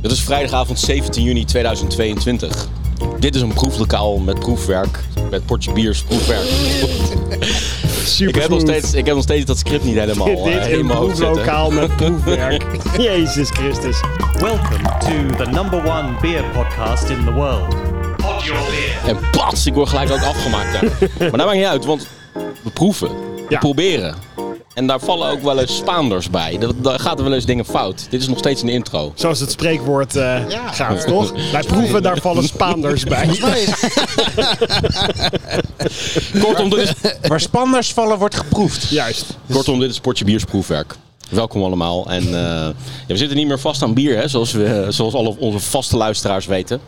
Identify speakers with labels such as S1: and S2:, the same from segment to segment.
S1: Dit is vrijdagavond 17 juni 2022. Dit is een proeflokaal met proefwerk. Met potje biers, proefwerk. ik,
S2: Super
S1: heb nog steeds, ik heb nog steeds dat script niet helemaal eh,
S2: Dit is
S1: in
S2: een
S1: mijn hoofd zitten.
S2: proeflokaal met proefwerk. Jezus Christus.
S3: Welcome to the number one beer podcast in the world. Pod your beer.
S1: En pats, ik word gelijk ook afgemaakt daar. maar dat maakt niet uit, want we proeven. We
S2: Ja.
S1: proberen. En daar vallen ook wel eens Spaanders bij. Dat- Daar gaat er wel eens dingen fout. Dit is nog steeds een intro.
S2: Zoals het spreekwoord eh, gaat, toch? Wij proeven, daar vallen Spaanders bij.
S1: Kortom, dit is,
S4: Waar spanners vallen wordt geproefd.
S2: Juist.
S5: Dus-
S1: kortom, dit is Portje Biers Proefwerk. Welkom allemaal. En eh, ja, we zitten niet meer vast aan bier, hè, zoals, we, zoals alle onze vaste luisteraars weten.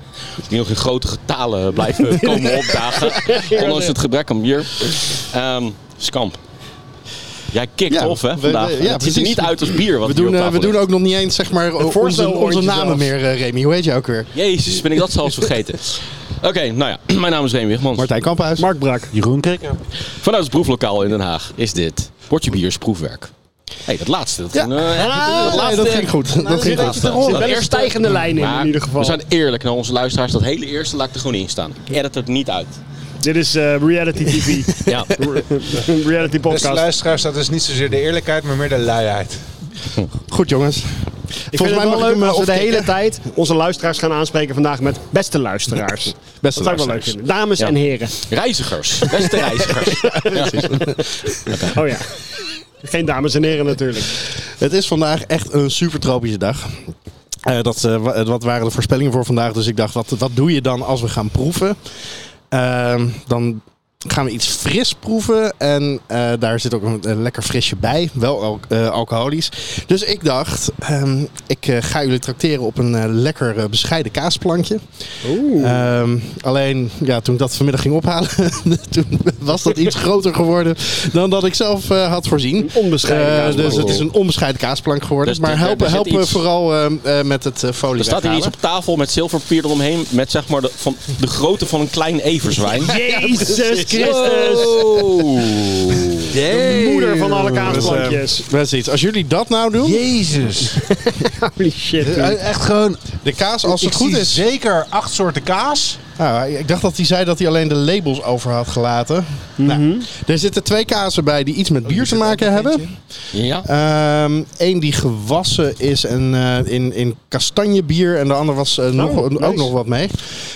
S1: Die nog in grote getalen blijven komen opdagen. Ondanks het gebrek aan bier. Ehm Skamp. Jij kikt
S5: Ja,
S1: of hè,
S5: we-
S1: vandaag. het
S5: we- ja,
S1: ziet er
S5: precies.
S1: niet uit als bier wat hier
S5: We doen,
S1: op
S5: eh,
S1: tafel
S5: we doen
S1: ligt.
S5: ook nog niet eens zeg maar, onze,
S2: voorstelrondje
S5: onze namen
S2: zelfs.
S5: meer, eh, Remy. Hoe heet jij ook weer?
S1: Jezus, ben ik dat zelfs vergeten. Oké, nou ja, mijn naam is Reen Wigmans.
S5: Martijn Kamphuis.
S2: Mark Brak.
S4: Jeroen Krikker.
S1: Vanuit het proeflokaal in Den Haag is dit Portje Biers Proefwerk. Hé, hey, dat laatste. Dat ging, eh,
S5: Ah,
S1: dat
S5: nee,
S1: laatste-
S5: dat ging goed. dat ging goed.
S1: laatste.
S2: Er zit wel een
S1: Eerste-
S2: stijgende lijn in,
S1: Maar
S2: in ieder
S1: We
S2: geval.
S1: zijn eerlijk naar onze luisteraars. Dat hele eerste laat ik er gewoon in staan. Ik edit het niet uit.
S2: Dit is eh, reality TV.
S1: Ja.
S2: reality
S6: Beste
S2: podcast.
S6: luisteraars, dat is niet zozeer de eerlijkheid, maar meer de luiheid.
S5: Goed jongens.
S2: Ik
S5: Volgens
S2: vind
S5: mij
S2: het
S5: mag
S2: wel
S5: ik
S2: leuk
S5: hem eh,
S2: als we de
S5: opkikken.
S2: hele tijd onze luisteraars gaan aanspreken vandaag met beste luisteraars.
S5: Beste
S2: Dat zou ik wel leuk
S5: luisteraars.
S2: vinden. Dames
S1: Ja.
S2: en heren.
S1: Reizigers. Beste reizigers.
S2: Oh ja. Geen dames en heren natuurlijk.
S5: Het is vandaag echt een super tropische dag. Eh, dat, eh, wa- eh, wat waren de voorspellingen voor vandaag? Dus ik dacht, wat, wat doe je dan als we gaan proeven? Ehm, dan gaan we iets fris proeven. En eh, daar zit ook een, eh, lekker frisje bij. Wel al- eh, alcoholisch. Dus ik dacht, ehm, ik eh, ga jullie trakteren op een eh, lekker eh, bescheiden kaasplankje. Ehm, alleen, ja, toen ik dat vanmiddag ging ophalen, toen was dat iets groter geworden dan dat ik zelf eh, had voorzien.
S2: Onbescheiden
S5: Eh,
S2: kaasplankje.
S5: dus het is een onbescheiden kaasplank geworden.
S1: Dus
S5: maar
S1: er-
S5: helpen
S1: er zit
S5: helpen
S1: iets-
S5: vooral eh, eh, met het eh, folie
S1: Er staat hier iets
S5: weghalen.
S1: op tafel met zilverpapier eromheen. Met zeg maar de, van de grootte van een klein everzwijn.
S2: Jezus Christus.
S1: Wow.
S2: De moeder van alle
S5: Dus, eh,
S2: kaasplankjes.
S5: dat is iets. Als jullie dat nou doen,
S4: Jezus.
S2: Holy shit. dude.
S4: Eh, Echt gewoon.
S5: de kaas als
S4: ik
S5: het goed
S4: zie
S5: is.
S4: Zeker acht soorten kaas.
S5: Ah, ik dacht dat hij zei dat hij alleen de labels over had gelaten.
S1: Mhm.
S5: nou, er zitten twee kazen bij die iets
S2: Oh,
S5: met bier te maken hebben.
S1: Ja.
S5: Eén die gewassen is en, eh, in, in kastanjebier. En de ander was eh, nog,
S2: Oh, nice.
S5: ook nog wat mee.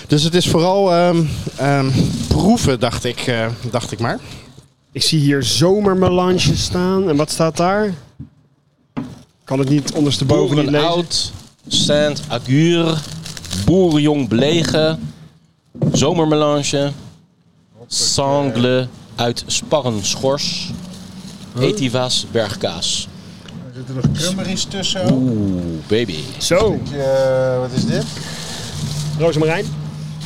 S5: Dus het is vooral ehm, ehm, proeven, dacht ik, eh, dacht ik maar.
S2: Ik zie hier zomermelange staan. En wat staat daar? Kan het niet ondersteboven niet
S1: Boeren
S2: lezen.
S1: oud, Saint Agur, Boerenjong Blegen, Zomermelange, Sangle uit Sparrenschors, Etiva's Bergkaas.
S6: Er zitten nog krummeries tussen. ook.
S1: Oeh, baby.
S5: Oh.
S2: Zo,
S6: Eh, wat is dit?
S2: rozemarijn.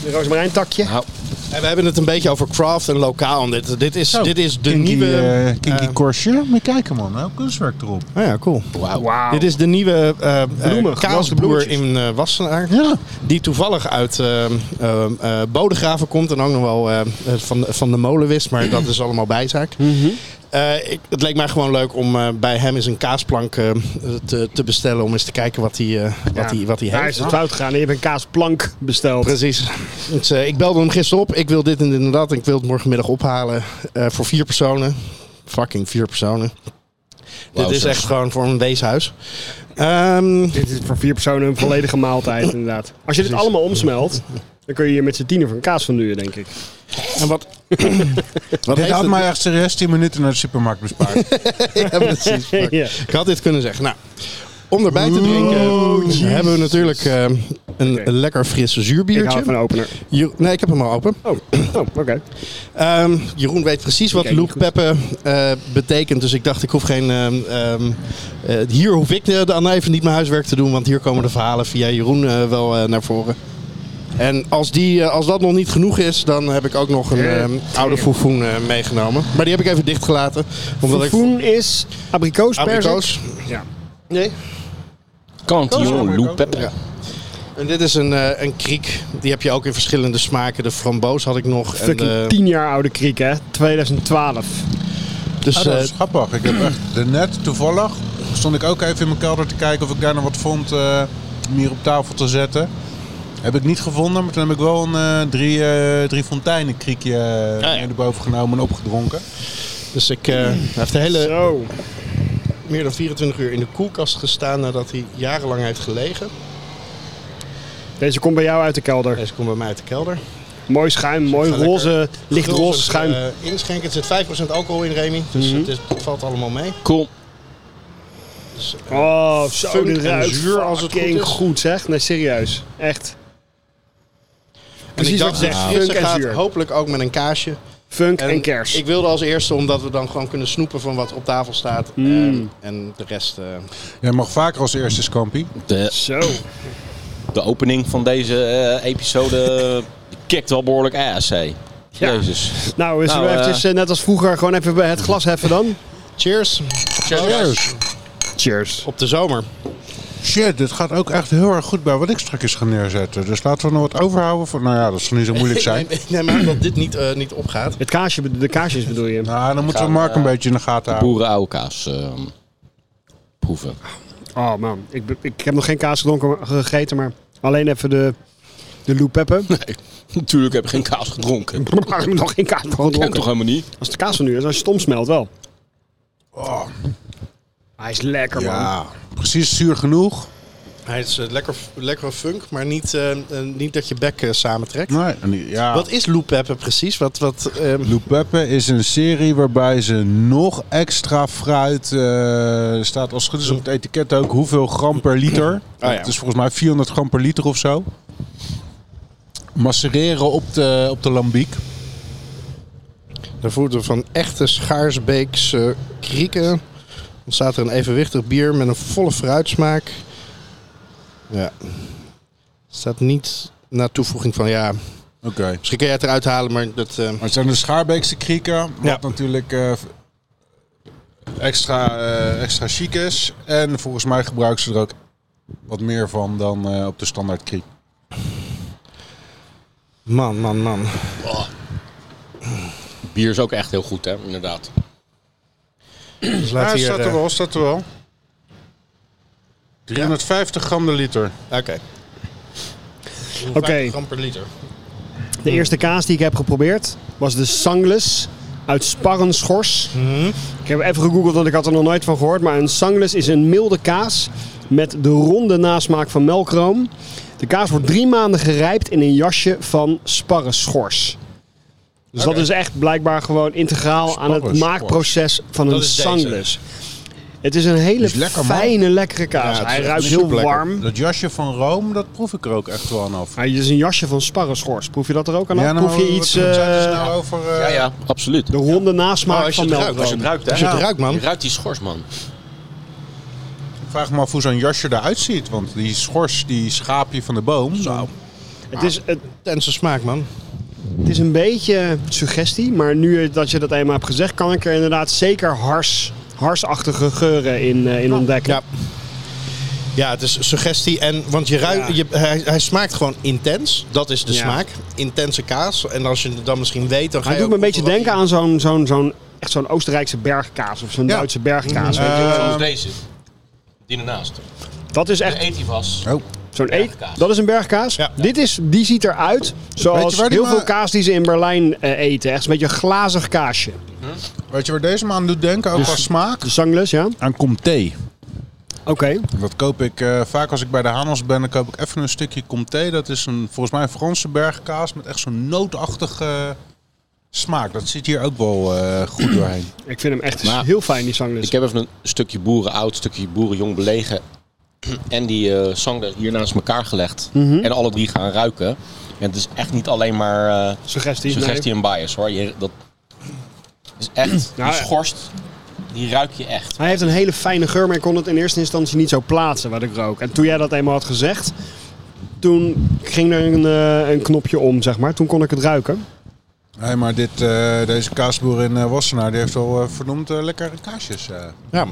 S2: Een rozemarijntakje.
S1: Nou,
S5: En we hebben het een beetje over craft en lokaal. En dit, dit, is, dit is de
S4: Oh, Kinky,
S5: nieuwe.
S4: eh, kinky
S5: eh,
S4: korstje. Moet je kijken man. Heel kunstwerk erop.
S5: oh ja, cool.
S1: wauw.
S2: Wauw.
S5: Dit is de nieuwe eh, eh,
S2: Bloemen, gewassen
S5: kaasboer
S2: bloemetjes.
S5: in eh, Wassenaar.
S4: Ja.
S5: Die toevallig uit eh, eh, eh, Bodegraven komt. En ook nog wel eh, eh, van, de- van de molen wist. Maar dat is allemaal bijzaak.
S4: Mhm.
S5: Eh, ik, het leek mij gewoon leuk om eh, bij hem eens een kaasplank eh, te, te bestellen. Om eens te kijken wat hij, eh, wat hij, wat hij
S2: Daar
S5: heeft.
S2: is het fout gegaan. Je hebt een kaasplank besteld.
S5: Precies. Dus, eh, ik belde hem gisteren op. Ik wil dit en dit en dat. Ik wil het morgenmiddag ophalen eh, voor vier personen. Fucking vier personen.
S1: Wauw,
S5: dit is
S1: zeg.
S5: echt gewoon voor een weeshuis. Ehm,
S2: Dit is voor vier personen een volledige maaltijd inderdaad. Als je dit allemaal omsmelt, dan kun je hier met z'n tienen van kaas van duwen, denk ik.
S5: en wat... wat
S4: Dit
S5: heeft
S4: had
S5: het-
S4: mij echt serieus 10 minuten naar de supermarkt bespaard.
S5: Ja, precies. Fuck.
S2: Ja.
S5: Ik had dit kunnen zeggen. Nou, om erbij te drinken hebben we natuurlijk eh, een,
S2: Oké.
S5: een lekker frisse
S2: Ik hou van
S5: zuurbiertje.
S2: een opener.
S5: Jo- nee, ik heb hem al open.
S2: Oh, oh oké.
S5: Ehm, Jeroen weet precies wat
S2: kijk niet
S5: Loek Peppe eh, betekent. Dus ik dacht, ik hoef geen. ehm, ehm, eh, hier hoef ik eh, dan even niet mijn huiswerk te doen. Want hier komen de verhalen via Jeroen eh, wel eh, naar voren. En als, die, eh, als dat nog niet genoeg is, dan heb ik ook nog een
S2: Eh,
S5: ehm, oude foefoen eh, meegenomen. Maar die heb ik even dichtgelaten. Omdat
S2: Foefoen is abrikoos,
S5: ik. Abrikoos.
S2: Ja.
S5: Nee.
S1: Cantillon Lou Pepe.
S5: Ja. En dit is een, eh, een kriek. Die heb je ook in verschillende smaken. De framboos had ik nog. En eh,
S2: Fucking
S5: de,
S2: 10 jaar oude kriek, hè? 2012.
S5: dus
S4: Ah, dat
S5: eh,
S4: is grappig. Ik heb echt net toevallig stond ik ook even in mijn kelder te kijken of ik daar nog wat vond. eh,
S6: om hier op tafel te zetten. Heb ik niet gevonden, maar toen heb ik wel een eh, drie, eh, drie fonteinen kriekje
S1: ja.
S6: erboven genomen en opgedronken.
S5: Dus ik, eh, hij heeft de hele,
S2: Zo.
S5: meer dan 24 uur in de koelkast gestaan nadat hij jarenlang heeft gelegen.
S2: Deze komt bij jou uit de kelder.
S5: Deze komt bij mij uit de kelder.
S2: Mooi schuim, mooi
S5: Lekker.
S2: roze, licht roze Mhm.
S5: Gulzig,
S2: schuim.
S5: eh, inschenken. Er zit 5% alcohol in, Remy. Dus het, is- het valt allemaal mee.
S1: Cool.
S2: Oh, zo,
S5: eh, funk
S2: dit
S5: en
S2: ruikt
S5: zuur als het
S2: fucking
S5: goed is.
S2: goed zeg. Nee, serieus. Echt. Precies
S5: en ik
S2: wat
S5: dacht,
S2: je zegt,
S5: nou,
S2: funk
S5: Frisse
S2: en
S5: gaat
S2: zuur.
S5: hopelijk ook met een kaasje.
S2: Funk en, kers.
S5: Ik wilde als eerste, omdat we dan gewoon kunnen snoepen van wat op tafel staat.
S2: Mm.
S5: En, en de rest... eh,
S6: Jij mag vaker als eerste, Scampy.
S1: De,
S2: Zo.
S1: de opening van deze eh, episode kikt wel behoorlijk ass, hé.
S2: Ja.
S1: Jezus.
S2: Nou, is
S1: Nou,
S2: er
S1: eh,
S2: eventjes, eh, net als vroeger, gewoon even bij het glas heffen dan?
S5: cheers.
S6: Cheers.
S2: Cheers.
S5: Op de zomer.
S6: Shit, dit gaat ook echt heel erg goed bij wat ik straks ga neerzetten. Dus laten we nog wat overhouden voor... Nou ja, dat zal niet zo moeilijk zijn.
S5: Ik neem aan dat dit niet, eh, niet opgaat.
S2: Het kaasje, be- de kaasjes bedoel je?
S6: Nou, dan moeten we Mark een beetje in de gaten houden.
S1: Boeren oude kaas eh, proeven.
S2: Oh man, ik, be- ik heb nog geen kaas gedronken, gegeten, maar alleen even de, de Lou Peppe.
S1: Natuurlijk heb ik geen kaas gedronken. Ik
S2: Maar ik heb nog geen kaas
S1: ken
S2: gedronken.
S1: toch helemaal niet?
S2: Als de kaas van nu is, als je stom smelt wel.
S5: Oh.
S2: Hij is lekker man.
S6: Ja, precies zuur genoeg.
S5: Hij is eh, lekker, lekker funk, maar niet, eh, eh, niet dat je bek eh, samentrekt.
S6: Nee, en die- ja.
S5: Wat is loepeppen precies? Wat, wat, ehm,
S6: Blue Peppe is een serie waarbij ze nog extra fruit. eh, staat als het goed is op het etiket ook hoeveel gram per liter.
S5: Ah, ja.
S6: Het is volgens mij 400 gram per liter of zo. Macereren op de, op de lambiek.
S5: De voeten van echte schaarsbeekse krieken ontstaat er een evenwichtig bier met een volle fruitsmaak. Ja. Staat niet na toevoeging van ja.
S6: Oké.
S5: Misschien kun jij het eruit halen, maar dat. eh,
S6: Maar het zijn de Schaarbeekse krieken. Wat
S5: Ja.
S6: natuurlijk eh, extra, eh, extra chic is. En volgens mij gebruiken ze er ook wat meer van dan eh, op de standaard kriek.
S5: Man, man, man.
S1: Bier is ook echt heel goed, hè? Inderdaad.
S5: Dus laat hier, eh,
S6: wel, staat er wel. 350 gram de liter.
S5: Oké. 50 gram per liter.
S2: De eerste kaas die ik heb geprobeerd was de Sangles uit Sparrenschors.
S6: Mhm.
S2: Ik heb even gegoogeld, want ik had er nog nooit van gehoord. Maar een Sangles is een milde kaas met de ronde nasmaak van melkroom. De kaas wordt drie maanden gerijpt in een jasje van Sparrenschors. Dus dat is echt blijkbaar gewoon integraal aan het
S6: Sparrenschors.
S2: maakproces van een
S5: Dat is deze.
S2: Sangles. Het is een hele
S6: Is lekker, man.
S2: fijne, lekkere kaas.
S6: het is
S2: Nou, Hij
S6: echt
S2: ruikt heel
S6: superlekker.
S2: warm.
S6: Dat jasje van Rome, dat proef ik er ook echt wel aan af.
S2: Hij Ah, is een jasje van sparrenschors. Proef je dat er ook aan? af?
S6: nou,
S2: Proef je
S6: wat-
S2: iets...
S6: wat zeiden ze
S2: eh,
S6: nou over... eh,
S1: Ja, ja, absoluut.
S2: De ronde nasmaak
S5: Oh, als je
S2: van
S5: het
S2: melk.
S5: ruikt, als je het
S1: ruikt, hè?
S5: Als je het ruikt, man.
S1: Je ruikt die schors, man.
S6: Ik vraag me af hoe zo'n jasje eruit ziet. Want die schors, die schaapje van de boom.
S2: Het is, het,
S5: Intense smaak, man.
S2: het is een beetje suggestie, maar nu dat je dat eenmaal hebt gezegd, kan ik er inderdaad zeker hars, harsachtige geuren in, eh, in ontdekken.
S5: Ja. Ja, het is suggestie. En, want je ruikt,
S2: Ja.
S5: je, hij, hij smaakt gewoon intens. Dat is de
S2: Ja.
S5: smaak. Intense kaas. En als je het dan misschien weet, dan ga
S2: Hij
S5: je
S2: doet me
S5: ook
S2: een beetje
S5: overal-
S2: denken aan zo'n zo'n zo'n echt zo'n Oostenrijkse bergkaas of zo'n
S5: Ja.
S2: Duitse bergkaas.
S6: Mm-hmm.
S2: weet je.
S6: Eh,
S1: Zoals deze. Die ernaast.
S2: dat is echt
S1: eet die was.
S6: Oh.
S2: zo'n eet.
S1: bergkaas.
S2: Dat is een bergkaas.
S5: Ja.
S2: Dit is, die ziet eruit
S6: Weet je
S2: zoals
S6: waar die
S2: heel
S6: maar-
S2: veel kaas die ze in Berlijn eh, eten. Echt een beetje een glazig kaasje.
S6: Weet je waar deze man doet denken?
S2: Dus
S6: Ook qua smaak?
S2: De zangles, ja?
S6: Aan comté.
S2: Oké.
S6: Dat koop ik eh, vaak als ik bij de Hanos ben. Dan koop ik even een stukje comté. Dat is een, volgens mij een Franse bergkaas met echt zo'n nootachtige eh, smaak. Dat zit hier ook wel eh, goed doorheen.
S2: Ik vind hem echt
S1: Maar-
S2: heel fijn, die zangles.
S1: Ik heb even een stukje boeren oud, stukje boeren jong belegen. En die eh zang hier naast elkaar gelegd.
S5: Mhm.
S1: En alle drie gaan ruiken. En het is echt niet alleen maar eh,
S2: Suggestie. nee.
S1: suggestie en bias hoor. Je, dat is echt.
S2: Nou,
S1: die schorst, die ruik je echt.
S2: Hij heeft een hele fijne geur, maar ik kon het in eerste instantie niet zo plaatsen wat ik rook. En toen jij dat eenmaal had gezegd, toen ging er een, eh, een knopje om, zeg maar. Toen kon ik het ruiken.
S6: Nee, maar dit, eh, deze kaasboer in eh, Wassenaar die heeft wel eh, verdomd eh, lekkere kaasjes. eh.
S5: Ja.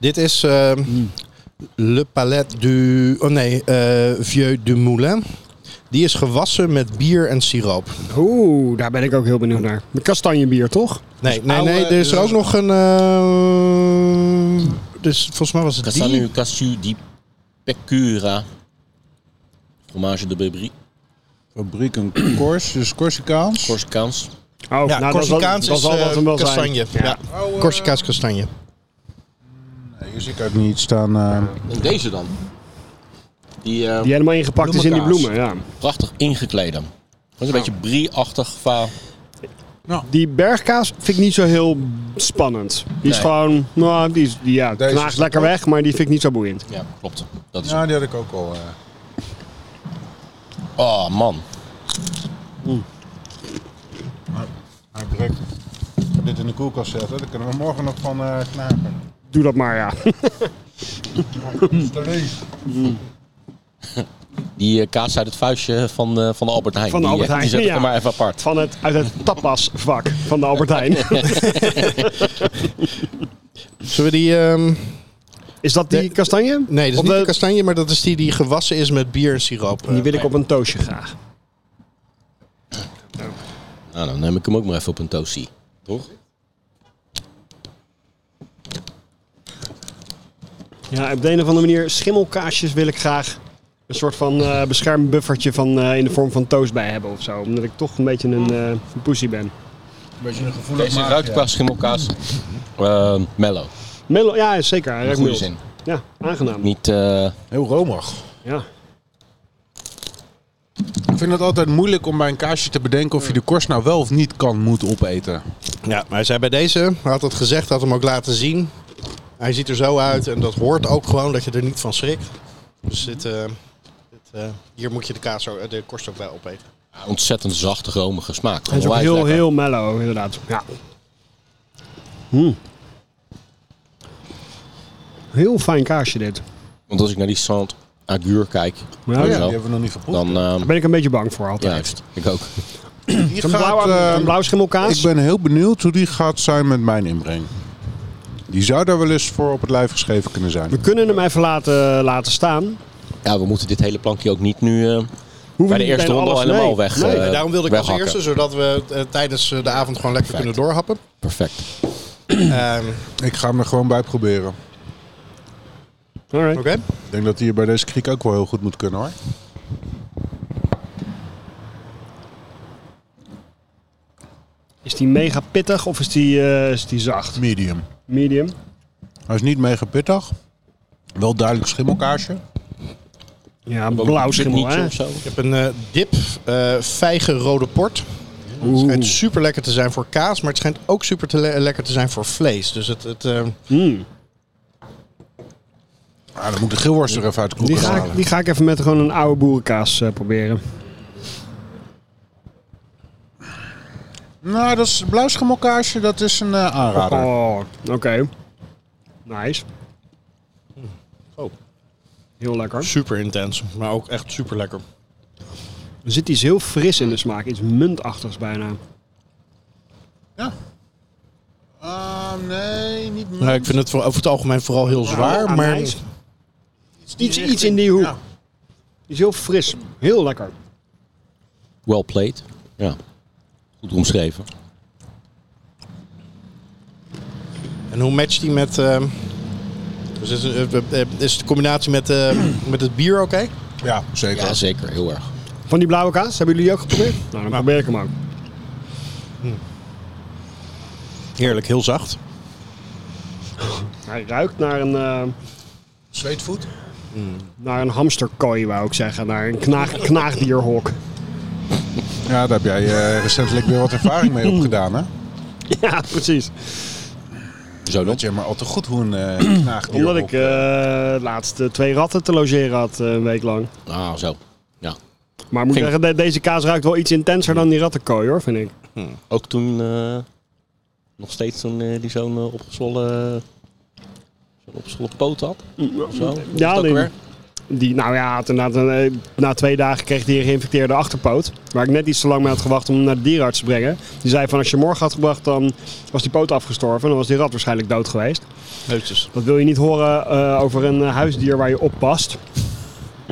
S5: Dit is eh, Le Palais du... Oh nee, eh, Vieux du Moulin. Die is gewassen met bier en siroop.
S2: Oeh, daar ben ik ook heel benieuwd naar. Een kastanjebier, toch?
S5: Nee, nee,
S6: oude-
S5: nee. Er is
S6: dus-
S5: er ook nog een... eh, dus volgens mij was het
S1: Castanu,
S5: die.
S1: Cassu, die Pecura. Fromage de Bebrie.
S6: Fabriek een kors, dus Corsicaans.
S1: Corsicaans.
S2: Oh,
S5: Ja,
S2: nou, dat zal-
S5: Corsicaans
S2: dat
S5: is
S2: zal wat
S5: eh,
S2: hem wel zijn.
S5: kastanje. Ja.
S6: Oh, eh,
S5: Corsicaans kastanje.
S6: nee, hier zie ik ook niet staan. eh,
S1: En deze dan. Die eh,
S2: Die helemaal ingepakt is in die bloemen, ja.
S1: prachtig ingekleed dan. Dat is een beetje brie-achtig. va-
S2: Die bergkaas vind ik niet zo heel spannend. Die is
S1: Nee.
S2: gewoon, nou, die, is- die ja,
S6: Deze
S2: knaagt
S6: is-
S2: lekker weg, maar die vind ik niet zo boeiend.
S1: Ja, klopt. Dat is
S6: ja, die had ik ook al. eh.
S1: Oh man.
S6: Maar ik druk dit in de koelkast zetten, dan kunnen we morgen nog van eh knaken.
S2: Doe dat maar, ja.
S6: Hm.
S1: Die eh, kaas uit het vuistje van, eh, van de Albert Heijn.
S2: Van de
S1: Die, eh,
S2: Albert Heijn,
S1: Die zet ik
S2: ja.
S1: er maar even apart.
S2: Van het, uit het tapasvak van de Albert Heijn.
S5: Zullen we die... ehm,
S2: Is dat die
S5: Nee.
S2: kastanje?
S5: nee, dat
S2: Op
S5: is niet
S2: de-
S5: de kastanje, maar dat is die die gewassen is met bier en siroop. eh.
S2: Die wil ik op een toosje graag.
S1: Nou, dan neem ik hem ook maar even op een toastie. Toch?
S2: Ja, op de een of andere manier schimmelkaasjes wil ik graag een soort van eh beschermbuffertje van, eh, in de vorm van toast bij hebben of zo. Omdat ik toch een beetje een eh poesie ben.
S6: Een beetje een gevoel
S1: Deze ruikt qua schimmelkaas. eh, mellow.
S2: Mellow, ja, zeker. Hij
S1: In
S2: ruikt
S1: goede
S2: mild.
S1: zin.
S2: Ja, aangenaam.
S1: Niet... eh,
S6: Heel romig.
S2: Ja.
S6: Ik vind het altijd moeilijk om bij een kaasje te bedenken of je de korst nou wel of niet kan, moet opeten.
S5: Ja, maar hij zei bij deze, hij had het gezegd, had hem ook laten zien. Hij ziet er zo uit en dat hoort ook gewoon dat je er niet van schrikt. Dus dit, eh, dit, eh, hier moet je de, kaas, ook- de korst ook bij opeten.
S1: ontzettend zachte, romige smaak.
S2: Hij is ook
S1: Onwijs
S2: heel,
S1: lekker.
S2: heel mellow, inderdaad. Ja. Hmm. Heel fijn kaasje dit.
S1: Want als ik naar die Sant Agur kijk,
S2: Ja,
S1: en
S2: ja.
S1: zo,
S6: Die hebben we nog niet verproefd.
S1: dan... ehm,
S2: Daar ben ik een beetje bang voor altijd.
S1: juist, ik ook.
S6: Die
S2: Zo'n
S6: gaat,
S2: blauw,
S6: eh,
S2: een blauw schimmelkaas.
S6: ik ben heel benieuwd hoe die gaat zijn met mijn inbreng. Die zou daar wel eens voor op het lijf geschreven kunnen zijn.
S2: We kunnen hem even laten, laten staan.
S1: Ja, we moeten dit hele plankje ook niet nu... eh,
S2: Hoeven
S1: bij de
S2: niet
S1: eerste
S2: meteen
S1: ronde al
S2: alles-
S1: helemaal
S2: nee.
S1: weg.
S2: Nee.
S1: eh,
S5: En daarom wilde ik als
S1: weghakken.
S5: eerste, zodat we eh, tijdens eh, de avond gewoon lekker
S1: Perfect.
S5: kunnen doorhappen.
S1: Perfect.
S5: Ehm,
S6: Ik ga hem er gewoon bij proberen.
S2: Alright.
S5: Oké.
S6: Ik denk dat die hier bij deze kriek ook wel heel goed moet kunnen hoor.
S2: Is die mega pittig of is die, eh, is die zacht?
S6: Medium.
S2: Medium.
S6: Hij is niet mega pittig. Wel duidelijk schimmelkaasje.
S2: Ja, een blauw schimmel,
S1: Zit
S2: hè?
S1: niet zo.
S5: Ik heb een eh, dip eh vijgen rode port. Het schijnt super lekker te zijn voor kaas, maar het schijnt ook super te le- lekker te zijn voor vlees. Dus het, het, eh,
S2: Mm.
S6: Ah, dan moet de geelworst er even uit de
S2: Die,
S6: koelkast
S2: ga ik,
S6: halen.
S2: die ga ik even met gewoon een oude boerenkaas eh, proberen.
S6: Nou, dat is blauw schimmelkaasje, dat is een eh, aanrader.
S2: Oh, oké. Nice.
S5: Oh.
S2: Heel lekker.
S5: super intens, maar ook echt super lekker.
S2: Er zit iets heel fris in de smaak. Iets muntachtigs bijna.
S6: Ja. Ah, nee, niet meer.
S5: Nou, ik vind het voor, over het algemeen vooral heel zwaar,
S2: Aan
S5: maar
S2: ijs. Iets, iets in die hoek.
S6: Ja.
S2: Iets heel fris. Heel lekker.
S1: Well played. Ja. Goed omschreven.
S5: En hoe matcht die met. ehm, dus is, eh, eh, eh, is de combinatie met, eh, met het bier oké?
S6: Ja, zeker.
S1: Ja, zeker. Heel erg.
S2: Van die blauwe kaas, hebben jullie die ook geprobeerd? Nou, dan probeer ik hem ook.
S5: Heerlijk, heel zacht.
S2: Hij ruikt naar een, eh,
S6: Zweetvoet?
S2: naar een hamsterkooi, wou ik zeggen. Naar een knaag, knaagdierhok.
S6: Ja, daar heb jij eh, recentelijk weer wat ervaring mee opgedaan, hè?
S2: Ja, precies.
S1: Zo dan.
S6: Dat je maar al te goed hoe een eh knaagdier
S2: Omdat
S6: op-
S2: ik eh, de laatste twee ratten te logeren had eh, een week lang.
S1: Ah, zo. Ja.
S2: Maar ik moet
S1: Ging-
S2: zeggen, de- deze kaas ruikt wel iets intenser dan die rattenkooi hoor, vind ik.
S1: Ook toen eh, nog steeds toen eh, die zo'n eh, opgezwollen, zo'n opgezwollen poot had. Of Zo.
S2: Ja,
S1: dat
S2: nee. Die, nou ja, had inderdaad een, eh, na twee dagen kreeg hij een geïnfecteerde achterpoot. Waar ik net iets te lang mee had gewacht om hem naar de dierenarts te brengen. Die zei van als je hem morgen had gebracht, dan was die poot afgestorven. Dan was die rat waarschijnlijk dood geweest.
S5: Heusjes.
S2: Dat wil je niet horen eh, over een eh, huisdier waar je op past.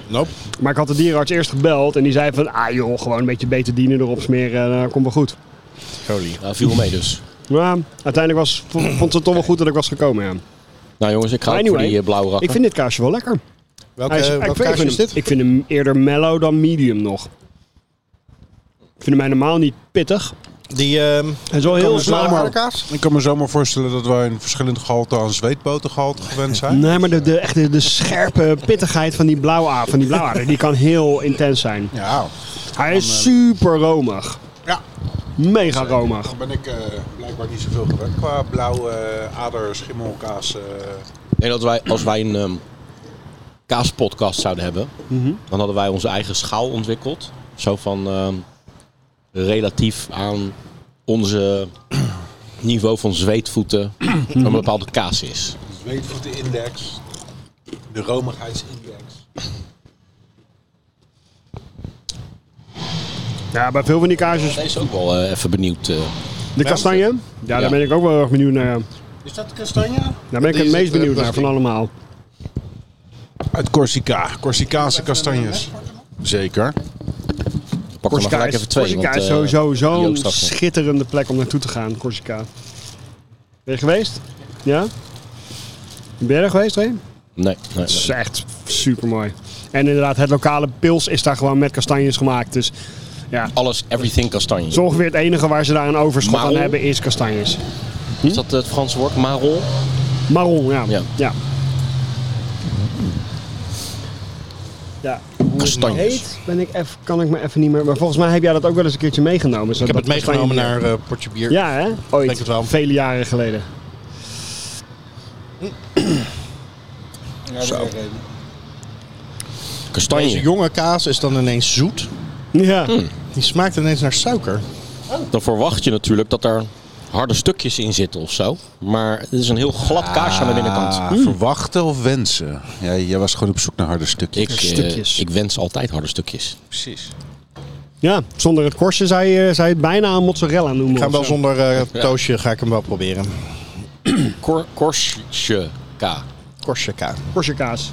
S5: Nope.
S2: Maar ik had de dierenarts eerst gebeld en die zei van... Ah joh, gewoon een beetje beter dienen erop smeren, eh, komt wel goed.
S5: Jolie.
S1: Ja, viel wel mee dus.
S2: Maar uiteindelijk was, vond ze het toch wel goed dat ik was gekomen, ja.
S1: Nou jongens, ik ga
S2: Maar
S1: ook voor
S2: anyway,
S1: die eh, blauwe rakker.
S2: Ik vind dit kaasje wel lekker.
S5: Welke,
S2: Hij is- ik,
S5: welke
S2: vind, ik,
S5: kaasje
S2: vind
S5: is
S2: hem,
S5: dit?
S2: ik vind hem eerder mellow dan medium nog. Ik vind hem mij normaal niet pittig.
S5: Die ehm
S2: Hij is wel heel
S5: blauwe
S2: zwaar.
S5: kaas?
S6: Ik kan me zomaar voorstellen dat wij een verschillend gehalte aan zweetbotengehalte gewend zijn.
S2: Nee, maar de, de, echt de, de scherpe pittigheid van die blauwaar, van die blauwaarder, die kan heel intens zijn.
S6: Ja,
S2: Hij is super romig.
S6: ja.
S2: Mega romig.
S6: Dan ben ik eh, blijkbaar niet zoveel gewend qua blauwe eh, ader, schimmelkaas. eh.
S1: En dat wij, als wij een ehm, kaaspodcast zouden hebben,
S2: Mhm.
S1: dan hadden wij onze eigen schaal ontwikkeld. Zo van ehm, relatief aan onze niveau van zweetvoeten een bepaalde kaas is.
S6: zweetvoetenindex, de romigheidsindex.
S2: Ja, bij veel van die kaarsjes.
S1: Deze is ook wel eh, even benieuwd. eh.
S2: De kastanje? Ja,
S1: Ja.
S2: daar ben ik ook wel erg benieuwd naar.
S6: Is dat kastanje?
S2: Daar Nou, ben ik
S5: Die
S2: het
S5: is
S2: meest
S5: het, eh,
S2: benieuwd naar
S5: plastic.
S2: van allemaal.
S6: Uit Corsica, Corsicaanse kastanjes. Zeker.
S1: Ik pak er maar
S2: Corsica
S1: gelijk
S2: is,
S1: even twee.
S2: Corsica
S1: want,
S2: is
S1: eh,
S2: sowieso
S1: die
S2: zo'n
S1: ook straks nog.
S2: schitterende plek om naartoe te gaan, Corsica. Ben je geweest? Ja? Ben je er geweest, Ray?
S1: Nee, nee,
S2: Het is
S1: nee.
S2: echt super mooi. En inderdaad, het lokale pils is daar gewoon met kastanjes gemaakt. Dus ja, het
S1: Alles, everything kastanje.
S2: is ongeveer het enige waar ze daar een overschot
S1: Marol?
S2: aan hebben is kastanjes.
S1: Is dat het Franse woord? Marol?
S2: Marron, ja.
S1: Ja.
S2: ja. ja. hoe het
S5: Kastanjes.
S2: heet, ben ik even, kan ik me even niet meer. Maar volgens mij heb jij dat ook wel eens een keertje meegenomen.
S5: Ik heb het meegenomen naar eh Portje Bier.
S2: Ja, hè? Ooit.
S5: Denk het wel.
S2: Vele jaren geleden.
S7: Zo.
S5: Deze
S1: Kastanje.
S5: jonge kaas is dan ineens zoet.
S2: Ja.
S5: Die smaakt ineens naar suiker.
S1: Dan verwacht je natuurlijk dat er harde stukjes in zitten of zo. Maar het is een heel glad kaasje aan de binnenkant.
S6: Ah, Verwachten of wensen? Ja, jij was gewoon op zoek naar harde stukjes.
S1: Ik, eh,
S2: Stukjes.
S1: ik wens altijd harde stukjes.
S6: precies.
S2: ja, zonder het korstje zou je, zou je het bijna een mozzarella noemen.
S5: Ik ga hem wel
S2: of zo.
S5: zonder eh, toosje ga ik hem wel proberen.
S1: Kor, korsje K.
S5: Corsica.
S2: Korstje kaas.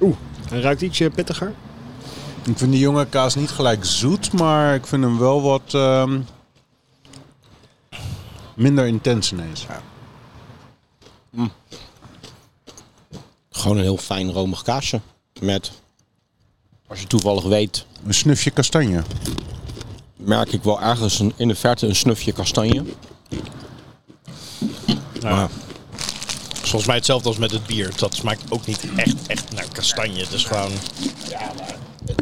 S2: Oeh, hij ruikt ietsje pittiger.
S6: Ik vind die jonge kaas niet gelijk zoet, maar ik vind hem wel wat ehm, minder intens ineens.
S1: Gewoon een heel fijn romig kaasje. Met, als je toevallig weet,
S6: Een snufje kastanje.
S1: merk ik wel ergens een- in de verte een snufje kastanje.
S5: Volgens mij hetzelfde als met het bier. Dat smaakt ook niet echt, echt naar kastanje. Het is gewoon...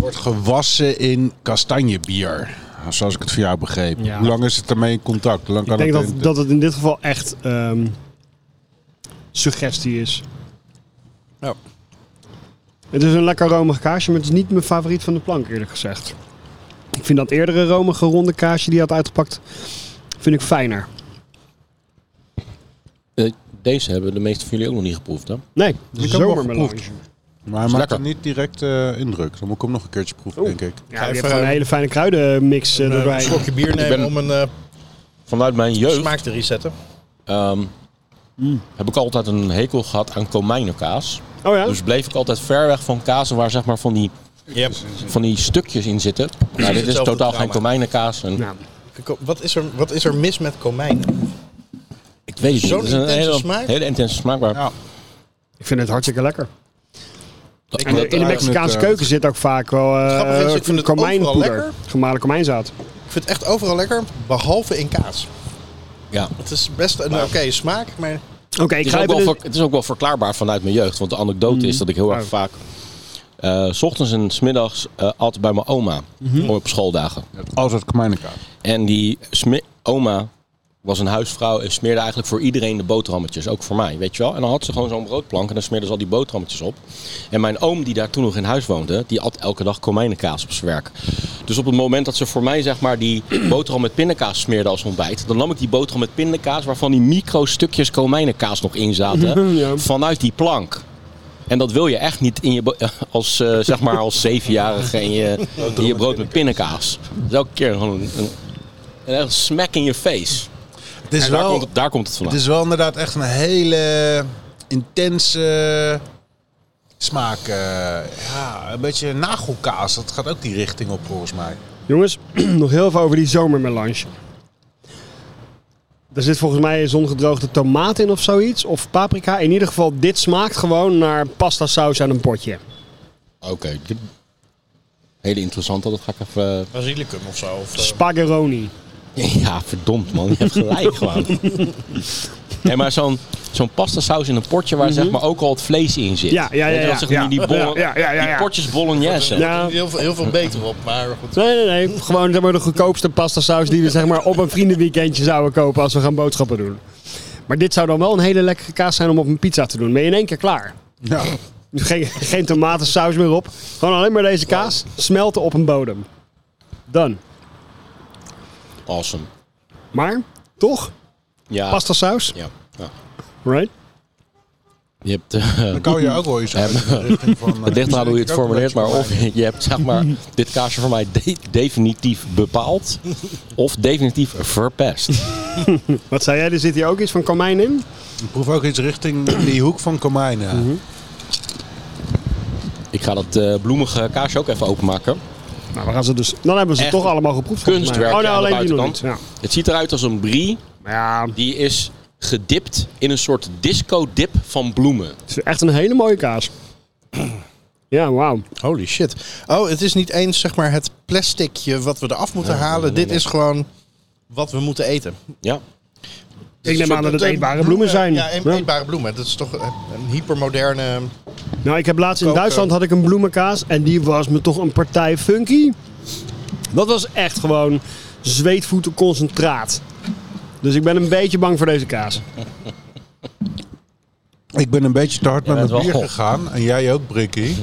S6: Wordt gewassen in kastanjebier. Zoals ik het voor jou begreep.
S2: Ja.
S6: Hoe lang is het ermee in contact? Hoe lang
S2: Ik
S6: kan
S2: denk
S6: het
S2: dat,
S6: in-
S2: dat het in dit geval echt ehm, suggestie is.
S5: Ja.
S2: Het is een lekker romig kaasje, maar het is niet mijn favoriet van de plank eerlijk gezegd. Ik vind dat eerdere romige ronde kaasje die je had uitgepakt, vind ik fijner.
S1: Eh, deze hebben de meeste van jullie ook nog niet geproefd, hè?
S2: Nee,
S6: Ik heb hem wel
S2: zomermelange.
S6: geproefd. Maar hij maakt
S1: lekker.
S6: niet direct eh, indruk. Dan moet ik hem nog een keertje proeven, denk ik.
S2: Ja,
S5: Ga
S2: je
S5: even,
S2: hebt gewoon een
S5: eh,
S2: hele fijne kruidenmix eh,
S5: Een
S2: erbij.
S5: slokje bier nemen
S1: ben-
S5: om een eh,
S1: Vanuit mijn jeugd
S5: smaak te resetten.
S1: ehm, heb ik altijd een hekel gehad aan komijnenkaas.
S2: Oh ja?
S1: Dus bleef ik altijd ver weg van kazen waar zeg maar van die,
S5: Yep.
S1: van die stukjes in zitten. Nou, dit is
S5: hetzelfde
S1: totaal geen
S5: drama.
S1: komijnenkaas. En
S2: Nou,
S5: Ko- Wat is, er, wat is er mis met komijn?
S1: ik weet het niet.
S5: Zo'n
S1: Het is een
S5: intense
S1: hele,
S5: smaak?
S1: hele intense smaak. Maar
S6: Ja.
S2: ik vind het hartstikke lekker.
S1: dat-
S2: En
S1: dat-
S2: in de Mexicaanse
S6: eh,
S2: keuken zit ook vaak wel eh,
S5: Grappig is, ik vind het
S2: komijnpoeder.
S5: overal lekker.
S2: Gemalen komijnzaad.
S5: Ik vind het echt overal lekker, behalve in kaas.
S1: ja.
S5: Het is best een oké smaak, maar...
S2: Oké, ik
S1: Het
S2: ga
S1: is, ook
S2: even...
S1: wel
S2: de-
S1: ver- het is ook wel verklaarbaar vanuit mijn jeugd. Want de anekdote is dat ik heel erg
S2: Oh.
S1: vaak... eh, s ochtends en smiddags eh at bij mijn oma.
S2: Mhm.
S1: Op schooldagen.
S6: Altijd komijnenkaas.
S1: En die sme- oma was een huisvrouw en smeerde eigenlijk voor iedereen de boterhammetjes. Ook voor mij, weet je wel. En dan had ze gewoon zo'n broodplank en dan smeerde ze al die boterhammetjes op. En mijn oom, die daar toen nog in huis woonde, die at elke dag komijnenkaas op zijn werk. Dus op het moment dat ze voor mij zeg maar die boterham met pindakaas smeerde als ontbijt... dan nam ik die boterham met pindakaas waarvan die micro stukjes komijnenkaas nog in zaten...
S2: Ja.
S1: vanuit die plank. En dat wil je echt niet in je bo- als, eh, zeg maar als zevenjarige in je, in je brood Oh, met pindakaas. Dat is elke keer gewoon een, een, een echt smack in je face.
S6: Het is,
S1: En daar,
S6: wel,
S1: komt het, daar komt het
S6: het
S1: vandaan.
S6: is wel inderdaad echt een hele intense smaak. eh, ja, een beetje nagelkaas. Dat gaat ook die richting op volgens mij.
S2: Jongens, nog heel veel over die zomermelange. Er zit volgens mij zongedroogde tomaat in of zoiets. Of paprika. In ieder geval, dit smaakt gewoon naar pasta saus uit een potje.
S1: Oké. dit- Hele interessant, dat ga ik even... eh,
S5: Basilicum of zo. Of, eh,
S2: Spagheroni.
S1: Ja, verdomd man, je hebt gelijk gewoon. Nee, maar zo'n zo'n pastasaus in een potje waar zeg maar ook al het vlees in zit.
S2: Mhm. Ja, ja, ja,
S1: Weet je wel,
S2: ja.
S1: zeg maar
S2: Ja.
S1: Die, bollen,
S2: Ja, ja, ja, ja, ja.
S1: die potjes bolognese.
S2: Ja.
S5: heel, veel, heel veel beter op, maar goed.
S2: Nee, nee, nee. Gewoon zeg maar, de goedkoopste pastasaus die we zeg maar, op een vriendenweekendje zouden kopen als we gaan boodschappen doen. Maar dit zou dan wel een hele lekkere kaas zijn om op een pizza te doen. Ben je in één keer klaar.
S4: Ja.
S2: Geen, geen tomatensaus meer op. Gewoon alleen maar deze kaas smelten op een bodem. Dan.
S1: Awesome.
S2: Maar, toch?
S1: Ja.
S2: Pastasaus,
S1: Ja. ja.
S2: right?
S1: Je hebt, eh,
S4: Dan kan je ook wel iets uit in de richting van... eh,
S1: het ligt eraan hoe je het
S4: ik ook een
S1: formuleert, maar
S4: beetje
S1: of je hebt zeg maar dit kaasje voor mij de- definitief bepaald of definitief verpest.
S2: Wat zei jij? Er zit hier ook iets van komijn in.
S4: Ik proef ook iets richting die hoek van komijnen.
S1: Mhm. Ik ga dat eh, bloemige kaasje ook even openmaken.
S2: Nou, we gaan ze dus, dan hebben we ze
S1: Echt
S2: toch allemaal geproefd. volgens mij.
S1: Kunstwerk
S2: Oh, nee,
S1: aan de
S2: alleen die nog niet.
S1: buitenkant.
S2: Ja.
S1: Het ziet eruit als een brie
S2: Maar ja,
S1: die is gedipt in een soort disco-dip van bloemen.
S2: het is echt een hele mooie kaas. Ja, wauw.
S5: Holy shit. Oh, het is niet eens zeg maar het plasticje wat we eraf moeten halen. Dit is gewoon wat we moeten eten.
S1: Ja.
S2: Ik neem aan dat het
S5: eh,
S2: eetbare bloemen zijn.
S5: Ja, eet-
S2: Ja.
S5: eetbare bloemen. Dat is toch eh, een hypermoderne...
S2: Nou, ik heb laatst in
S5: Koken.
S2: Duitsland had ik een bloemenkaas en die was me toch een partij funky. Dat was echt gewoon zweetvoetenconcentraat. Dus ik ben een beetje bang voor deze kaas.
S4: Ik ben een beetje te hard
S1: Jij
S4: met
S1: bent
S4: mijn bier
S1: wel gof.
S4: gegaan. En jij ook, Brikkie.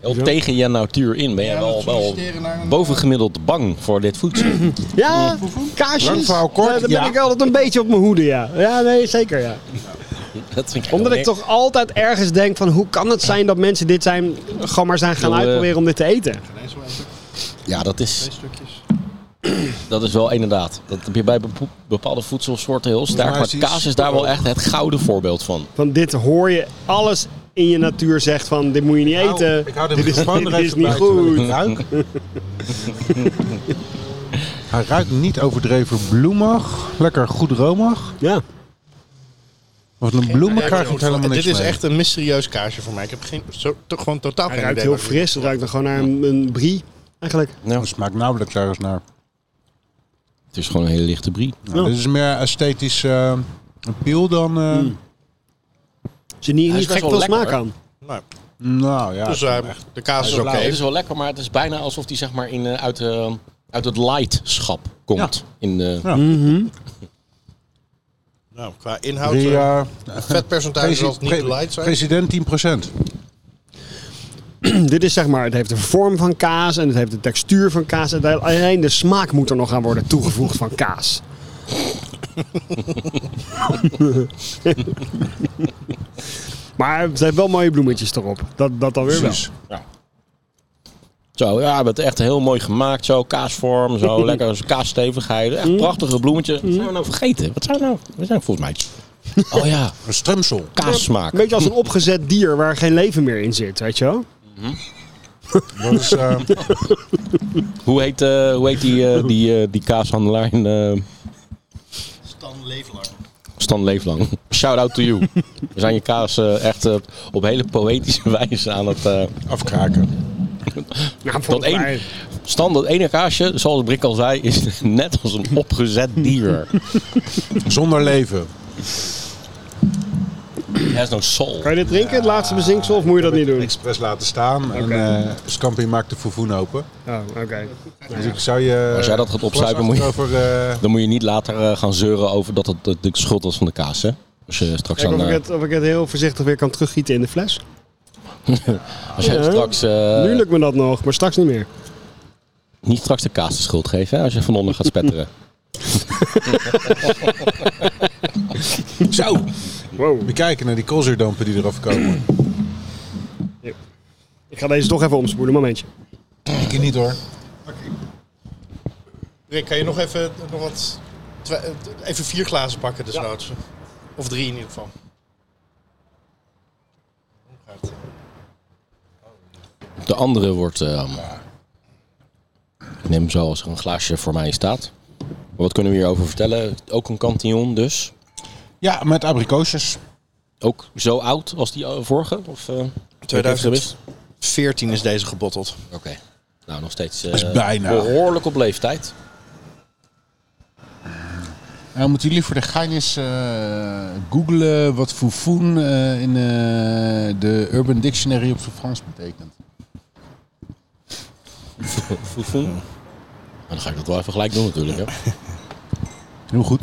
S1: Heel tegen je natuur in ben je
S5: Ja,
S1: wel,
S5: dat
S1: wel
S5: solliciteren naar een- eh,
S1: bovengemiddeld bang voor dit voedsel.
S2: Ja, kaasjes.
S4: Lang verhaal kort,
S2: Ja, daar
S4: ja.
S2: ben ik altijd een beetje op mijn hoede, ja. Ja, nee, zeker, ja.
S1: Dat vind ik
S2: Omdat
S1: heel
S2: ik toch altijd ergens denk van hoe kan het zijn dat mensen dit zijn, gewoon maar zijn gaan
S1: Heel, eh,
S2: uitproberen om dit te eten.
S1: ne- Ja, dat is,
S5: stukjes.
S1: dat is wel inderdaad. Dat heb je bij bepo- bepaalde voedselsoorten heel sterk.
S4: mij
S1: Maar
S4: is die
S1: kaas is daar wel echt het gouden voorbeeld van.
S2: Want dit hoor je alles in je natuur zegt van dit moet je niet eten.
S4: Nou, ik hou de
S2: dit is,
S4: microfoon
S2: dit
S4: er even
S2: is niet
S4: bij, terwijl ik
S2: goed.
S4: ruik. Hij ruikt niet overdreven bloemig. Lekker goed romig.
S2: Ja.
S4: Want een bloemen krijg ik helemaal niks
S5: Dit is
S4: mee.
S5: echt een mysterieus kaasje voor mij. Ik heb geen, zo, toch gewoon totaal
S2: Hij
S5: geen
S2: ruikt
S5: idee
S2: heel
S5: waar-
S2: fris. Het ruikt dan gewoon naar een, een brie, eigenlijk.
S4: Nou, Het smaakt nauwelijks ergens naar.
S1: Het is gewoon een hele lichte brie.
S4: Nou, Dit is meer esthetisch eh, een piel dan... eh,
S2: Er
S5: Mm.
S2: zit
S1: Hij
S2: niet, niet
S1: is best
S2: gek
S1: wel
S2: veel
S1: lekker,
S2: smaak
S1: hoor.
S2: aan.
S5: Nou,
S4: Nou ja,
S5: dus eh, de kaas is oké.
S1: Ja, Het is wel lekker, maar het is bijna alsof die zeg maar in, eh, uit, eh, uit het lightschap komt. In, de
S5: mm. Nou, qua inhoud,
S4: drie,
S5: eh,
S4: eh,
S5: vetpercentage zal het niet
S4: pre-
S5: te light zijn.
S4: president 10%.
S2: Dit is zeg maar, het heeft de vorm van kaas en het heeft de textuur van kaas. En Alleen de smaak moet er nog aan worden toegevoegd van kaas. maar het heeft wel mooie bloemetjes erop. Dat, dat dan weer wel.
S4: Precies.
S1: Zo, ja, het is echt heel mooi gemaakt. Zo, kaasvorm, zo, lekker als kaasstevigheid. Echt prachtige bloemetjes. Wat zijn we nou vergeten? Wat zijn we nou? We zijn volgens mij... Oh ja,
S4: Een stremsel.
S1: kaassmaak.
S2: Een beetje als een opgezet dier waar geen leven meer in zit, weet je wel?
S4: Dat is, eh,
S1: Hoe heet, eh, hoe heet die, eh, die, eh, die kaashandelaar in eh,
S5: Stan Leeflang.
S1: Stan Leeflang? Shout out to you. We zijn je kaas eh, echt eh, op hele poëtische wijze aan het... eh,
S4: afkraken.
S2: Nou,
S1: dat
S2: volgens mij-
S1: één, Stan, dat ene kaasje, zoals Brik al zei, is net als een opgezet dier.
S4: Zonder leven.
S1: Hij is nou soul.
S2: Kan je dit drinken, het laatste bezinksel, of moet je dat niet doen?
S4: Expres laten staan. En eh, Scampi maakt de fofoen open.
S2: Oh, oké.
S4: Dus ik zou je...
S1: Als jij dat gaat opzuipen, moet je-
S4: Over,
S1: Dan moet je niet later eh, gaan zeuren over dat het de, de schuld was van de kaas, hè? Als je straks,
S2: Kijk
S1: aan,
S2: of ik,
S1: eh,
S2: het, of ik het heel voorzichtig weer kan teruggieten in de fles.
S1: als jij
S2: Ja.
S1: straks, eh,
S2: nu lukt me dat nog, maar straks niet meer.
S1: niet straks de kaas de schuld geeft, hè? Als je van onder gaat spetteren.
S4: Zo!
S2: Wow.
S4: We kijken naar die koolzuurdampen die eraf komen.
S2: Ik ga deze toch even omspoelen, momentje.
S4: Ik niet hoor.
S5: Rick, kan je nog even, eh, nog wat, twa- eh, even vier glazen pakken dus desnoods? Of drie in ieder geval.
S1: De andere eh, wordt... ehm, ik neem zo als er een glaasje voor mij staat. Wat kunnen we hierover vertellen? Ook een cantillon dus.
S6: Ja, met abrikoosjes.
S1: Ook zo oud als die eh, vorige? Of, eh, heb ik het
S5: 2000.
S1: gemist?
S5: 14 is deze gebotteld.
S1: Oké. Nou, nog steeds eh,
S6: is bijna.
S1: behoorlijk op leeftijd.
S6: Nou, moeten jullie voor de geintjes eh googlen wat foufoen eh, in eh, de Urban Dictionary op zijn Frans betekent.
S1: Foefoen. Nou, dan ga ik dat wel even gelijk doen natuurlijk. Hè.
S6: Heel goed.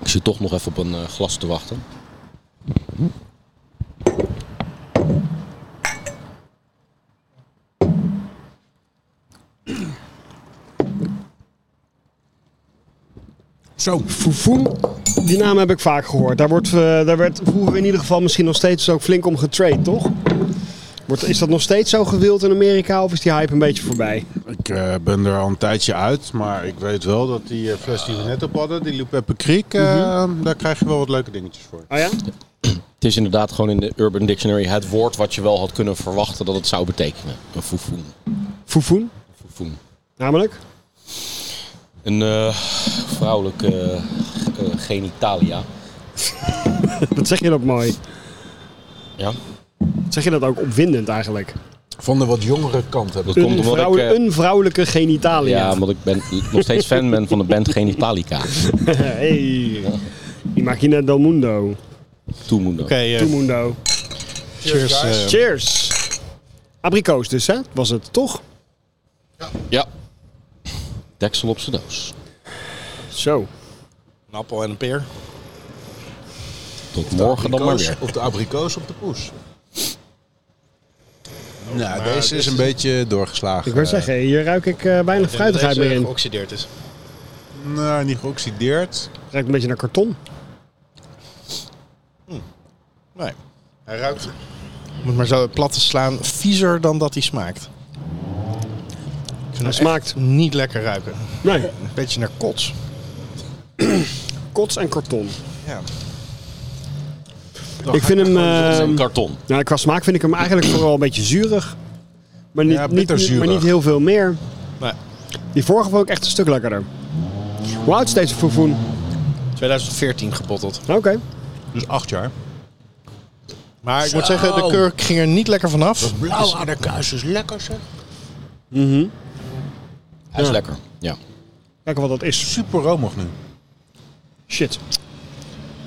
S1: Ik zit toch nog even op een eh, glas te wachten.
S6: Zo.
S2: Foefoen, die naam heb ik vaak gehoord. Daar, wordt, eh, daar werd vroeger in ieder geval misschien nog steeds ook flink om getraind, toch? Wordt, is dat nog steeds zo gewild in Amerika of is die hype een beetje voorbij?
S6: Ik eh, ben er al een tijdje uit, maar ik weet wel dat die eh, fles die we net op hadden, die Lupeppe Creek, eh, daar krijg je wel wat leuke dingetjes voor.
S2: Oh ja?
S1: Het is inderdaad gewoon in de Urban Dictionary het woord wat je wel had kunnen verwachten dat het zou betekenen. Een foefoen.
S2: Foefoen,
S1: Foefoen.
S2: namelijk?
S1: Een eh, vrouwelijke eh, eh, genitalia.
S2: Wat zeg je dat mooi?
S1: Ja.
S2: Wat zeg je dat ook opwindend eigenlijk?
S6: Van de wat jongere kant hebben.
S1: Dat komt
S2: Een,
S1: omdat
S2: vrouw-
S1: ik... eh,
S2: een vrouwelijke genitalia.
S1: ja, omdat ik ben, nog steeds fan ben van de band Genitalica.
S2: hey. Die Machina del Mundo.
S1: Toen moet dat.
S5: Oké, eh,
S2: Del Mundo.
S5: cheers. eh,
S2: Cheers. Abrikoos dus, hè? Was het, toch?
S1: Ja. Deksel op zijn doos.
S2: Zo.
S5: een appel en een peer.
S1: Tot morgen dan maar weer.
S6: Of de abrikoos op de poes. nou, deze is een beetje doorgeslagen.
S2: Ik wil zeggen, hier ruik ik eh, weinig fruitigheid meer in.
S5: geoxideerd is.
S6: Nou, niet geoxideerd.
S2: Ruikt een beetje naar karton.
S5: Nee. Hij ruikt, om het maar zo plat te slaan, viezer dan dat hij smaakt. Ik vind
S2: Hij
S5: hem
S2: smaakt.
S5: echt niet lekker ruiken.
S2: Nee.
S5: Een beetje naar kots.
S2: Kots en karton.
S5: Ja.
S2: ik vind hem... ehm,
S1: Karton.
S2: nou, qua smaak vind ik hem eigenlijk vooral een beetje zuurig. Maar niet,
S6: Ja,
S2: niet,
S6: bitterzuurig.
S2: maar niet heel veel meer.
S5: Nee.
S2: Die vorige vond ik echt een stuk lekkerder. Hoe oud is deze foefoen?
S5: 2014 gebotteld.
S2: Oké.
S6: Dus acht jaar.
S5: Maar ik moet zeggen, de kurk ging er niet lekker vanaf.
S6: Blauw aderkaas is lekker zeg.
S1: Hij is lekker. Ja.
S2: Kijken wat dat is.
S6: Super romig nu.
S2: Shit.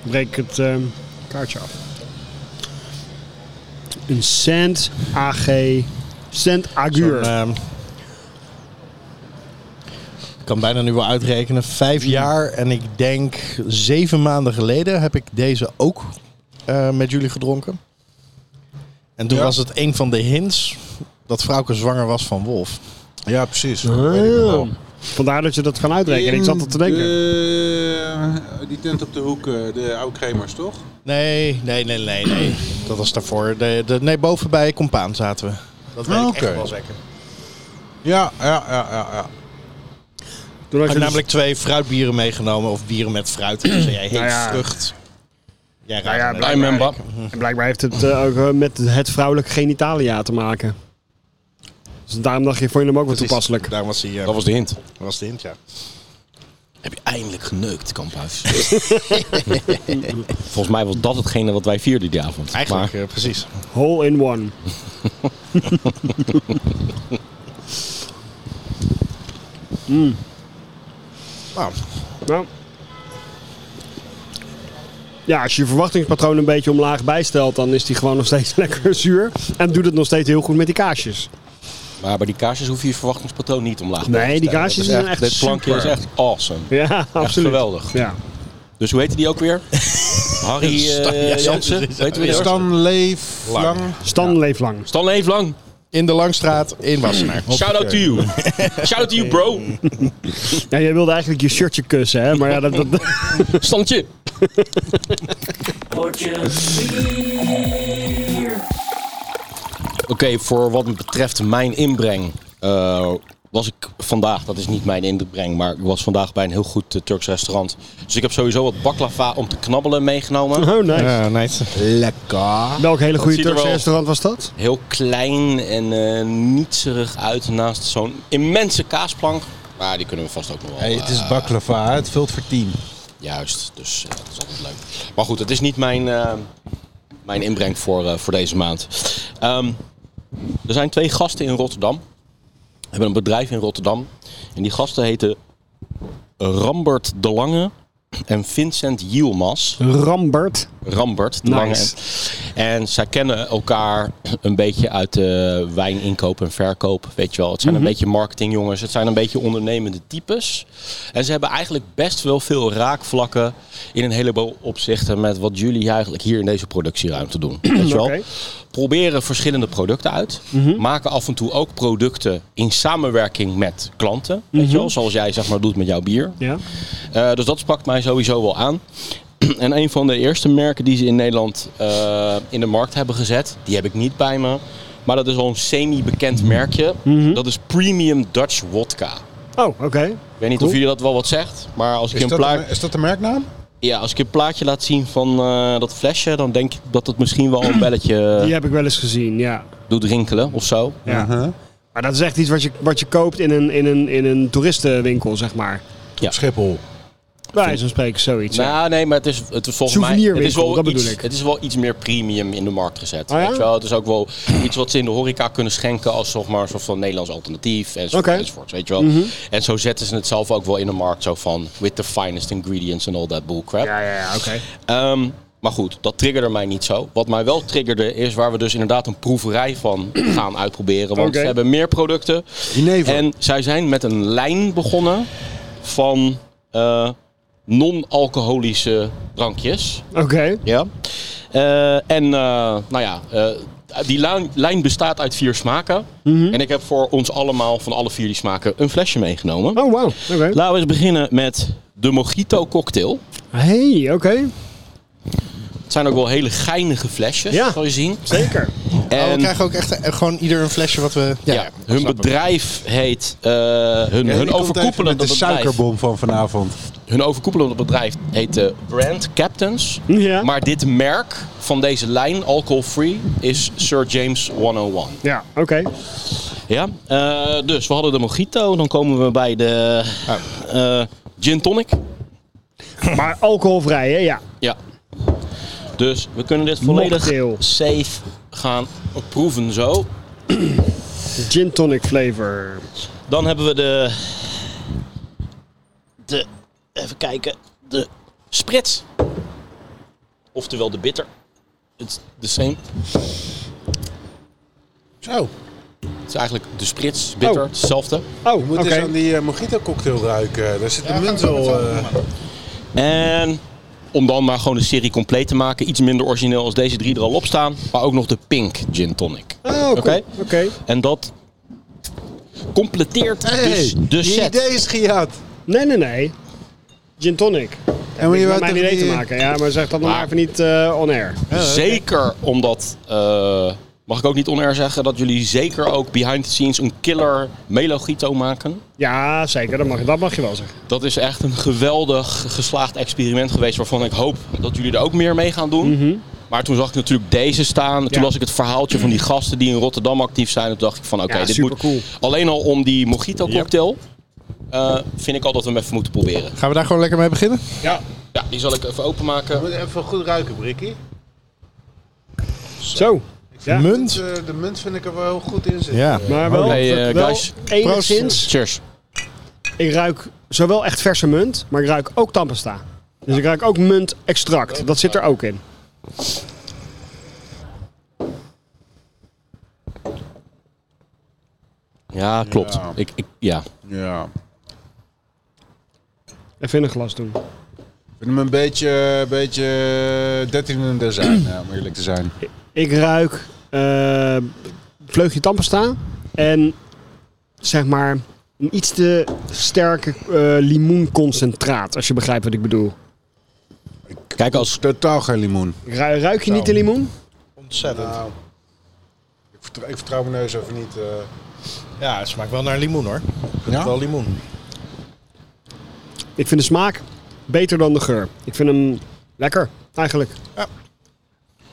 S2: Breek het ehm, kaartje af. Een cent AG. Cent Aguur.
S5: Zo'n, ehm, ik kan bijna nu wel uitrekenen. Vijf jaar en ik denk zeven maanden geleden heb ik deze ook eh, met jullie gedronken. En toen
S6: Ja.
S5: was het een van de hints dat vrouwke zwanger was van Wolf.
S6: Ja, Ehm, precies. Weet ik nog wel.
S2: Vandaar dat je dat kan uitrekenen. Ik zat al te
S5: Ehm,
S2: denken.
S6: De- ehm, die tent op de hoek, eh, de oude Kremers, toch?
S5: Nee, nee, nee, nee, nee. Dat was daarvoor. De, de, nee, boven bij Compaan zaten we. Dat weet
S6: Ah,
S5: ik echt
S6: oké.
S5: wel zeker.
S6: Ja, ja, ja, ja. ja.
S2: Toen had
S5: Ik
S2: je
S5: heb
S2: dus-
S5: namelijk twee fruitbieren meegenomen. Of bieren met fruit. Dus jij heet
S2: Nou ja.
S5: vrucht. Jij
S2: Nou ja,
S5: raadt het.
S1: Blij met Bab.
S2: En blijkbaar heeft het eh, ook eh, met het vrouwelijke genitalia te maken. Dus daarom dacht je, vond je hem ook wel toepasselijk.
S5: Daarom was, hij, eh,
S1: Dat was de hint.
S5: was de hint, ja.
S1: Heb je eindelijk geneukt, Kamphuis? Volgens mij was dat hetgene wat wij vierden die avond.
S5: Eigenlijk, eh, precies.
S2: Hole in one.
S5: Nou,
S2: Nou. Ja, als je je verwachtingspatroon een beetje omlaag bijstelt, dan is die gewoon nog steeds lekker zuur. En doet het nog steeds heel goed met die kaasjes.
S1: Maar, maar bij die kaarsjes hoef je je verwachtingspatroon niet omlaag
S2: Nee,
S1: te
S2: die
S1: stellen.
S2: kaarsjes
S1: Dat is
S2: zijn echt
S1: Dit plankje
S2: super.
S1: is echt awesome.
S2: Ja, absoluut.
S1: geweldig.
S2: Ja.
S1: Dus hoe heette die ook weer? Harry
S5: Stan- ja,
S1: eh Jansen?
S5: precies.
S1: Weet je weer?
S6: Stan Leef Lang.
S2: Stan leeft lang.
S1: Stan Leeflang.
S5: in de Langstraat in Wassenaar.
S1: Shout out to you. Shout out to you, bro.
S2: Ja, jij wilde eigenlijk je shirtje kussen, hè? Maar ja, dat, dat,
S1: Stantje. Oké, voor wat me betreft mijn inbreng. eh, was ik vandaag, dat is niet mijn inbreng, maar ik was vandaag bij een heel goed eh, Turks restaurant. Dus ik heb sowieso wat baklava om te knabbelen meegenomen.
S4: Uh-huh.
S2: Oh, nice.
S5: Ja, nice.
S6: Lekker.
S2: Welk hele goede
S1: ziet er
S2: Turkse
S1: wel-
S2: restaurant was dat?
S1: Heel klein en eh nietserig uit naast zo'n immense kaasplank. Maar Maar die kunnen we vast ook nog wel.
S4: Hey, het is baklava, hè? het vult voor tien.
S1: Juist, dus ja, dat is altijd leuk. Maar goed, het is niet mijn, eh, mijn inbreng voor, eh, voor deze maand. Ehm, er zijn twee gasten in Rotterdam. We hebben een bedrijf in Rotterdam. En die gasten heten Rambert de Lange en Vincent Yielmas.
S2: Rambert.
S1: Rambert de
S2: Nice.
S1: Lange. En zij kennen elkaar een beetje uit de wijninkoop en verkoop. Weet je wel, het zijn een beetje marketingjongens. Het zijn een beetje ondernemende types. En ze hebben eigenlijk best wel veel raakvlakken in een heleboel opzichten met wat jullie eigenlijk hier in deze productieruimte doen. Weet je wel?
S2: Oké.
S1: Proberen verschillende producten uit. Maken af en toe ook producten in samenwerking met klanten. Weet je wel, zoals jij zeg maar doet met jouw bier.
S2: Ja.
S1: Eh, dus dat sprak mij sowieso wel aan. En een van de eerste merken die ze in Nederland eh, in de markt hebben gezet, die heb ik niet bij me. Maar dat is al een semi-bekend merkje. Dat is Premium Dutch Wodka.
S2: Oh, oké.
S1: Ik weet niet
S2: Cool.
S1: of jullie dat wel wat zegt, maar als ik,
S4: Is
S1: een,
S4: dat,
S1: plaat,
S4: de, is dat de merknaam?
S1: ja, als ik een plaatje laat zien van eh, dat flesje, dan denk ik dat het misschien wel een belletje eh,
S2: Die heb ik wel eens gezien, ja.
S1: doet rinkelen of zo.
S2: ja.
S6: Mhm.
S4: Uh-huh.
S2: Maar dat is echt iets wat je, wat je koopt in een, in, een, in een toeristenwinkel, zeg maar.
S4: Op Schiphol.
S2: Bij wijze van spreken, zoiets. ja.
S1: Nou, nee, maar het is, het is volgens mij het is
S2: Souvenirwinkel,
S1: wel
S2: dat
S1: iets,
S2: bedoel ik.
S1: Het is wel iets meer premium in de markt gezet.
S2: Ah, ja?
S1: weet je wel? Het is ook wel iets wat ze in de horeca kunnen schenken als zeg maar, een soort van Nederlands alternatief enzovoort.
S2: Oké. Mhm.
S1: enzovoort, weet je wel? En zo zetten ze het zelf ook wel in de markt zo van with the finest ingredients and all that bullcrap.
S2: Ja, ja, ja, oké.
S1: Ehm, maar goed, dat triggerde mij niet zo. Wat mij wel triggerde is waar we dus inderdaad een proeverij van gaan uitproberen. Want
S2: Oké.
S1: ze hebben meer producten.
S4: Jenever.
S1: En zij zijn met een lijn begonnen van eh, non-alcoholische drankjes.
S2: Oké.
S6: Nou.
S1: Ja. Eh, en eh, nou ja, eh, die lijn, lijn bestaat uit vier smaken. En ik heb voor ons allemaal van alle vier die smaken een flesje meegenomen.
S2: Oh, wauw. Oké.
S1: Laten we eens beginnen met de Mojito cocktail.
S2: Hey, oké.
S1: Het zijn ook wel hele geinige flesjes,
S2: Ja.
S1: zal je zien.
S2: Zeker.
S5: Oh, we
S1: En
S5: krijgen ook echt eh, gewoon ieder een flesje wat we...
S1: ja, hun bedrijf heet, eh, hun,
S4: Ja, die
S1: hun,
S4: komt even met
S1: overkoepelende
S4: de
S1: bedrijf,
S4: suikerbom van vanavond.
S1: hun overkoepelende bedrijf heet eh, Brand Captains.
S2: Ja.
S1: Maar dit merk van deze lijn, alcohol-free, is Sir James 101.
S2: Ja, oké.
S1: Ja, eh, dus we hadden de mojito. Dan komen we bij de eh, gin tonic.
S2: Maar alcoholvrij, hè? Ja.
S1: Ja. Dus we kunnen dit volledig
S2: Mocktail.
S1: safe gaan proeven zo.
S2: Gin tonic flavor.
S1: Dan hebben we de... De... Even kijken. De spritz. Oftewel de bitter. It's the same.
S6: Zo.
S1: Het is eigenlijk de spritz, bitter,
S2: Oh.
S1: hetzelfde.
S2: Oh,
S6: Je moet
S2: oké.
S6: eens aan die eh, mojito cocktail ruiken. Daar zit de munt al... eh,
S1: En om dan maar gewoon de serie compleet te maken. Iets minder origineel als deze drie er al op staan. Maar ook nog de pink gin tonic.
S2: Oh, cool.
S1: Oké.
S2: oké.
S1: En dat completeert dus de
S6: je
S1: set.
S6: idee is gejat.
S2: Nee, nee, nee. Gin tonic.
S6: En moet
S2: Heeft
S6: je
S2: met mijn
S6: wel tegen
S2: idee te
S6: die-
S2: maken. Ja, maar zeg dat nog
S1: Maar-
S2: maar even niet eh, on air.
S1: Zeker omdat, eh, mag ik ook niet onair zeggen, dat jullie zeker ook behind the scenes een killer melogito maken.
S2: Ja, zeker. Dat mag, dat mag je wel zeggen.
S1: Dat is echt een geweldig geslaagd experiment geweest waarvan ik hoop dat jullie er ook meer mee gaan doen. Maar toen zag ik natuurlijk deze staan. Toen
S2: Mhm. Ja.
S1: las ik het verhaaltje van die gasten die in Rotterdam actief zijn. En toen dacht ik van oké,
S2: Ja,
S1: dit moet
S2: supercool.
S1: alleen al om die mojito cocktail. eh, vind ik al dat we hem even moeten proberen.
S5: Gaan we daar gewoon lekker mee beginnen?
S2: Ja.
S1: Ja, die zal ik even openmaken.
S6: Moet even goed ruiken, Brikkie.
S2: Zo. Ja.
S5: Munt?
S6: Eh, de munt vind ik er wel heel goed in zitten.
S5: Ja.
S2: Maar
S6: Oh,
S2: wel,
S1: Hey, eh,
S2: wel
S1: guys.
S2: enigszins.
S1: Cheers.
S2: Ik ruik zowel echt verse munt, maar ik ruik ook tampesta. Dus ik ruik ook muntextract. Dat zit er ook in.
S1: Ja, klopt.
S4: Ja.
S1: Ik, ik, ja.
S4: Ja.
S2: Even in een glas doen.
S4: Ik vind hem een beetje, een beetje 13 in de zijn,
S6: eh,
S4: ja, om eerlijk te zijn.
S2: Ik ruik eh, vleugje tampesta en zeg maar een iets te sterke eh, limoenconcentraat, als je begrijpt wat ik bedoel.
S1: Kijk, als,
S4: Totaal geen limoen.
S2: Ru- Ruik je niet de limoen?
S5: Ontzettend.
S6: Nou, ik, vertrouw, ik vertrouw mijn neus even niet. eh.
S5: Ja, het smaakt wel naar limoen hoor.
S4: Ja?
S5: Wel limoen.
S2: Ik vind de smaak beter dan de geur. Ik vind hem lekker, eigenlijk.
S5: Ja.
S1: ik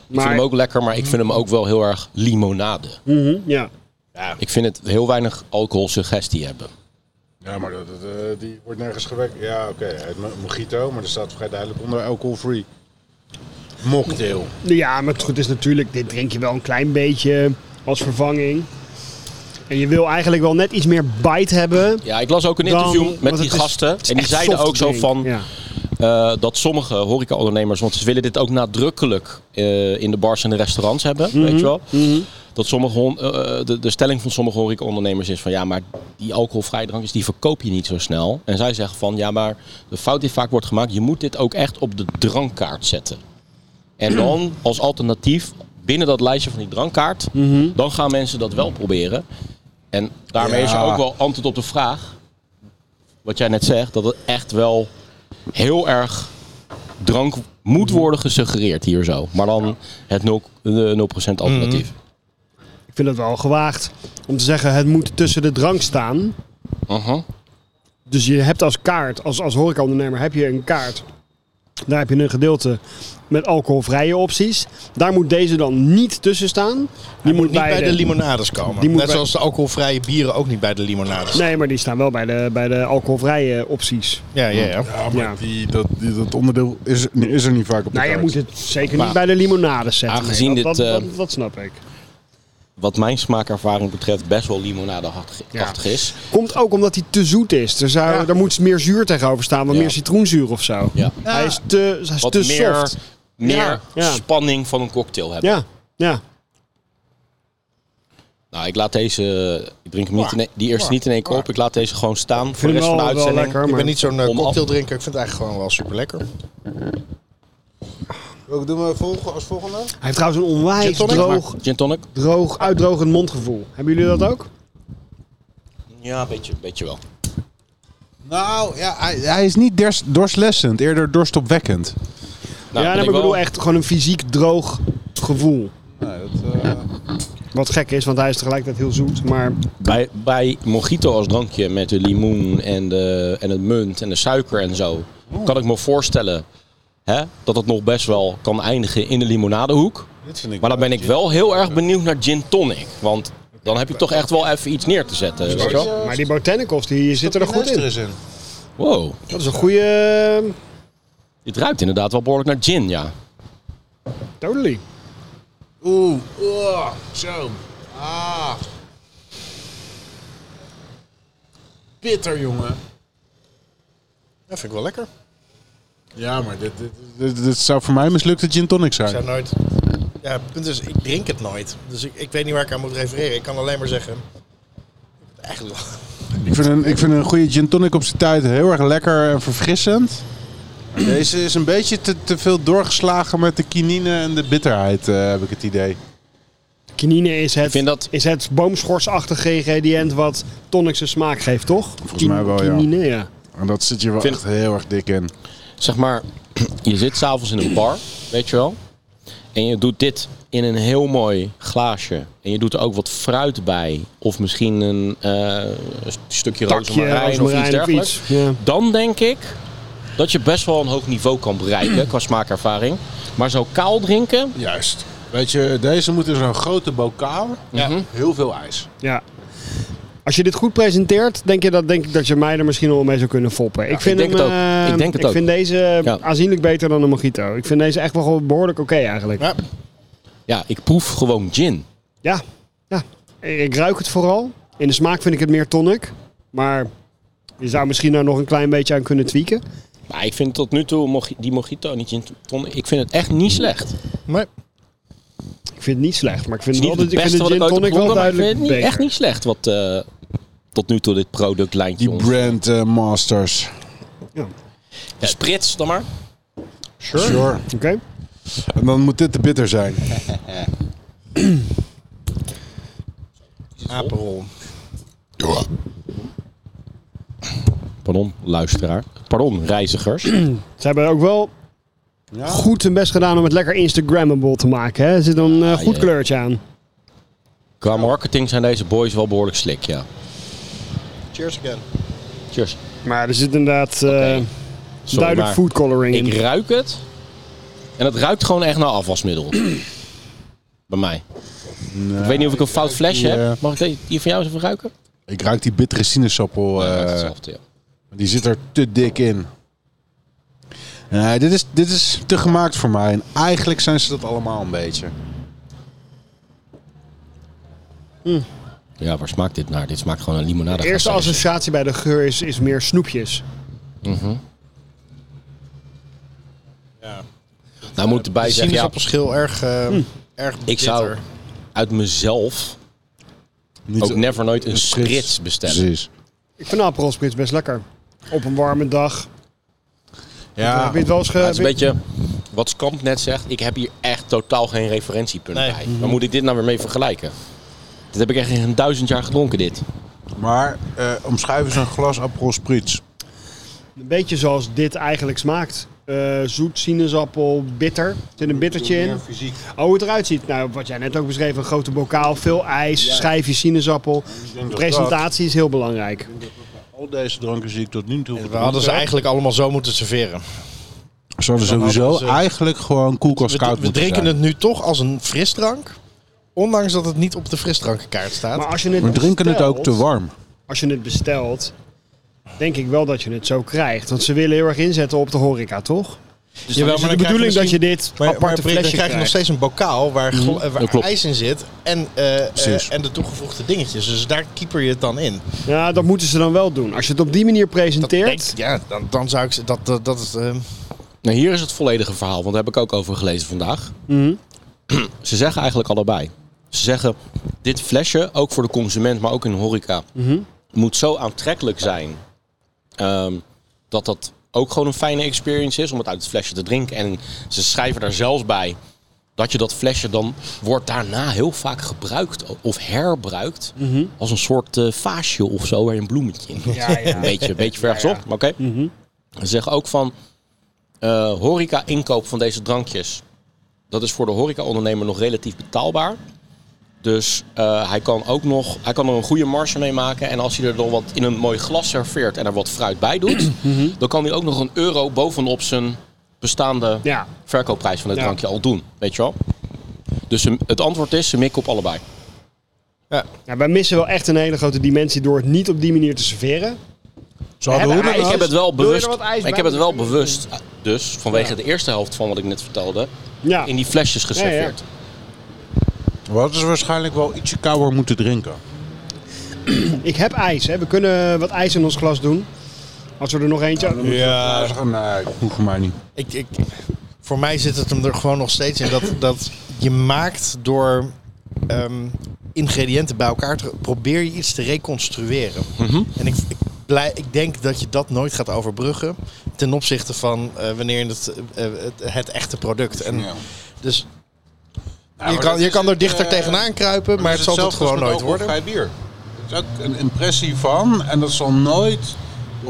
S1: vind
S2: Maar,
S1: hem ook lekker, maar ik vind hem ook wel heel erg limonade.
S2: Mhm, ja.
S1: Ik vind het heel weinig alcoholsuggestie hebben.
S6: Ja, maar dat, dat, eh, die wordt nergens gewekt. Ja, oké, eh, het mo- mojito, maar er staat vrij duidelijk onder alcohol-free. Mocktail.
S2: Ja, maar het goed is natuurlijk, dit drink je wel een klein beetje als vervanging. En je wil eigenlijk wel net iets meer bite hebben.
S1: Ja, ik las ook een
S2: dan-
S1: interview met
S2: want
S1: die
S2: het is-
S1: gasten.
S2: het is
S1: en die
S2: echt
S1: zeiden
S2: soft
S1: ook zo
S2: drink.
S1: van...
S2: Ja.
S1: eh, dat sommige horecaondernemers, want ze willen dit ook nadrukkelijk eh, in de bars en de restaurants hebben, weet je wel. Dat sommige, hon- eh, de, de stelling van sommige horecaondernemers is van ja, maar die alcoholvrije drankjes die verkoop je niet zo snel. En zij zeggen van ja, maar de fout die vaak wordt gemaakt, je moet dit ook echt op de drankkaart zetten. En dan als alternatief binnen dat lijstje van die drankkaart, dan gaan mensen dat wel proberen. En daarmee is er
S4: Ja.
S1: ook wel antwoord op de vraag, wat jij net zegt, dat het echt wel heel erg drank moet worden gesuggereerd hier zo. Maar dan het 0%, de 0% alternatief.
S2: Ik vind het wel gewaagd om te zeggen, het moet tussen de drank staan. Mhm.
S1: Aha.
S2: Dus je hebt als kaart, als, als horecaondernemer heb je een kaart. Daar heb je een gedeelte met alcoholvrije opties. Daar moet deze dan niet tussen staan. Die
S5: moet niet bij de limonades komen.
S2: Die moet
S5: Net
S2: bij-
S5: zoals de alcoholvrije bieren ook niet bij de limonades.
S2: Nee, maar die staan wel bij de, bij de alcoholvrije opties.
S5: Ja, ja, ja.
S6: Ja, maar
S2: Ja.
S6: Die, dat, die, dat onderdeel is, is er niet vaak op de
S2: Nou, je
S6: kaart.
S2: moet het zeker niet
S5: Maar-
S2: bij de limonade zetten. nee.
S1: aangezien
S2: dat,
S1: dit,
S2: dat,
S1: eh,
S2: dat, dat snap ik.
S1: Wat mijn smaakervaring betreft best wel limonadeachtig
S2: Ja.
S1: achtig is.
S2: Komt ook omdat hij te zoet is. Er, zou,
S5: Ja.
S2: er moet meer zuur tegenover staan, want
S1: Ja.
S2: meer citroenzuur of zo.
S1: Ja.
S2: Hij is te, hij is
S1: Wat
S2: te
S1: meer,
S2: soft.
S1: meer
S2: Ja. Ja.
S1: spanning van een cocktail hebben.
S2: Ja, ja.
S1: Nou, ik laat deze, ik drink hem niet in, één- die eerste niet in één keer op. Ik laat deze gewoon staan voor de
S2: vind
S1: rest
S2: hem
S1: van de
S2: wel, wel
S1: uitzending.
S2: lekker.
S5: Ik
S2: Maar
S5: ben niet zo'n eh,
S1: Om af-
S5: cocktaildrinker. Ik vind het eigenlijk gewoon wel super lekker.
S6: Welke doen we volgen als volgende?
S2: Hij heeft trouwens een onwijs
S5: Gin tonic,
S2: droog,
S1: Gin tonic?
S2: droog, uitdrogend mondgevoel. Hebben jullie dat ook?
S1: Ja, een beetje, beetje wel.
S4: Nou, ja, hij, hij is niet dors- dorstlessend, eerder dorstopwekkend.
S1: Nou,
S2: ja,
S1: ben
S2: nee, maar ik
S1: wel-
S2: bedoel echt gewoon een fysiek droog gevoel.
S4: Nee, dat, eh,
S2: Wat gek is, want hij is tegelijkertijd heel zoet. Maar
S1: Bij, bij mojito als drankje met de limoen en, de, en het munt en de suiker en zo, kan ik me voorstellen hè, dat het nog best wel kan eindigen in de limonadehoek.
S6: Dit vind ik
S1: Maar dan ben ik wel heel erg benieuwd naar gin tonic, want dan heb je toch echt wel even iets neer te zetten. weet je wel?
S2: Maar die botanicals die zitten er goed in.
S6: in.
S1: Wow,
S2: Dat is een goede. eh,
S1: dit ruikt inderdaad wel behoorlijk naar gin, ja.
S2: Totally.
S6: Oeh, oeh, Oh, zo. Ah. Bitter, jongen.
S5: Dat vind ik wel lekker.
S6: Ja, maar dit, dit,
S4: dit, dit zou voor mij een mislukte gin tonic
S5: Ik zou
S4: zijn.
S5: nooit... Ja, het punt is, ik drink het nooit. Dus ik, ik weet niet waar ik aan moet refereren. Ik kan alleen maar zeggen... Eigenlijk wel...
S4: Ik vind, een, ik vind een goede gin tonic op zijn tijd heel erg lekker en verfrissend. Maar Deze is een beetje te, te veel doorgeslagen met de kinine en de bitterheid, eh, heb ik het idee.
S2: Kinine is het,
S1: Ik vind dat-
S2: is het boomschorsachtige ingrediënt wat tonic zijn smaak geeft, toch? Volgens
S4: mij wel, ja.
S2: Kinine, ja.
S4: En dat zit hier wel
S1: Vind-
S4: echt heel erg dik in.
S1: Zeg maar, je zit s'avonds in een bar, weet je wel, en je doet dit in een heel mooi glaasje. En je doet er ook wat fruit bij, of misschien een eh, een stukje
S2: Takje,
S1: rozemarijn of iets
S2: rozemarijn of
S1: dergelijks.
S2: iets. Ja.
S1: dan denk ik dat je best wel een hoog niveau kan bereiken qua smaakervaring. Maar zo kaal drinken,
S6: Juist. Weet je, deze moet in zo'n grote bokaal.
S1: Mhm.
S6: Heel veel ijs.
S2: ja. Als je dit goed presenteert, denk, je dat, denk ik dat je mij er misschien wel mee zou kunnen foppen. ik, vind
S1: denk
S2: hem,
S1: het ook.
S2: eh,
S1: Ik denk het ook.
S2: vind deze
S1: Ja.
S2: aanzienlijk beter dan een mojito. Ik vind deze echt wel gewoon behoorlijk oké eigenlijk.
S5: Ja,
S1: ja, ik proef gewoon gin.
S2: Ja. ja. Ik ruik het vooral. In de smaak vind ik het meer tonic. Maar je zou misschien daar nog een klein beetje aan kunnen tweaken.
S1: Maar ik vind tot nu toe moji- die mojito niet gin tonic, Ik vind het echt niet slecht.
S5: maar...
S2: Ik vind het niet slecht, maar ik vind
S1: Het is
S2: wel
S1: niet
S2: dat
S1: het
S2: ik vind
S1: beste
S2: de
S1: wat ik ooit heb
S2: gin tonic wel
S1: gedronken, maar ik vind
S2: duidelijk
S1: het niet,
S2: beter.
S1: echt niet slecht wat eh, tot nu toe dit productlijntje
S4: Die
S1: ons-
S4: brand eh, masters.
S1: Ja, Sprits dan maar.
S6: Sure.
S2: Oké.
S4: En dan moet dit te bitter zijn.
S5: Aperol.
S1: Pardon, luisteraar. Pardon, reizigers.
S2: Ze hebben ook wel goed hun best gedaan om het lekker Instagrammable te maken. Hè? Er zit een eh, goed
S1: Ah, ja.
S2: kleurtje aan.
S1: Qua marketing zijn deze boys wel behoorlijk slik, ja.
S5: Cheers again.
S1: Cheers.
S2: Maar er zit inderdaad eh,
S1: Sorry,
S2: duidelijk
S1: maar
S2: food coloring
S1: Ik
S2: in.
S1: ruik het. En het ruikt gewoon echt naar afwasmiddel. Bij mij. ik weet niet of ik een fout flesje
S4: die, eh,
S1: heb. Mag ik die- die van jou eens even ruiken?
S6: Ik ruik die bittere sinaasappel.
S1: Ja,
S6: eh,
S1: hetzelfde, ja.
S6: die zit er te dik in. Nee, dit, is, dit is te gemaakt voor mij. En eigenlijk zijn ze dat allemaal een beetje.
S1: ja, waar smaakt dit naar? Dit smaakt gewoon een limonade.
S2: De eerste associatie bij de geur is, is meer snoepjes.
S1: Nou, moet erbij zeggen, ja,
S5: sinaasappelschil erg, eh, erg
S1: ik zou
S5: bitter.
S1: uit mezelf
S6: Niet
S1: ook
S6: zo-
S1: never nooit een
S6: spritz.
S1: sprits bestellen.
S6: Precies.
S2: Ik vind Aperol Spritz best lekker. Op een warme dag.
S6: Ja,
S2: Heb je het wel eens ge...
S1: Ja, het is een beetje wat Skamp net zegt. Ik heb hier echt totaal geen referentiepunt
S5: Nee.
S1: bij. Waar moet ik dit nou weer mee vergelijken? Dit heb ik echt in een duizend jaar gedronken, dit.
S6: maar eh omschrijven ze een glas Aperol Spritz.
S2: Een beetje zoals dit eigenlijk smaakt. Eh, zoet, sinaasappel, bitter. Er zit een bittertje in.
S6: fysiek.
S2: Oh, hoe het eruit ziet. Nou, wat jij net ook beschreef. Een grote bokaal, veel ijs, schijfje sinaasappel.
S6: denk
S2: De
S6: dat
S2: presentatie is heel belangrijk.
S6: Al deze dranken die ik tot nu toe
S5: We hadden ze eigenlijk allemaal zo moeten serveren.
S6: Ze hadden
S5: hadden
S6: sowieso
S5: ze-
S6: eigenlijk gewoon koelkast
S5: We,
S6: koud
S5: we
S6: moeten
S5: drinken
S6: zijn.
S5: het nu toch als een frisdrank. Ondanks dat het niet op de frisdrankenkaart staat.
S2: Maar als je het
S6: We drinken het ook te
S2: bestelt-
S6: warm.
S2: Als je het bestelt, denk ik wel dat je het zo krijgt. Want ze willen heel erg inzetten op de horeca, toch? Dus
S5: Jawel,
S2: Jawel,
S5: maar
S2: maar de
S5: dan
S2: bedoeling
S5: krijg
S2: dat
S5: je
S2: je dit
S5: Maar, maar
S2: aparte
S5: Brik, dan
S2: flesje
S5: krijg je
S2: krijgt.
S5: nog steeds een bokaal waar, glo- eh, waar
S1: dat klopt.
S5: ijs in zit en, eh, eh,
S6: Precies.
S5: en de toegevoegde dingetjes. Dus daar keeper je het dan in.
S2: Ja, dat moeten ze dan wel doen. Als je het op die manier
S5: Dat
S2: presenteert...
S5: denk- ja, dan, dan zou ik ze- dat, dat, dat is. eh,
S1: Nou, hier is het volledige verhaal, want daar heb ik ook over gelezen vandaag. Ze zeggen eigenlijk allebei. Ze zeggen, dit flesje, ook voor de consument, maar ook in de horeca, moet zo aantrekkelijk zijn. ehm, dat dat ook gewoon een fijne experience is om het uit het flesje te drinken. En ze schrijven daar zelfs bij dat je dat flesje dan wordt daarna heel vaak gebruikt of herbruikt als een soort eh, vaasje of zo waar je een bloemetje in. Ja, Mhm. Een beetje, een beetje vergens op, maar oké. Ze zeggen ook van eh, horeca-inkoop van deze drankjes. Dat is voor de horeca-ondernemer nog relatief betaalbaar. Dus eh, hij kan ook nog, hij kan er een goede marge mee maken. En als hij er dan wat in een mooi glas serveert en er wat fruit bij doet, dan kan hij ook nog een euro bovenop zijn bestaande
S2: Ja.
S1: verkoopprijs van het
S2: Ja.
S1: drankje al doen. Weet je wel? Dus ze- het antwoord is, ze mikken op allebei.
S2: Ja, wij missen wel echt een hele grote dimensie door het niet op die manier te serveren.
S6: Ze hadden
S2: Hebben wij-
S6: hoe dan
S1: ik
S2: ijs?
S6: ook-
S1: heb het wel
S2: Wil je er
S1: bewust.
S2: wat ijs bij?
S1: Ik heb het wel bewust, eh, dus vanwege de eerste helft van wat ik net vertelde,
S2: Ja.
S1: in die flesjes geserveerd.
S6: We hadden ze waarschijnlijk wel ietsje kouder moeten drinken.
S2: Ik heb ijs, hè. We kunnen wat ijs in ons glas doen. Als we er nog eentje...
S6: Ja. ze gaan, nee, dat hoeft voor mij niet.
S5: ik, ik, voor mij zit het hem er gewoon nog steeds in dat, dat je maakt door ehm, ingrediënten bij elkaar te probeer je iets te reconstrueren. En ik, ik, blij, ik denk dat je dat nooit gaat overbruggen ten opzichte van eh, wanneer het, eh, het, het echte product. En,
S6: Ja.
S5: Dus
S6: Nou,
S5: je
S6: maar
S5: kan,
S6: dat
S5: je
S6: is
S5: kan er
S6: het,
S5: dichter
S6: eh,
S5: tegenaan kruipen, maar het zal het
S6: hetzelfde
S5: gewoon
S6: als met
S5: nooit worden.
S6: alcoholvrij bier. Het is ook een impressie van en dat zal nooit de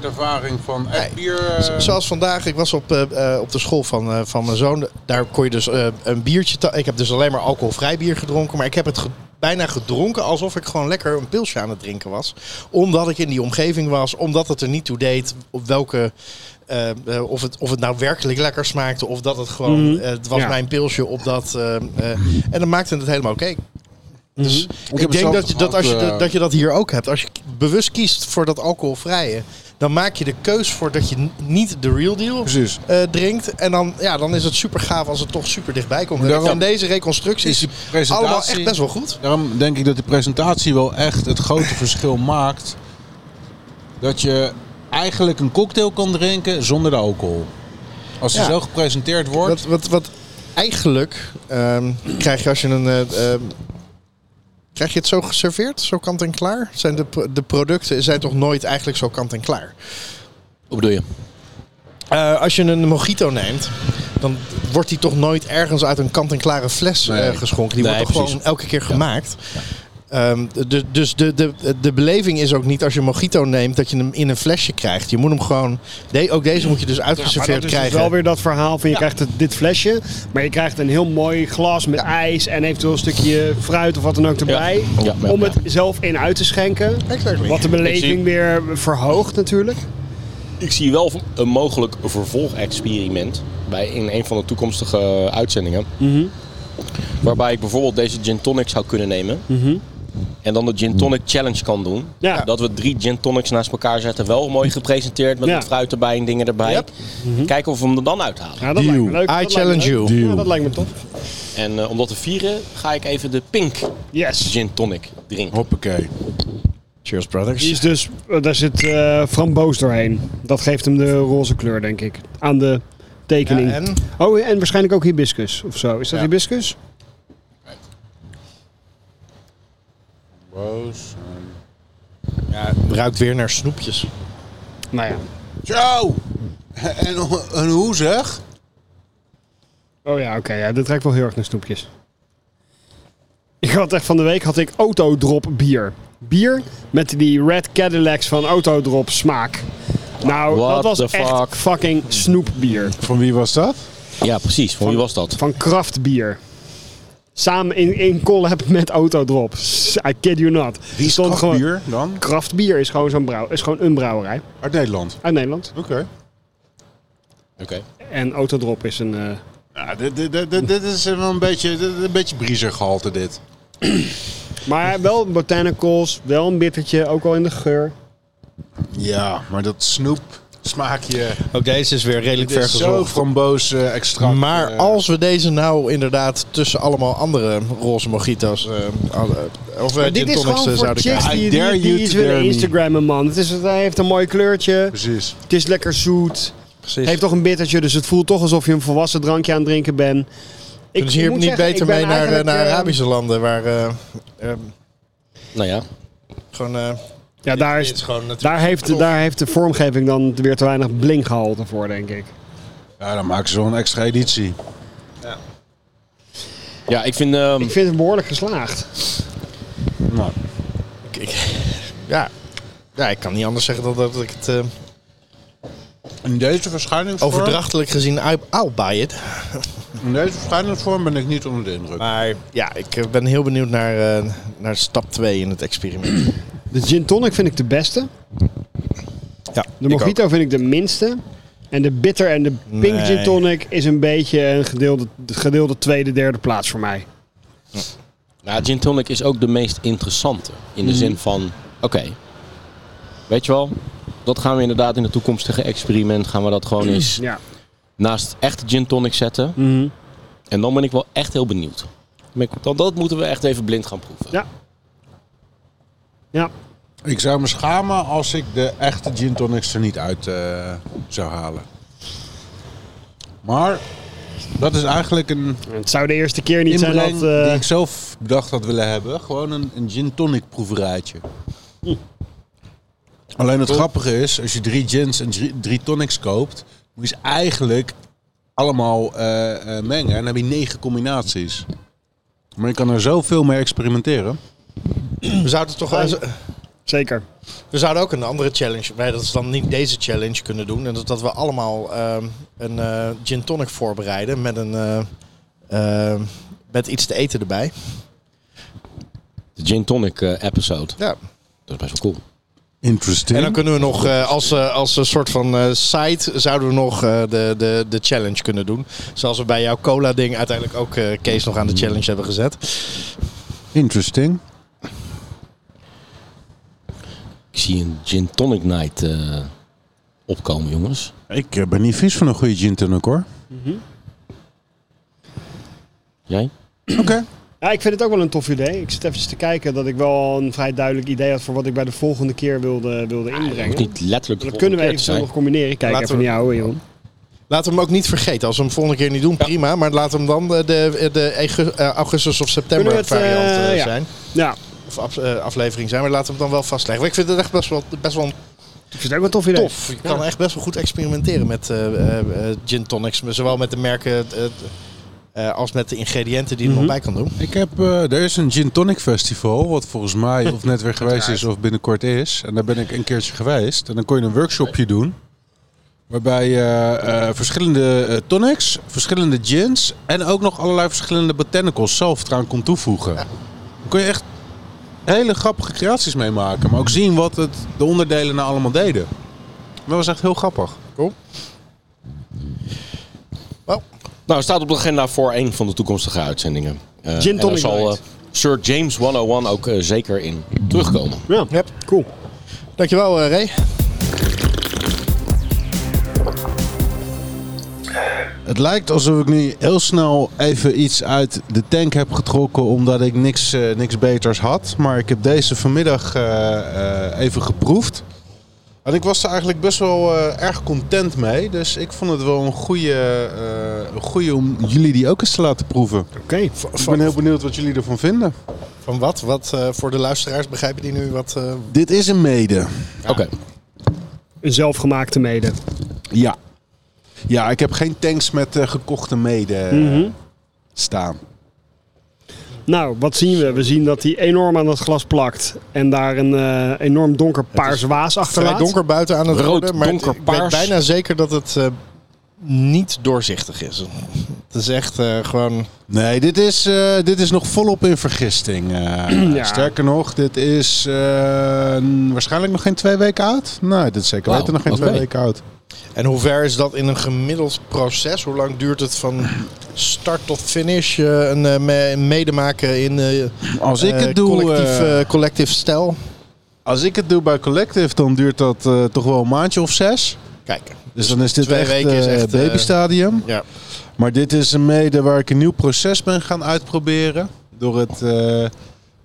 S6: 100% ervaring van echt
S5: Nee.
S6: bier. eh,
S5: Z- Zoals vandaag, ik was op, eh, eh, op de school van, eh, van mijn zoon. Daar kon je dus eh, een biertje. ta- Ik heb dus alleen maar alcoholvrij bier gedronken. Maar ik heb het ge- bijna gedronken alsof ik gewoon lekker een pilsje aan het drinken was. Omdat ik in die omgeving was. Omdat het er niet toe deed op welke. eh, eh, of, het, of het nou werkelijk lekker smaakte. Of dat het gewoon.
S6: Mhm.
S5: eh, het was
S2: Ja.
S5: mijn pilsje op dat. eh, eh, en dan maakte het helemaal oké. Dus
S6: Mhm. heb
S5: ik denk
S6: hetzelfde
S5: dat je dat, als je,
S6: gehad,
S5: dat,
S6: eh,
S5: dat je dat hier ook hebt. Als je k- bewust kiest voor dat alcoholvrije, dan maak je de keus voor dat je n- niet de real deal
S6: Precies.
S5: eh, drinkt. En dan, ja, dan is het super gaaf als het toch super dichtbij komt. En
S6: Daarom
S5: van deze reconstructies
S6: is die presentatie-
S5: allemaal echt best wel goed.
S6: Daarom denk ik dat die presentatie wel echt het grote verschil maakt. Dat je eigenlijk een cocktail kan drinken zonder de alcohol. Als die
S5: Ja.
S6: zo gepresenteerd wordt.
S5: Wat, wat, wat eigenlijk ehm, krijg je als je een. eh, ehm, Krijg je het zo geserveerd, zo kant en klaar? Zijn de, pro- de producten zijn toch nooit eigenlijk zo kant en klaar?
S1: Hoe bedoel je?
S5: Eh, als je een mojito neemt, dan wordt die toch nooit ergens uit een kant-en-klare fles eh,
S6: Nee.
S5: geschonken. Die
S1: Nee,
S5: wordt toch
S1: precies.
S5: gewoon elke keer gemaakt. Ehm, de- dus de, de, de beleving is ook niet als je een mojito neemt dat je hem in een flesje krijgt. Je moet hem gewoon. de- ook deze moet je dus
S2: Maar dat
S5: uitgeserveerd
S2: is dus
S5: krijgen.
S2: wel weer dat verhaal van je krijgt het, dit flesje, maar je krijgt een heel mooi glas met ijs en eventueel een stukje fruit of wat dan ook erbij.
S1: Ja, ja,
S2: om
S1: ja.
S2: het zelf in uit te schenken. Wat
S5: Exactly.
S2: de
S1: Ik zie-
S2: beleving weer verhoogt natuurlijk.
S1: Ik zie wel een mogelijk vervolgexperiment bij in een van de eh,
S2: Mhm.
S1: toekomstige uitzendingen. Waarbij ik bijvoorbeeld deze gin tonic zou kunnen nemen. En dan de gin tonic challenge kan doen.
S2: Mhm. Ja.
S1: Dat we drie gin tonics naast elkaar zetten. Wel mooi gepresenteerd met
S2: Ja. Mhm.
S1: wat fruit erbij en dingen erbij.
S5: Yep.
S1: Kijken of we hem er dan uithalen.
S2: Ja, dat lijkt me leuk.
S5: I
S2: Dat lijkt me
S5: challenge
S2: leuk.
S5: you.
S2: Ja, dat lijkt me top.
S1: En eh, om dat te vieren ga ik even de pink
S2: Yes.
S1: gin tonic drinken.
S6: Hoppakee.
S5: Cheers,
S2: Die is
S5: brothers.
S2: dus, eh, daar zit eh framboos doorheen. Dat geeft hem de roze kleur, denk ik. Aan de tekening.
S5: Ja, en?
S2: Oh, en waarschijnlijk ook hibiscus of zo. Is dat hibiscus?
S6: Roos.
S2: ehm,
S5: Ja, het ruikt weer naar snoepjes.
S2: Nou ja.
S6: Zo! En, en hoe zeg?
S2: Oh ja, oké. ja, dit ruikt wel heel erg naar snoepjes. Ik had echt van de week had ik autodrop bier. Bier met die Red Cadillacs van autodrop smaak. Nou,
S1: What
S2: dat was
S1: the
S2: echt
S1: fuck?
S2: fucking snoepbier.
S6: Van wie was dat?
S1: Ja, precies. Voor wie was dat?
S2: Van kraftbier. Samen in, in collab met autodrop. S- I kid you not.
S6: Wie
S2: Stond
S6: stond
S2: gewoon-
S6: bier dan?
S2: Kraftbier is gewoon, zo'n brouw, is gewoon een brouwerij
S6: Uit Nederland.
S2: uit Nederland.
S6: Oké.
S1: Oké.
S2: En autodrop is een... eh,
S6: Ja, dit, dit, dit- dit, dit is wel een beetje, dit- een beetje briezergehalte dit.
S2: maar wel botanicals, wel een bittertje, ook al in de geur.
S6: Ja, maar dat snoep smaakje.
S5: Ook deze is weer redelijk
S6: Het is zo
S5: vergezocht.
S6: framboos eh, extract.
S5: Maar
S6: eh,
S5: als we deze nou inderdaad tussen allemaal andere roze mojito's eh, al- eh, of eh, gin
S2: Dit is
S5: tonics eh,
S2: gewoon voor
S5: zouden
S2: chicks
S5: krijgen.
S2: die,
S6: I
S2: die,
S6: dare
S2: die
S6: you
S2: iets
S6: to
S2: willen
S6: dare me.
S2: Instagrammen, man. Het, is, het heeft een mooi kleurtje.
S6: Precies.
S2: Het is lekker zoet.
S5: Precies.
S2: Het heeft toch een bittertje, dus het voelt toch alsof je een volwassen drankje aan het drinken bent. Ik
S5: Kunnen ze Dus hier
S2: moet
S5: niet
S2: zeggen,
S5: beter
S2: ik ben
S5: mee naar, eh,
S2: eigenlijk,
S5: naar
S2: eh,
S5: Arabische landen waar eh, eh,
S1: Nou ja.
S5: gewoon... eh,
S2: Ja, daar, is,
S5: dit gewoon natuurlijk
S2: daar, heeft,
S5: tof.
S2: daar heeft de vormgeving dan weer te weinig blinkgehalte voor, denk ik.
S6: Ja, dan maken ze wel een extra editie.
S1: Ja, ik vind... ehm,
S2: Ik vind het behoorlijk geslaagd.
S6: Nou,
S5: Ik- ik- ja. ja, ik kan niet anders zeggen dan dat ik het eh,
S6: in deze verschijningsvorm,
S5: overdrachtelijk gezien uit- outbuy it.
S6: in deze verschijningsvorm ben ik niet onder de indruk.
S5: Maar ja, ik eh, ben heel benieuwd naar, eh, naar stap 2 in het experiment.
S2: De gin tonic vind ik de beste.
S5: Ja,
S2: De mojito vind ik de minste. En de bitter en de pink
S5: Nee.
S2: gin tonic is een beetje een gedeelde, gedeelde tweede, derde plaats voor mij.
S1: Nou, gin tonic is ook de meest interessante. In de
S2: Mhm.
S1: zin van, oké, weet je wel, dat gaan we inderdaad in het toekomstige experiment, gaan we dat gewoon eens
S2: Mhm. Ja.
S1: naast echte gin tonic zetten.
S2: Mhm.
S1: En dan ben ik wel echt heel benieuwd. Dan ben ik- Dan, dat moeten we echt even blind gaan proeven.
S2: Ja. Ja.
S6: Ik zou me schamen als ik de echte gin tonics er niet uit eh, zou halen. Maar dat is eigenlijk een
S2: Het zou de eerste keer niet zijn dat...
S6: inbreng
S2: eh,
S6: die ik zelf bedacht had willen hebben. Gewoon een, een gin tonic proeverijtje.
S2: Hm.
S6: Alleen het grappige is, als je drie gins en drie, drie tonics koopt, moet je ze eigenlijk allemaal eh, eh, mengen. En dan heb je negen combinaties. Maar je kan er zoveel mee experimenteren.
S5: We zouden toch wel-
S2: Zeker.
S5: we zouden ook een andere challenge, wij dat is dan niet deze challenge kunnen doen. En dat, dat we allemaal ehm, een eh, gin tonic voorbereiden met, een, eh, eh, met iets te eten erbij.
S1: De gin tonic eh, episode.
S5: Ja.
S1: Dat is best wel cool.
S6: Interesting.
S5: En dan kunnen we nog eh, als, eh, als een soort van eh, site zouden we nog eh, de, de, de challenge kunnen doen. Zoals we bij jouw cola ding uiteindelijk ook eh Kees nog aan de challenge hebben gezet.
S6: Interesting.
S1: Ik zie een gin tonic night eh, opkomen, jongens.
S6: Ik eh, ben niet vies van een goede gin tonic hoor.
S1: Jij?
S6: Oké.
S2: Ja, ik vind het ook wel een tof idee. Ik zit even te kijken dat ik wel een vrij duidelijk idee had voor wat ik bij de volgende keer wilde, wilde
S1: Dat
S2: inbrengen.
S1: hoeft niet letterlijk de volgende
S2: dat kunnen we
S1: keer te
S2: eventueel
S1: zijn.
S2: nog combineren. Ik Kijk
S5: Laten
S2: even
S5: we-
S2: naar jou, Jon.
S5: Laten we hem ook niet vergeten. Als we hem volgende keer niet doen, prima. Maar laten we hem dan eh, de, de egu- eh, augustus of september
S2: Kunnen we het,
S5: variant eh,
S2: eh, ja.
S5: zijn.
S2: Ja,
S5: Of af- eh, aflevering zijn. Maar laten we hem dan wel vastleggen. Want ik vind het echt best wel, best wel
S2: ik vind het ook wel een tof idee.
S5: tof. Je kan echt best wel goed experimenteren met eh, eh, eh, gin tonics. maar Zowel met de merken eh, eh, als met de ingrediënten die je
S2: Mhm.
S5: er nog bij kan doen.
S6: Ik heb, eh, er is een Gin Tonic Festival, wat volgens mij of net weer geweest is of binnenkort is. En daar ben ik een keertje geweest. En dan kon je een workshopje doen. Waarbij je eh, verschillende eh, tonics, verschillende gins en ook nog allerlei verschillende botanicals zelf eraan kon toevoegen. Dan kon je echt hele grappige creaties mee maken. Maar ook zien wat het, de onderdelen nou allemaal deden. Dat was echt heel grappig.
S1: Nou, het staat op de agenda voor een van de toekomstige uitzendingen. Eh,
S2: Gin
S1: en
S2: tonic
S1: er zal,
S2: night.
S1: eh, Sir James 101 ook eh, zeker in terugkomen.
S2: Ja,
S5: Yep.
S2: cool.
S5: Dankjewel, eh, Ray.
S6: Het lijkt alsof ik nu heel snel even iets uit de tank heb getrokken omdat ik niks, eh, niks beters had. Maar ik heb deze vanmiddag eh, eh, even geproefd. En ik was er eigenlijk best wel eh, erg content mee. Dus ik vond het wel een goede, eh, een goede om jullie die ook eens te laten proeven.
S2: Oké.
S6: Ik ben heel benieuwd wat jullie ervan vinden.
S5: Van wat? wat eh, voor de luisteraars begrijpen die nu wat... eh,
S6: Dit is een mede.
S1: Oké.
S2: Een zelfgemaakte mede.
S6: Ja. Ja, ik heb geen tanks met eh, gekochte mede eh, staan.
S2: Nou, wat zien we? We zien dat hij enorm aan dat glas plakt. En daar een eh, enorm donker paars waas
S5: vrij
S2: achterlaat.
S5: donker buiten aan het
S1: Rood,
S5: worden. Maar het-
S1: donker,
S5: ik ben
S1: paars.
S5: bijna zeker dat het eh, niet doorzichtig is. Het is echt eh, gewoon...
S6: Nee, dit is, eh, dit is nog volop in vergisting. eh.
S2: Ja.
S6: Sterker nog, dit is eh, waarschijnlijk nog geen twee weken oud. Nee, dit is zeker
S1: Wauw,
S6: weten nog geen
S1: oké.
S6: twee weken oud.
S5: En hoe ver is dat in een gemiddeld proces? Hoe lang duurt het van start tot finish? eh, een eh, me- medemaken in eh,
S6: Als ik
S5: eh,
S6: het doe,
S5: collectief,
S6: eh,
S5: eh, collectief stijl?
S6: als ik het doe bij Collective, dan duurt dat eh, toch wel een maandje of zes.
S5: Kijk,
S6: Dus dan is dit
S5: twee
S6: echt,
S5: weken is
S6: eh,
S5: echt, eh,
S6: babystadium.
S5: ja.
S6: Maar dit is een mede waar ik een nieuw proces ben gaan uitproberen. Door het eh,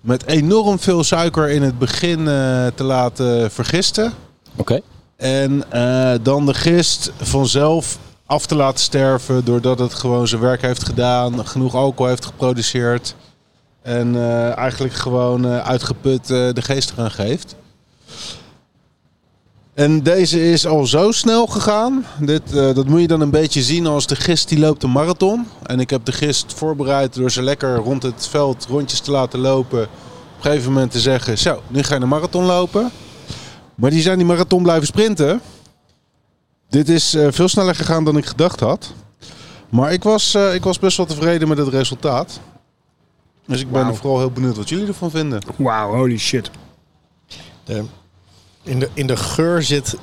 S6: met enorm veel suiker in het begin eh, te laten vergisten.
S1: Oké.
S6: En eh, dan de gist vanzelf af te laten sterven. Doordat het gewoon zijn werk heeft gedaan. Genoeg alcohol heeft geproduceerd. En eh, eigenlijk gewoon eh, uitgeput eh, de geest eraan geeft. En deze is al zo snel gegaan. Dit, eh, dat moet je dan een beetje zien als de gist die loopt de marathon. En ik heb de gist voorbereid door ze lekker rond het veld rondjes te laten lopen. Op een gegeven moment te zeggen, zo, nu ga je de marathon lopen. Maar die zijn die marathon blijven sprinten. Dit is eh, veel sneller gegaan dan ik gedacht had. Maar ik was, eh, ik was best wel tevreden met het resultaat. Dus ik ben
S2: Wauw.
S6: er vooral heel benieuwd wat jullie ervan vinden.
S2: Wauw, holy shit.
S5: De, in, de, in de geur zit.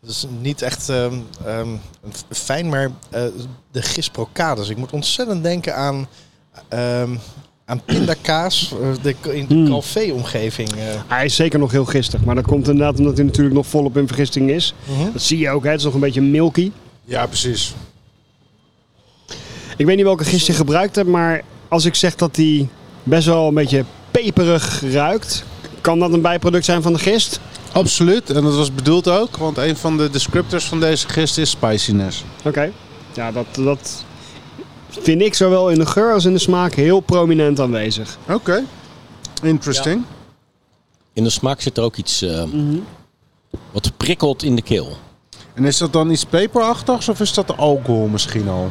S5: Dus niet echt ehm, ehm, f- fijn, maar eh, de gisbrocades. Ik moet ontzettend denken aan. ehm, aan pindakaas eh, de, in de
S2: Hmm.
S5: café-omgeving. eh.
S2: Hij is zeker nog heel gistig. Maar dat komt inderdaad omdat hij natuurlijk nog volop in vergisting is.
S5: Mhm.
S2: Dat zie je ook, hè? het is nog een beetje milky.
S6: Ja, precies.
S2: Ik weet niet welke gist je gebruikt hebt, maar als ik zeg dat hij best wel een beetje peperig ruikt, kan dat een bijproduct zijn van de gist?
S6: Absoluut. En dat was bedoeld ook. Want een van de descriptors van deze gist is spiciness.
S2: Oké. Ja, dat, dat vind ik zowel in de geur als in de smaak heel prominent aanwezig.
S6: Oké. Interesting.
S1: In de smaak zit er ook iets eh,
S2: Mhm.
S1: wat prikkelt in de keel.
S6: En is dat dan iets peperachtigs of is dat de alcohol misschien al?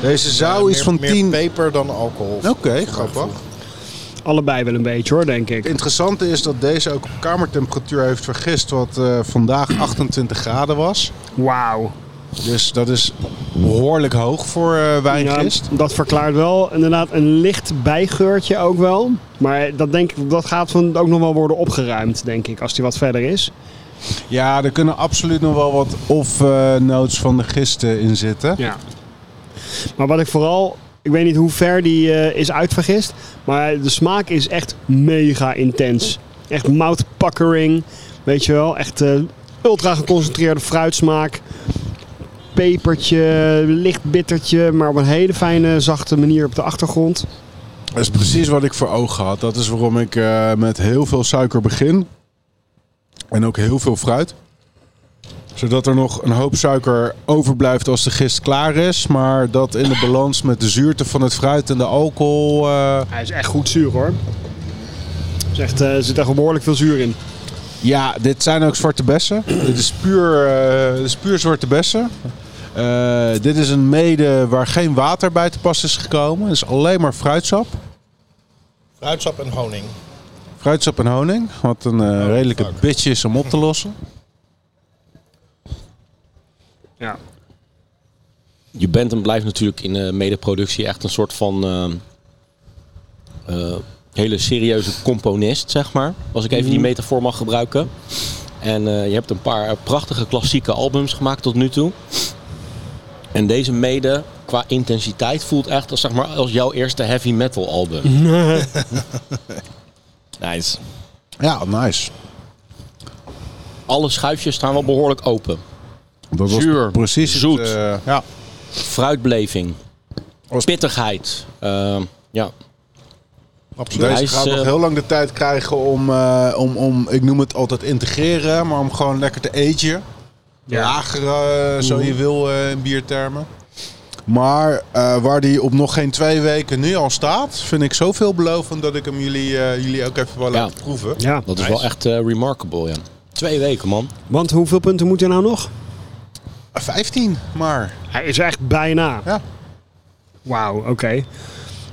S6: Deze zou
S5: Ja,
S6: iets
S5: meer-
S6: van
S5: meer
S6: 10...
S5: peper dan alcohol.
S6: Oké, grappig.
S2: Allebei wel een beetje hoor, denk ik.
S6: Het interessante is dat deze ook op kamertemperatuur heeft vergist, wat eh, vandaag 28 graden was.
S2: Wauw.
S6: Dus dat is behoorlijk hoog voor eh
S2: Ja,
S6: wijngist.
S2: dat verklaart wel inderdaad een licht bijgeurtje ook wel. Maar dat, denk ik, dat gaat van, ook nog wel worden opgeruimd, denk ik, als die wat verder is.
S6: Ja. er kunnen absoluut nog wel wat off-notes van de gisten in zitten.
S2: Ja. Maar wat ik vooral, ik weet niet hoe ver die eh, is uitvergist, maar de smaak is echt mega intens. Echt moutpakkering, weet je wel. Echt eh, ultra geconcentreerde fruitsmaak. Pepertje, licht bittertje, maar op een hele fijne, zachte manier op de achtergrond.
S6: Dat is precies wat ik voor ogen had. Dat is waarom ik eh, met heel veel suiker begin. En ook heel veel fruit. Zodat er nog een hoop suiker overblijft als de gist klaar is. Maar dat in de balans met de zuurte van het fruit en de alcohol... eh,
S2: Hij is echt goed zuur hoor. Is echt, eh, er zit echt behoorlijk veel zuur in.
S6: Ja, dit zijn ook zwarte bessen. dit, is puur, eh, dit is puur zwarte bessen. Eh, dit is een mede waar geen water bij te pas is gekomen. Het is alleen maar fruitsap.
S5: Fruitsap en honing.
S6: Fruitsap en honing. Wat een eh, redelijke
S5: fuck.
S6: bitch is om op te lossen.
S2: Ja.
S1: Je bent en blijft natuurlijk in eh medeproductie echt een soort van eh, eh, hele serieuze componist, zeg maar. Als ik even die metafoor mag gebruiken. En eh, je hebt een paar eh, prachtige klassieke albums gemaakt tot nu toe. En deze mede qua intensiteit voelt echt als, zeg maar, als jouw eerste heavy metal album.
S5: Nice.
S6: Ja, nice.
S1: Alle schuifjes staan wel behoorlijk open.
S6: Dat was
S1: Zuur,
S6: precies het,
S1: zoet.
S6: eh, ja.
S1: Fruitbeleving.
S6: Als-
S1: Pittigheid. Eh, ja.
S5: Absoluut.
S1: Hij
S6: Deze
S1: is,
S6: gaat nog
S1: eh,
S6: heel lang de tijd krijgen om, eh, om, om, ik noem het altijd integreren, maar om gewoon lekker te agen. Lager, eh, zo
S1: Mhm.
S6: je wil eh, in biertermen. Maar eh, waar die op nog geen twee weken nu al staat, vind ik zoveel belovend dat ik hem jullie, eh, jullie ook even
S1: Ja.
S6: wil laten proeven.
S2: Ja,
S1: Dat is wel echt eh, remarkable, ja. Twee weken, man.
S2: want hoeveel punten moet hij nou nog?
S6: 15 maar.
S2: Hij is er echt bijna.
S6: Ja.
S2: Wauw, oké.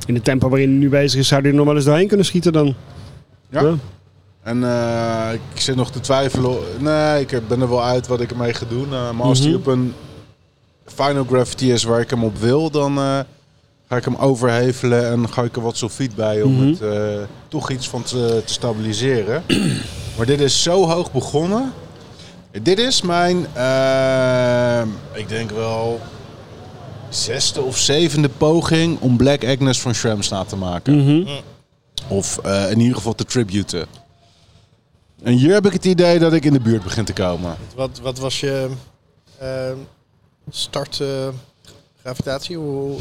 S2: In het tempo waarin hij nu bezig is, zou hij er nog wel eens doorheen kunnen schieten dan.
S6: Ja. En eh, ik zit nog te twijfelen. Nee, ik ben er wel uit wat ik ermee ga doen. Eh, maar als die
S2: Mhm.
S6: op een Final Gravity is waar ik hem op wil, dan eh, ga ik hem overhevelen en ga ik er wat sulfiet bij om het eh, toch iets van te, te stabiliseren. maar dit is zo hoog begonnen. Dit is mijn, eh, ik denk wel, zesde of zevende poging om Black Agnes van Shrems na te maken. Of eh, in ieder geval te tributen. En hier heb ik het idee dat ik in de buurt begin te komen.
S5: Wat, wat was je eh, start eh, gravitatie? Hoe-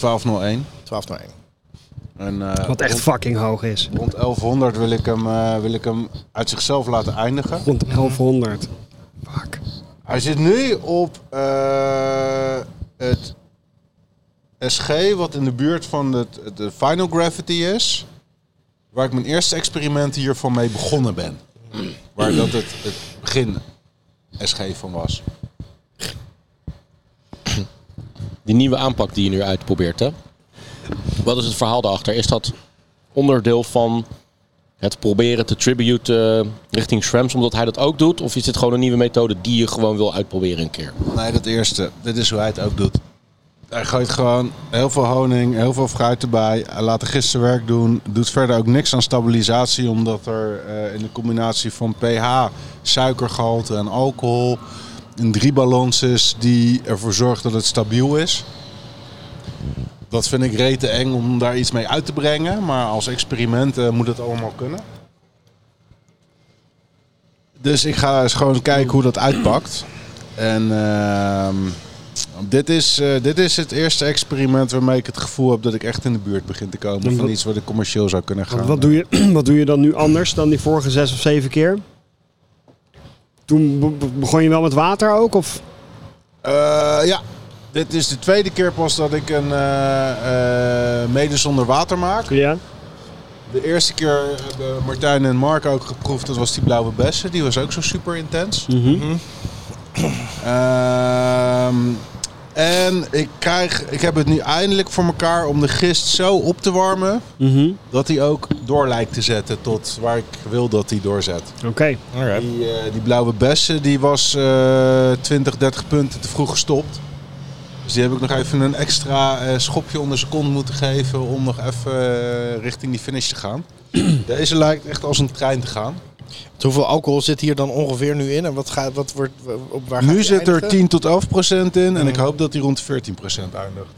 S6: 1201.
S5: 12 naar 1.
S6: En, eh,
S2: Wat echt
S6: rond,
S2: fucking hoog is.
S6: rond 1100 wil ik, hem, eh, wil ik hem uit zichzelf laten eindigen.
S2: Rond 1100. Fuck.
S6: Hij zit nu op eh, het SG, wat in de buurt van het, de Final Gravity is. Waar ik mijn eerste experimenten hiervan mee begonnen ben. Waar dat het, het begin SG van was.
S1: Die nieuwe aanpak die je nu uitprobeert, hè? Wat is het verhaal daarachter? Is dat onderdeel van het proberen te tribute eh, richting Shrems, omdat hij dat ook doet? Of is dit gewoon een nieuwe methode die je gewoon wil uitproberen een keer?
S6: Nee, dat eerste. Dit is hoe hij het ook doet. Hij gooit gewoon heel veel honing, heel veel fruit erbij. Hij laat de gisteren werk doen. Doet verder ook niks aan stabilisatie, omdat er eh, in de combinatie van pH, suikergehalte en alcohol een driebalans is die ervoor zorgt dat het stabiel is. Dat vind ik rete eng om daar iets mee uit te brengen, maar als experiment eh, moet het allemaal kunnen. Dus ik ga eens gewoon kijken hoe dat uitpakt. En ehm, dit, is, eh, dit is het eerste experiment waarmee ik het gevoel heb dat ik echt in de buurt begin te komen.
S2: En
S6: Van
S2: wat-
S6: iets wat ik commercieel zou kunnen gaan.
S2: Want wat, doe je, wat doe je dan nu anders dan die vorige zes of zeven keer? Toen be- be- begon je wel met water ook? Of?
S6: Eh, ja, dit is de tweede keer pas dat ik een eh, eh, mede zonder water maak.
S2: Ja.
S6: De eerste keer hebben Martijn en Mark ook geproefd. Dat was die blauwe bessen. Die was ook zo super intens. Mhm. Ehm, en ik, krijg, ik heb het nu eindelijk voor elkaar om de gist zo op te warmen. dat hij ook door lijkt te zetten tot waar ik wil dat hij doorzet.
S2: Oké.
S6: Die, eh, die blauwe bessen die was eh 20, 30 punten te vroeg gestopt. Dus die heb ik nog even een extra eh, schopje onder zijn kont moeten geven om nog even eh, richting die finish te gaan. Deze lijkt echt als een trein te gaan.
S5: Hoeveel alcohol zit hier dan ongeveer nu in? En wat, gaat, wat wordt... Op waar gaat
S6: Nu
S5: die
S6: zit er
S5: eindigen?
S6: 10 tot 11 procent in en ik hoop dat hij rond 14 procent eindigt.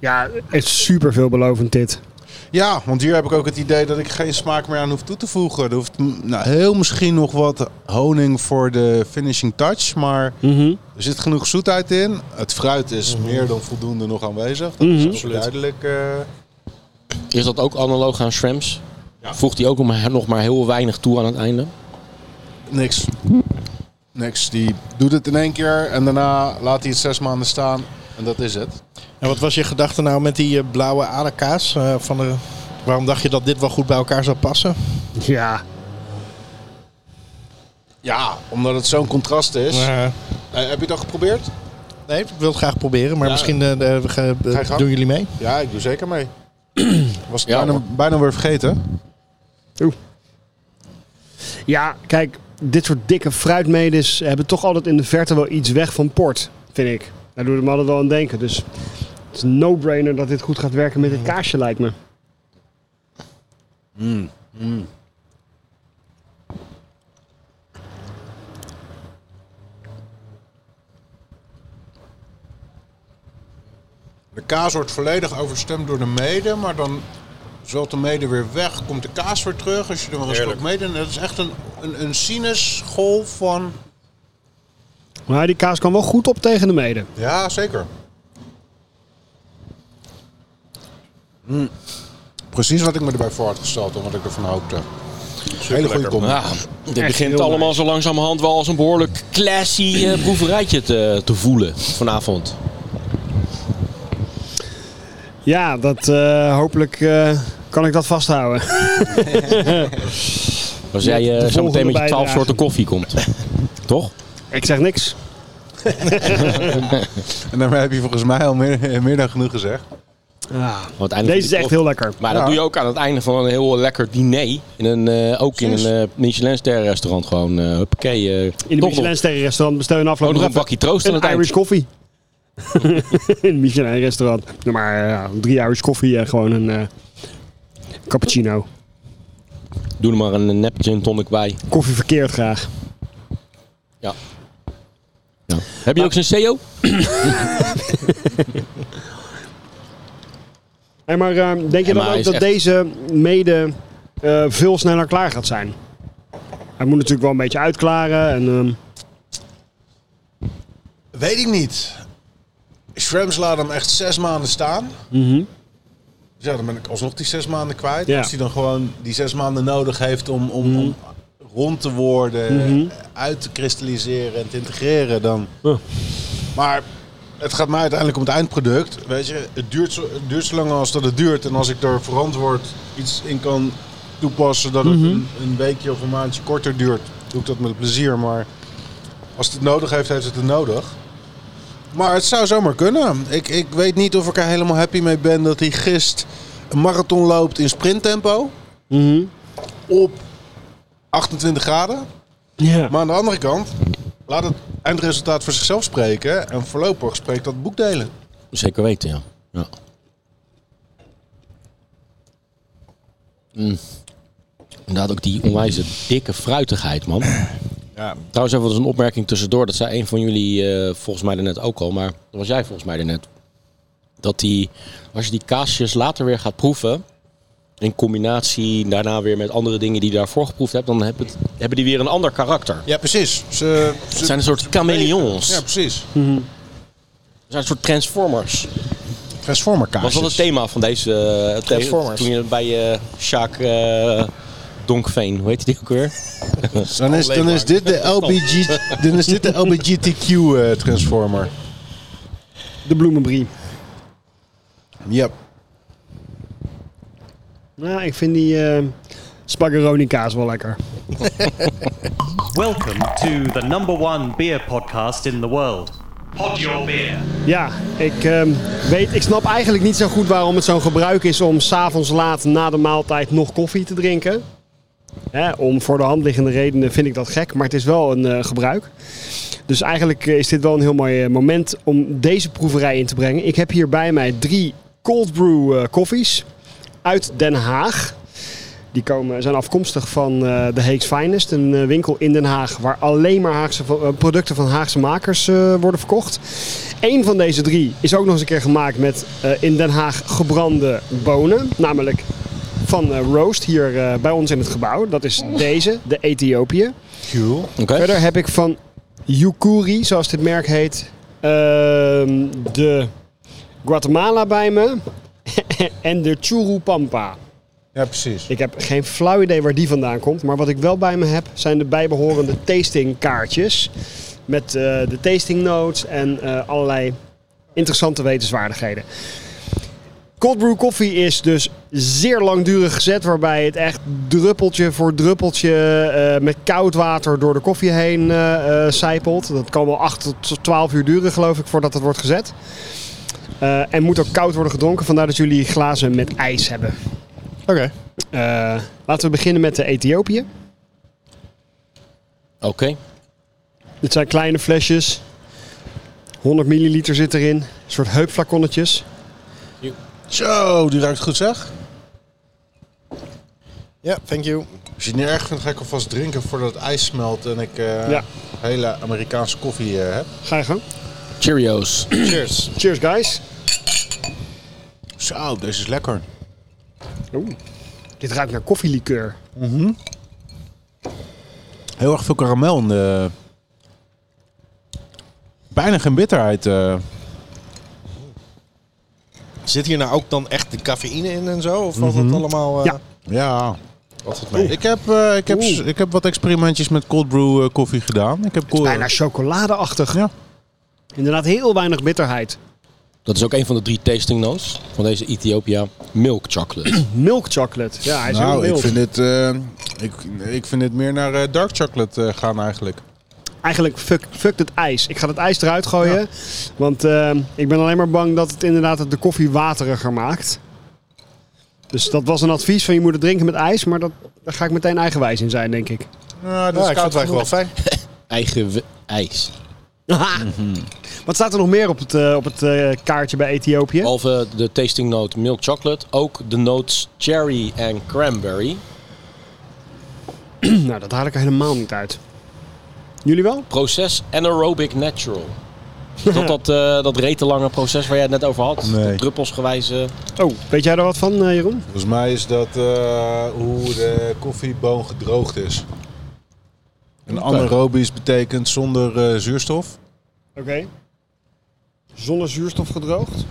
S2: Ja, het is super veelbelovend dit.
S6: Ja, want hier heb ik ook het idee dat ik geen smaak meer aan hoef toe te voegen. Er hoeft mm, nou, heel misschien nog wat honing voor de finishing touch. Maar er zit genoeg zoetheid in. Het fruit is meer dan voldoende nog aanwezig. Dat is absoluut duidelijk. eh.
S1: Is dat ook analoog aan Shrems? Voegt hij ook om- nog maar heel weinig toe aan het einde?
S6: niks. Niks. Die doet het in één keer en daarna laat hij het zes maanden staan. En dat is het.
S5: En wat was je gedachte nou met die eh, blauwe aderkaas? eh, van de, waarom dacht je dat dit wel goed bij elkaar zou passen?
S2: Ja.
S6: Ja, omdat het zo'n contrast is.
S5: Eh,
S6: Eh, heb je het al geprobeerd?
S5: nee, ik wil het graag proberen, maar
S6: Ja.
S5: misschien eh, eh, we gaan- eh,
S6: Ga je gang.
S5: doen jullie mee.
S6: Ja, ik doe zeker mee. Was het
S1: Ja,
S6: bijna, bijna weer vergeten.
S2: Ja, kijk, dit soort dikke fruitmedes hebben toch altijd in de verte wel iets weg van port, vind ik. Daar doet het me altijd wel aan denken. Dus het is een no-brainer dat dit goed gaat werken met dit kaasje, lijkt me.
S6: De kaas wordt volledig overstemd door de mede, maar dan zwelt de mede weer weg, komt de kaas weer terug als je er maar een stuk mede... en Dat is echt een, een, een sinusgolf van...
S2: Maar die kaas kan wel goed op tegen de mede.
S6: Ja, zeker. Mm. Precies wat ik me erbij voor had gesteld en wat ik ervan hoopte. Hele goede kom.
S1: Ja, dit begint
S2: heel
S1: allemaal zo langzamerhand wel als een behoorlijk classy eh, proeverijtje te, te voelen vanavond.
S2: Ja, dat, eh, hopelijk eh, kan ik dat vasthouden.
S1: Als jij eh, zo meteen met je twaalf
S2: volgende bijdrage.
S1: soorten koffie komt. Toch?
S2: ik zeg niks.
S6: En daarmee heb je volgens mij al meer, meer dan genoeg gezegd.
S1: Want uiteindelijk
S2: Deze is echt heel lekker.
S1: Maar dat doe je ook aan het einde van een heel lekker diner. In een, eh, ook in een eh Michelin-ster restaurant gewoon. eh huppakee. eh,
S2: In de
S1: toch
S2: Michelin
S1: nog-
S2: Sterren restaurant bestellen
S1: Ook
S2: afgelopen
S1: nog een bakje troost aan
S2: Een
S1: het
S2: Irish
S1: eind.
S2: coffee. in een Michelin restaurant. Ja, maar ja, drie Irish koffie en gewoon een eh, cappuccino.
S1: Doe er maar een nep gin tonic bij.
S2: Koffie verkeerd graag.
S1: Ja. Heb je ook zo'n CEO?
S2: Hey, maar eh, denk
S1: Ja, maar
S2: je dan
S1: hij
S2: ook
S1: is
S2: dat
S1: echt-
S2: deze mede eh, veel sneller klaar gaat zijn? Hij moet natuurlijk wel een beetje uitklaren. En, ehm,
S6: Weet ik niet. Shrems laat hem echt zes maanden staan. Dus ja, dan ben ik alsnog die zes maanden kwijt.
S2: Mhm. Ja.
S6: Als hij dan gewoon die zes maanden nodig heeft om, om, om
S2: Mhm.
S6: rond te worden, uit te kristalliseren en te integreren, dan.
S2: Ja.
S6: Maar het gaat mij uiteindelijk om het eindproduct. Weet je, het duurt, zo, het duurt zo lang als dat het duurt. En als ik er verantwoord iets in kan toepassen, dat
S2: Mhm.
S6: het een, een weekje of een maandje korter duurt, doe ik dat met plezier. Maar als het het nodig heeft, heeft het het nodig. Maar het zou zomaar kunnen. Ik, ik weet niet of ik er helemaal happy mee ben dat hij gist een marathon loopt in sprinttempo. Op 28 graden.
S2: ja.
S6: Maar aan de andere kant, laat het eindresultaat voor zichzelf spreken. En voorlopig spreekt dat boekdelen.
S1: Zeker weten, ja. ja. Mm. Inderdaad, ook die onwijze dikke fruitigheid, man.
S6: Ja.
S1: Trouwens, even wat een opmerking tussendoor. Dat zei een van jullie eh, volgens mij daarnet ook al, maar dat was jij volgens mij daarnet. Dat die, als je die kaasjes later weer gaat proeven, in combinatie daarna weer met andere dingen die je daarvoor geproefd hebt, dan heb het, hebben die weer een ander karakter.
S6: Ja, precies. Ze, ze
S1: Het zijn een soort chameleons.
S6: Ja,
S1: Het
S6: precies.
S1: zijn een soort transformers.
S6: Transformer
S1: Was dat het thema van deze eh, het-
S6: Transformers.
S1: Toen je bij eh Sjaak eh, Donkveen, hoe heet die ook weer?
S6: Dan is, dan is dit de, LBG, dan is dit de LBGTQ eh, transformer.
S2: De bloemenbrie.
S6: Ja.
S2: Nou, ik vind die eh spaghetti kaas wel lekker.
S3: Welcome to the number one beer podcast in the world. Pod Your Beer.
S2: Ja, ik, ehm, weet, ik snap eigenlijk niet zo goed waarom het zo'n gebruik is om s'avonds laat na de maaltijd nog koffie te drinken. Hè, om voor de hand liggende redenen vind ik dat gek, maar het is wel een eh, gebruik. Dus eigenlijk eh, is dit wel een heel mooi eh, moment om deze proeverij in te brengen. Ik heb hier bij mij drie cold brew eh, koffies uit Den Haag. Die komen, zijn afkomstig van eh The Hague's Finest, een eh, winkel in Den Haag waar alleen maar Haagse, eh, producten van Haagse makers eh, worden verkocht. Eén van deze drie is ook nog eens een keer gemaakt met eh, in Den Haag gebrande bonen. Namelijk van eh, Roast hier eh, bij ons in het gebouw. Dat is deze, de Ethiopië.
S6: Cool.
S1: Oké.
S2: Verder heb ik van Yukuri, zoals dit merk heet, ehm, de Guatemala bij me. en de Churupampa.
S6: Ja, precies.
S2: Ik heb geen flauw idee waar die vandaan komt. Maar wat ik wel bij me heb, zijn de bijbehorende tastingkaartjes. Met eh, de tasting notes en eh, allerlei interessante wetenswaardigheden. Cold brew koffie is dus zeer langdurig gezet, waarbij het echt druppeltje voor druppeltje eh, met koud water door de koffie heen eh, eh, sijpelt. Dat kan wel 8 tot 12 uur duren, geloof ik, voordat het wordt gezet. Eh, en moet ook koud worden gedronken, vandaar dat jullie glazen met ijs hebben.
S5: Oké.
S2: Eh, laten we beginnen met de Ethiopië.
S1: Oké.
S2: Dit zijn kleine flesjes. 100 milliliter zit erin. Een soort heupflaconnetjes.
S6: Zo, die ruikt goed zeg.
S5: Ja, thank you.
S6: Als je het niet erg vindt, ga ik alvast drinken voordat het ijs smelt en ik eh,
S2: Ja.
S6: hele Amerikaanse koffie eh, heb.
S2: Ga je gang.
S1: Cheerios.
S6: Cheers.
S2: Cheers, guys.
S6: Zo, deze is lekker.
S2: Oeh. Dit ruikt naar koffielikeur.
S6: Heel erg veel karamel in de... Bijna geen bitterheid. eh.
S5: Zit hier nou ook dan echt de cafeïne in en zo? Of was dat allemaal... eh,
S2: Ja.
S6: Ja.
S5: Wat het mee?
S6: Ik heb, eh, ik, heb, s- ik heb wat experimentjes met cold brew eh, koffie gedaan. Ik heb cold...
S2: Bijna chocoladeachtig.
S6: Ja.
S2: Inderdaad, heel weinig bitterheid.
S1: Dat is ook een van de drie tasting notes van deze Ethiopia milk chocolate.
S2: Milk chocolate. Ja, hij is heel
S6: Nou, ik
S2: mild.
S6: vind, dit, eh, ik, ik vind dit meer naar eh, dark chocolate eh, gaan eigenlijk.
S2: Eigenlijk fuck, fuck het ijs. Ik ga het ijs eruit gooien. Want eh, ik ben alleen maar bang dat het inderdaad het de koffie wateriger maakt. Dus dat was een advies van je moet het drinken met ijs. Maar dat, daar ga ik meteen eigenwijs in zijn, denk ik.
S6: Ja, dit
S5: Ja,
S6: Nou, is
S5: ik
S6: koud
S5: vind het eigenlijk wel
S6: genoeg.
S5: fijn.
S1: Eigen we- ijs.
S2: Wat staat er nog meer op het, eh, op het eh, kaartje bij Ethiopië?
S1: Behalve de tasting note milk chocolate, ook de notes cherry en cranberry.
S2: Nou, dat haal ik er helemaal niet uit. Jullie wel?
S1: Proces anaerobic natural. Is Dat dat, eh dat retenlange proces waar jij het net over had.
S6: Nee.
S1: Dat druppelsgewijze.
S2: Oh, weet jij er wat van, eh, Jeroen?
S6: Volgens mij is dat eh, hoe de koffieboon gedroogd is. En anaerobisch betekent zonder eh, zuurstof.
S2: Oké. Zonder zuurstof gedroogd.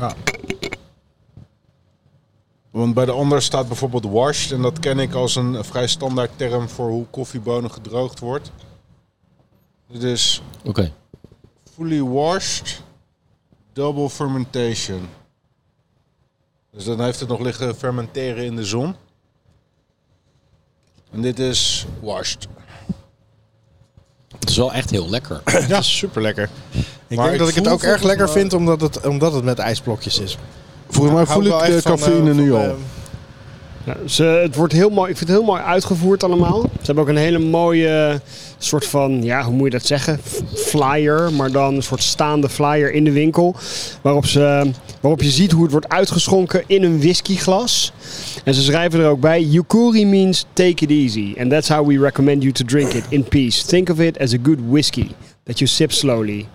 S6: Want bij de ander staat bijvoorbeeld washed. En dat ken ik als een vrij standaard term voor hoe koffiebonen gedroogd wordt. Dit is
S1: Oké.
S6: fully washed, double fermentation. Dus dan heeft het nog liggen fermenteren in de zon. En dit is washed.
S1: Het is wel echt heel lekker.
S5: Ja, super lekker. Ik
S6: Maar
S5: denk
S6: ik
S5: dat ik het
S6: voel
S5: ook erg
S6: volgens
S5: lekker
S6: mij-
S5: vind omdat het, omdat het met ijsblokjes is.
S6: Volgens mij voel ik
S5: eh,
S6: de cafeïne nu al.
S2: Ze, het wordt heel mooi, ik vind het heel mooi uitgevoerd allemaal. Ze hebben ook een hele mooie soort van, ja, hoe moet je dat zeggen? F- Flyer, maar dan een soort staande flyer in de winkel. Waarop, ze, waarop je ziet hoe het wordt uitgeschonken in een whiskyglas. En ze schrijven er ook bij, Yukuri means take it easy. And that's how we recommend you to drink it in peace. Think of it as a good whiskey that you sip slowly.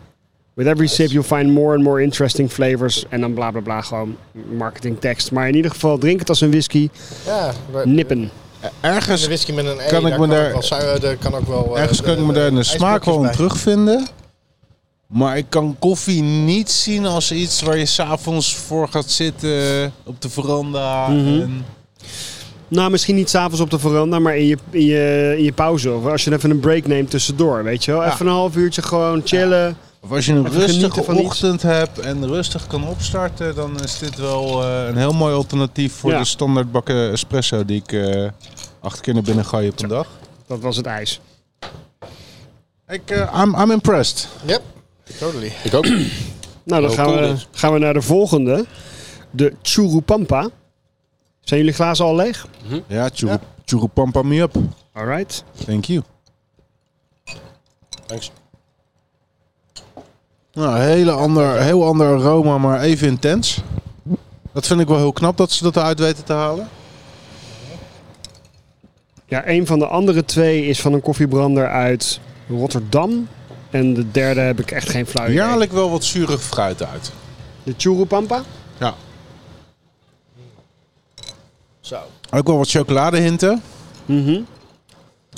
S2: With every sip you'll find more and more interesting flavors. En dan bla bla bla, gewoon marketingtekst. Maar in ieder geval, drink het als een whisky.
S5: Ja, maar-
S2: Nippen.
S5: Een
S6: Ergens,
S5: whisky met een E,
S6: Kan ik
S5: daar
S6: me
S5: kan
S6: daar-
S5: ook wel sui- daar kan ook wel... eh,
S6: ergens kan ik me daar in de smaak wel in
S5: ijsblokjes bij.
S6: terugvinden. Maar ik kan koffie niet zien als iets waar je s'avonds voor gaat zitten op de veranda. en-
S2: Nou, misschien niet s'avonds op de veranda, maar in je, in, je, in je pauze. Of als je even een break neemt tussendoor, weet je wel. Even een half uurtje gewoon chillen.
S6: Of als je een
S2: Even genieten
S6: rustige
S2: van iets.
S6: ochtend hebt en rustig kan opstarten, dan is dit wel eh, een heel mooi alternatief voor
S2: Ja.
S6: de standaard bakken espresso die ik eh, acht keer naar binnen gooi op een dag.
S2: Dat was het ijs.
S6: Ik, eh, I'm, I'm impressed.
S5: Yep, totally.
S1: Ik ook.
S2: Nou, dan
S1: Oh,
S2: gaan
S1: cool
S2: we,
S1: dus.
S2: gaan we naar de volgende. De Churupampa. Zijn jullie glazen al leeg?
S6: Ja, churu, pampa me up.
S2: Alright.
S6: Thank you.
S1: Thanks.
S6: Nou, hele ander, heel ander aroma, maar even intens. Dat vind ik wel heel knap dat ze dat eruit weten te halen.
S2: Ja, een van de andere twee is van een koffiebrander uit Rotterdam. En de derde heb ik echt geen flauw idee.
S6: Hier haal ik wel wat zuurig fruit uit.
S2: De Churupampa?
S6: Ja.
S5: Zo.
S6: Ook wel wat chocoladehinten. Mhm.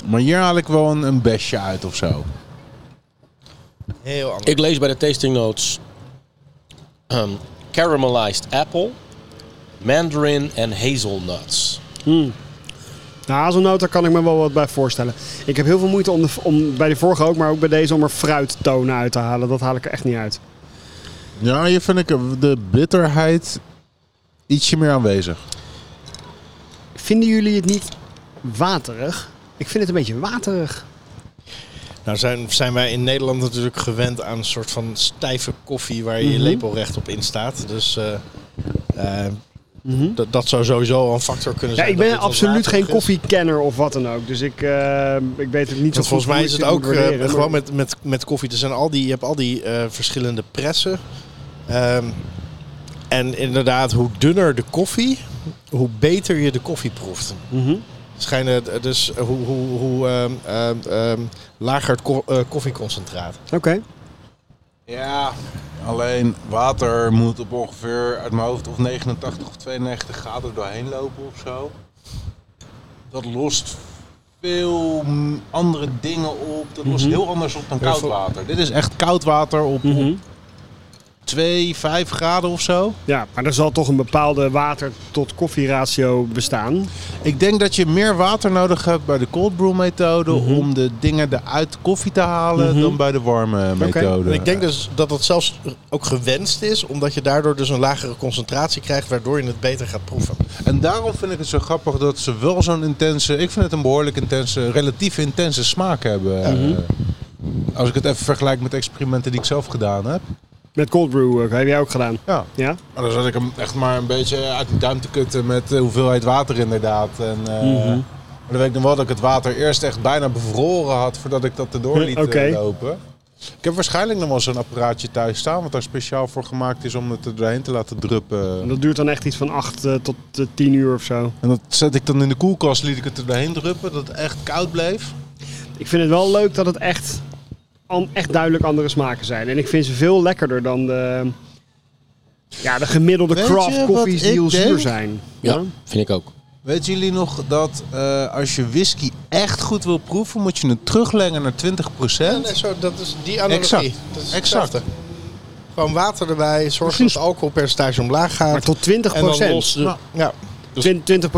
S6: Maar hier haal ik wel een, een besje uit of zo.
S5: Heel anders.
S1: Ik lees bij de tasting notes ehm, caramelized apple, mandarin en hazelnuts.
S2: De hazelnoot, daar Nou, kan ik me wel wat bij voorstellen. Ik heb heel veel moeite om, de, om bij de vorige ook, maar ook bij deze om er fruittonen uit te halen. Dat haal ik er echt niet uit.
S6: Ja, hier vind ik de bitterheid ietsje meer aanwezig.
S2: Vinden jullie het niet waterig? Ik vind het een beetje waterig.
S5: Nou zijn, zijn wij in Nederland natuurlijk gewend aan een soort van stijve koffie waar je
S2: Mhm.
S5: je lepel recht op in staat. Dus eh, eh, dat- dat zou sowieso al een factor kunnen
S2: Mhm. Ja,
S5: zijn.
S2: ik
S5: dat
S2: ben
S5: dit wat
S2: absoluut
S5: waterig
S2: geen
S5: is.
S2: koffiekenner of wat dan ook. Dus ik, eh, ik weet het niet zo goed.
S5: Want volgens mij
S2: hoe
S5: is
S2: ik
S5: het
S2: moet
S5: ook eh,
S2: waarderen, maar-
S5: gewoon met, met, met koffie. Er zijn al die, je hebt al die eh, verschillende pressen. Ehm, en inderdaad, hoe dunner de koffie, hoe beter je de koffie proeft.
S2: Mhm.
S5: Schijnen eh, dus eh, hoe, hoe, hoe ehm, ehm, ehm, lager het ko- eh, koffieconcentraat.
S2: Oké.
S6: Ja, alleen water moet op ongeveer uit mijn hoofd of 89 of 92 graden doorheen lopen of zo. Dat lost veel mm, andere dingen op. Dat lost heel anders op dan koud water. Dit is echt koud water op, op 2, 5 graden of zo.
S2: Ja, maar er zal toch een bepaalde water tot koffieratio bestaan.
S6: Ik denk dat je meer water nodig hebt bij de cold brew methode om de dingen eruit koffie te halen dan bij de warme methode.
S5: En ik denk dus dat dat zelfs ook gewenst is, omdat je daardoor dus een lagere concentratie krijgt, waardoor je het beter gaat proeven.
S6: En daarom vind ik het zo grappig dat ze wel zo'n intense, ik vind het een behoorlijk intense, relatief intense smaak hebben. eh, Als ik het even vergelijk met experimenten die ik zelf gedaan heb.
S2: Met cold brew eh, heb jij ook gedaan.
S6: Ja.
S2: Ja?
S6: Maar dan zat ik hem echt maar een beetje uit de duim te kutten met de hoeveelheid water inderdaad. En, eh, Maar dan weet ik nog wel dat ik het water eerst echt bijna bevroren had voordat ik dat erdoor liet eh,
S2: Oké.
S6: lopen. Ik heb waarschijnlijk nog wel zo'n apparaatje thuis staan, wat daar speciaal voor gemaakt is om het er doorheen te laten druppen.
S2: En dat duurt dan echt iets van 8 tot eh, 10 uur of zo.
S6: En dat zet ik dan in de koelkast, liet ik het er doorheen druppen, dat het echt koud bleef.
S2: Ik vind het wel leuk dat het echt, an- echt duidelijk andere smaken zijn. En ik vind ze veel lekkerder dan de, ja, de gemiddelde
S6: Weet je
S2: craft koffies
S6: wat
S2: die
S6: ik
S2: heel zuur
S6: denk?
S2: zijn.
S1: Ja, vind ik ook.
S6: Weten jullie nog dat eh, als je whisky echt goed wil proeven, moet je het teruglengen naar 20%?
S5: nee, zo, dat is die analogie.
S6: Exact.
S5: Dat is
S6: Exact.
S5: hetzelfde. Gewoon water erbij, zorg dat het alcoholpercentage omlaag gaat.
S2: Maar tot 20
S5: en dan los,
S2: procent. Nou,
S5: ja.
S2: 20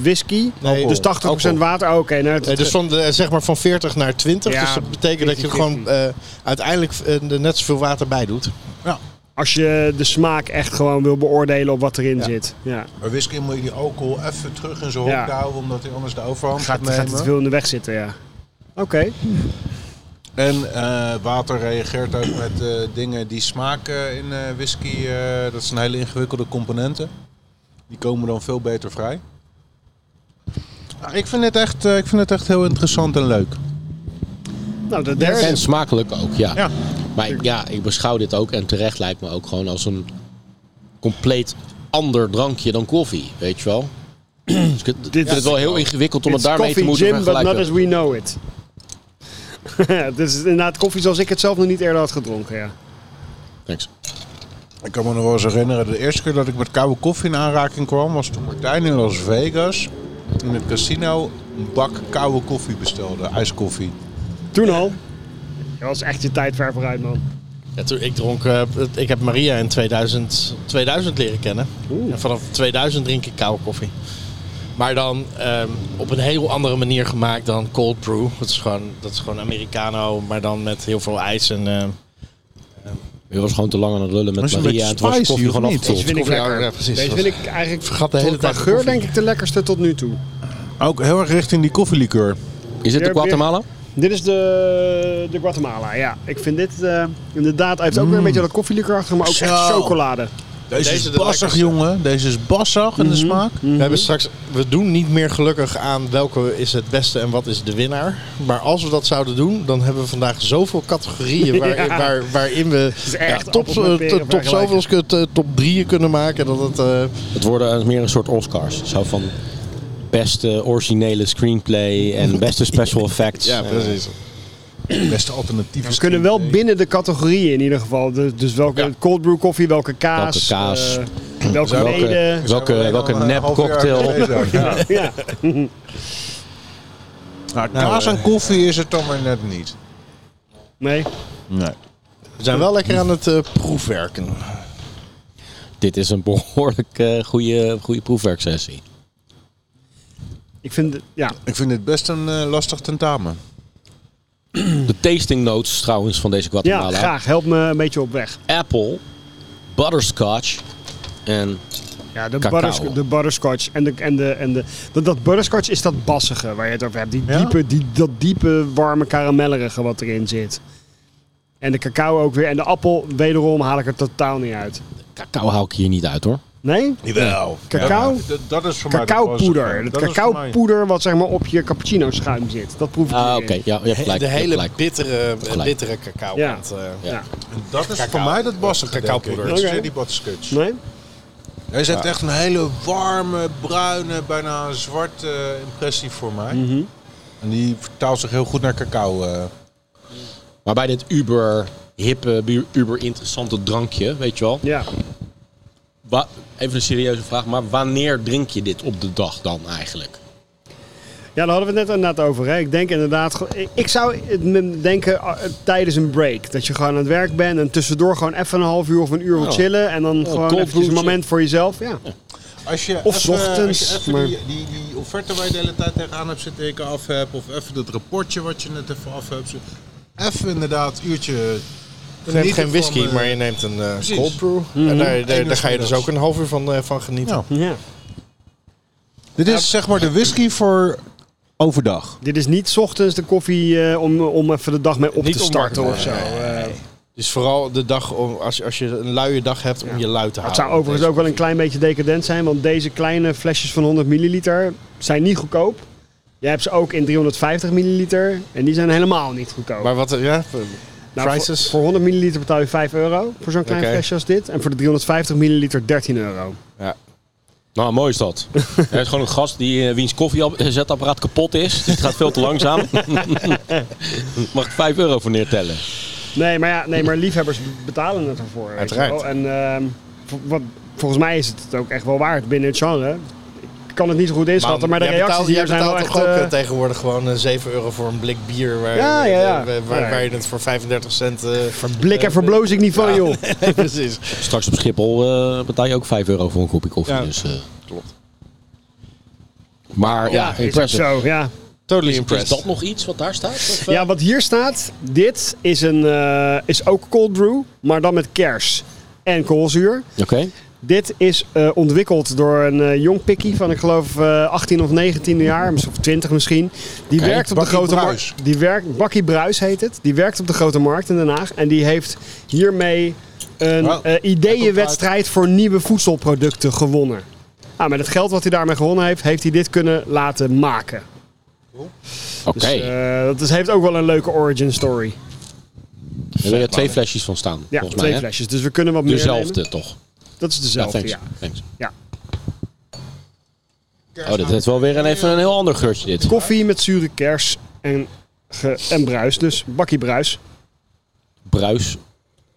S2: whisky,
S5: Nee,
S2: dus 80 water. Oh, Oké, nou,
S5: Nee,
S2: dat-
S5: dus van de, zeg maar van 40 naar 20.
S2: Ja,
S5: dus dat betekent dat je er gewoon eh, uiteindelijk eh, er net zoveel water bij doet.
S2: als je de smaak echt gewoon wil beoordelen op wat erin zit. Ja.
S6: Bij whisky moet je die alcohol even terug in zijn
S2: Ja.
S6: hok houden, omdat hij anders de overhand gaat,
S2: Gaat, gaat het
S6: nemen.
S2: veel in de weg zitten, ja. Oké.
S6: En eh, water reageert ook met eh, dingen die smaken in eh, whisky. eh, dat zijn hele ingewikkelde componenten. Die komen dan veel beter vrij. Nou, ik, vind het echt, eh, ik vind het echt heel interessant en leuk.
S2: Nou, de derde.
S1: En smakelijk ook, ja.
S6: Ja.
S1: Maar ik- ja, ik beschouw dit ook en terecht lijkt me ook gewoon als een compleet ander drankje dan koffie, weet je wel. Dus ik vind- ik vind het wel heel ingewikkeld om het
S2: It's
S1: daarmee te
S2: coffee
S1: moeten
S2: gin, but not as
S1: vergelijken.
S2: we know it. Dus Het is inderdaad koffie zoals ik het zelf nog niet eerder had gedronken, ja.
S1: Thanks.
S6: Ik kan me nog wel eens herinneren, de eerste keer dat ik met koude koffie in aanraking kwam, was toen Martijn in Las Vegas in het casino een bak koude koffie bestelde, ijskoffie.
S2: Toen al. Dat was echt je tijd ver vooruit, man.
S5: Ja, toen ik dronk, eh, het- ik heb Maria in 2000, 2000 leren kennen. En vanaf 2000 drink ik koude koffie. Maar dan ehm, op een heel andere manier gemaakt dan cold brew. Dat is gewoon, dat is gewoon Americano, maar dan met heel veel ijs. En, ehm,
S1: Je was gewoon te lang aan het lullen met
S6: Was je een
S1: Maria en
S6: beetje
S1: het was
S6: spicy,
S1: koffie
S6: of
S1: gewoon
S6: niet?
S1: afgetold.
S2: vind ik
S5: koffie,
S2: lekker.
S5: ja, precies.
S2: Deze
S5: Dat
S2: vind ik eigenlijk
S5: vergat de hele
S2: qua
S5: tijd de
S2: geur
S5: koffie.
S2: denk ik de lekkerste tot nu toe.
S6: Ook heel erg richting die koffielikeur.
S1: Is dit de
S2: Weer- weer-
S1: Guatemala?
S2: Dit is de, de Guatemala, ja. Ik vind dit eh, inderdaad, hij heeft ook weer een beetje dat koffielikeur achter, maar ook
S6: Zo.
S2: echt chocolade.
S6: Deze,
S5: Deze
S6: is
S5: de
S6: bassig,
S5: lekkerste.
S6: jongen. Deze is bassig in de
S1: Mhm.
S6: smaak.
S5: We, hebben
S2: Mhm.
S5: straks, we doen niet meer gelukkig aan welke is het beste en wat is de winnaar. Maar als we dat zouden doen, dan hebben we vandaag zoveel categorieën waar,
S2: Ja.
S5: waar, waarin we
S2: is
S5: ja,
S2: echt
S5: top,
S2: appels met
S5: eh,
S2: peren
S5: top, top zoveel, eh, top drieën kunnen maken. Dat het, eh,
S1: Het worden meer een soort Oscars. Zo van beste originele screenplay en beste special effects.
S5: ja, precies.
S6: Beste alternatief.
S2: We kunnen wel binnen de categorieën in ieder geval. Dus, dus welke cold brew koffie, welke kaas.
S1: Welke kaas.
S2: eh, welke
S1: Welke-
S2: leden.
S1: Welke, welke nep cocktail.
S6: Ja.
S2: Ja.
S6: Nou, kaas en koffie is het dan maar net niet.
S2: Nee.
S6: Nee.
S5: We zijn wel lekker aan het eh, proefwerken.
S1: Dit is een behoorlijk eh, goede, goede proefwerksessie.
S2: Ik vind, het- ja.
S6: Ik vind dit best een eh, lastig tentamen.
S1: De tasting notes trouwens van deze
S2: ja,
S1: Guatemala.
S2: graag. Help me een beetje op weg.
S1: Apple, butterscotch en
S2: Ja, de,
S1: Cacao.
S2: butters- de butterscotch. En, de, en, de, en de, dat, dat butterscotch is dat bassige waar je het over hebt. Die diepe, die, dat diepe, warme karamellerige wat erin zit. En de cacao ook weer. En de appel, wederom haal ik er totaal niet uit.
S1: cacao haal ik hier niet uit hoor.
S2: Nee?
S6: Jawel.
S2: Cacao?
S6: dat, dat is voor mij de
S2: Cacaopoeder.
S6: bassige.
S2: Het
S6: Dat is voor mij-
S2: cacaopoeder wat zeg maar op je cappuccino schuim zit. Dat proef ik
S1: Ah,
S2: hierin.
S1: oké. Ja, je hebt gelijk.
S5: de
S1: je hebt
S5: hele
S1: gelijk.
S5: bittere, eh,
S1: gelijk.
S5: bittere cacao.
S2: Ja.
S5: Want, eh,
S2: Ja.
S6: Dat is voor
S5: Cacao.
S6: mij dat bassige.
S5: Cacaopoeder.
S6: Cacaopoeder. Dat is
S2: Oké.
S6: weer die butterscotch.
S2: Nee?
S6: Deze heeft echt een hele warme, bruine, bijna zwarte impressie voor mij.
S5: Mhm.
S6: eh. En die vertaalt zich heel goed naar cacao. eh.
S1: Maar bij dit uber hippe, bu- uber interessante drankje, weet je wel.
S2: Ja.
S1: Wa- Even een serieuze vraag, maar wanneer drink je dit op de dag dan eigenlijk?
S2: Ja, daar hadden we het net inderdaad over. Hè. Ik denk inderdaad, gewoon- ik zou het me denken ah, tijdens een break. Dat je gewoon aan het werk bent en tussendoor gewoon even een half uur of een uur wil
S1: Ja.
S2: chillen. En dan
S1: cold
S2: gewoon eventjes een
S1: brewtje.
S2: moment voor jezelf. Ja.
S6: Als je
S2: Of
S6: even-
S2: ochtends,
S6: als je even
S2: maar-
S6: die, die, die offerte waar je de hele tijd tegenaan hebt zitten ik af hebt, of even dat rapportje wat je net even af hebt. zo- Even inderdaad een uurtje.
S5: Je neemt
S6: genieten
S5: geen whisky,
S6: van, eh,
S5: maar je neemt een eh,
S6: precies.
S5: cold brew. En daar, daar, daar ga je dus
S6: Engelsmiddags.
S5: ook een half uur van, eh, van genieten.
S6: Ja.
S2: Mhm. ja.
S6: Dit is zeg maar de whisky voor overdag.
S2: Dit is niet 's ochtends de koffie eh, om, om even de dag mee op
S5: Niet
S2: te
S5: om
S2: starten
S5: wakker
S2: of
S5: te
S2: zo.
S5: worden,
S2: Eh,
S5: Dus vooral de dag, om, als, als je een luie dag hebt, om je lui
S2: het
S5: te houden.
S2: zou overigens ook wel een klein beetje decadent zijn, want deze kleine flesjes van 100 milliliter zijn niet goedkoop. Jij hebt ze ook in 350 milliliter en die zijn helemaal niet goedkoop.
S5: Maar wat, ja,
S2: Nou,
S5: prices?
S2: Voor, voor 100 milliliter betaal je 5 euro voor zo'n klein
S5: Oké.
S2: flesje als dit. En voor de 350 milliliter 13 euro.
S1: Nou, mooi is dat. Er is gewoon een gast die, eh, wiens koffiezetapparaat kapot is. Dus het gaat veel te langzaam. Mag ik 5 euro voor neertellen?
S2: Nee, maar, ja, nee, maar liefhebbers betalen het ervoor. weet je
S5: Uiteraard.
S2: wel. En ehm, vo- wat, volgens mij is het het ook echt wel waard binnen het genre. Ik kan het niet zo goed inschatten, maar de
S5: jij
S2: reacties
S5: betaalt,
S2: hier
S5: jij
S2: zijn
S5: betaalt
S2: wel echt...
S5: toch ook
S2: eh,
S5: eh, tegenwoordig gewoon eh, 7 euro voor een blik bier. Waar,
S2: Ja, ja, ja.
S5: eh, waar, waar-
S2: Ja.
S5: waar je het voor 35 cent... eh,
S2: Blik en verbloos ik niet van,
S5: Ja.
S2: joh.
S5: nee, precies.
S1: Straks op Schiphol eh, betaal je ook 5 euro voor een kopje koffie.
S5: Ja,
S1: dus, Klopt. Maar ja,
S2: is ook
S1: impressive.
S2: zo, ja.
S5: Totally
S1: Is
S5: impressed.
S1: dat nog iets wat daar staat? Of, eh?
S2: Ja, wat hier staat, dit is, een, eh, is ook cold brew, maar dan met kers en koolzuur.
S1: eh? Oké.
S2: Dit is eh, ontwikkeld door een eh, jong pikkie van ik geloof eh, 18 of 19 jaar, of 20 misschien. Die
S1: Oké,
S2: werkt op de
S6: Bakkie
S2: grote markt.
S6: Bruis.
S2: Die werkt, Bakkie Bruis heet het. Die werkt op de grote markt in Den Haag. En die heeft hiermee een
S6: Wow.
S2: eh, ideeënwedstrijd voor nieuwe voedselproducten gewonnen. Nou, met het geld wat hij daarmee gewonnen heeft, heeft hij dit kunnen laten maken.
S1: Oké.
S2: Dus eh, dat is, heeft ook wel een leuke origin story.
S1: Daar hebben we twee flesjes van staan.
S2: Ja,
S1: volgens
S2: twee
S1: mij, hè?
S2: flesjes. Dus we kunnen wat meer nemen.
S1: Dezelfde toch?
S2: Dat is
S1: Ja,
S2: dezelfde,
S1: thanks.
S2: ja.
S1: thanks.
S2: ja.
S1: Oh, dit heeft wel weer een, even een heel ander geurtje dit.
S2: Koffie met zure kers en, ge- en bruis. Dus bakkie bruis.
S1: Bruis,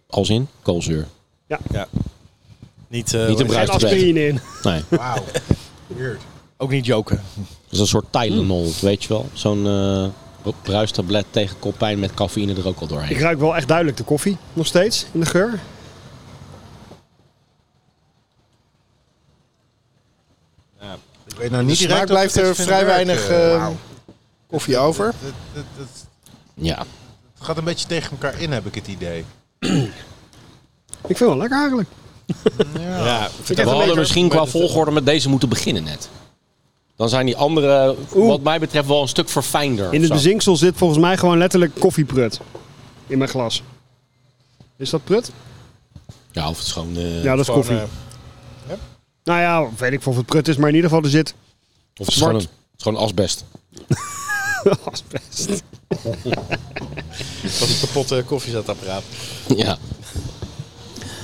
S1: als in koolzuur.
S5: Niet, eh,
S1: Niet een
S2: En
S1: bruis te zeggen.
S2: aspirine in.
S1: Nee, dat
S6: Wauw. Weird.
S5: Ook niet joken.
S1: is een soort Tylenol, weet je wel. Zo'n eh, bruistablet tegen koppijn met cafeïne er ook al doorheen.
S2: Ik ruik wel echt duidelijk de koffie nog steeds in de geur.
S6: Ik weet nou niet
S5: Niet direct blijft er vrij weinig eh, koffie over.
S6: Het, het, het,
S1: Ja.
S6: het gaat een beetje tegen elkaar in, heb ik het idee.
S2: Ik vind het wel lekker eigenlijk.
S5: Ja,
S1: We
S2: een
S1: hadden
S2: beetje-
S1: misschien qua volgorde met deze moeten beginnen net. Dan zijn die andere, wat mij betreft, wel een stuk verfijnder. of
S2: In het
S1: zo.
S2: bezinksel zit volgens mij gewoon letterlijk koffieprut. In mijn glas. Is dat prut?
S1: Ja, of het is gewoon... eh,
S2: Ja, dat is
S5: gewoon,
S2: koffie.
S5: eh,
S2: Nou ja, weet ik of het prut is, maar in ieder geval er zit
S1: of het is
S2: zwart.
S1: gewoon, een- het is gewoon asbest.
S2: asbest.
S5: dat is een kapotte eh, koffiezetapparaat.
S1: Ja.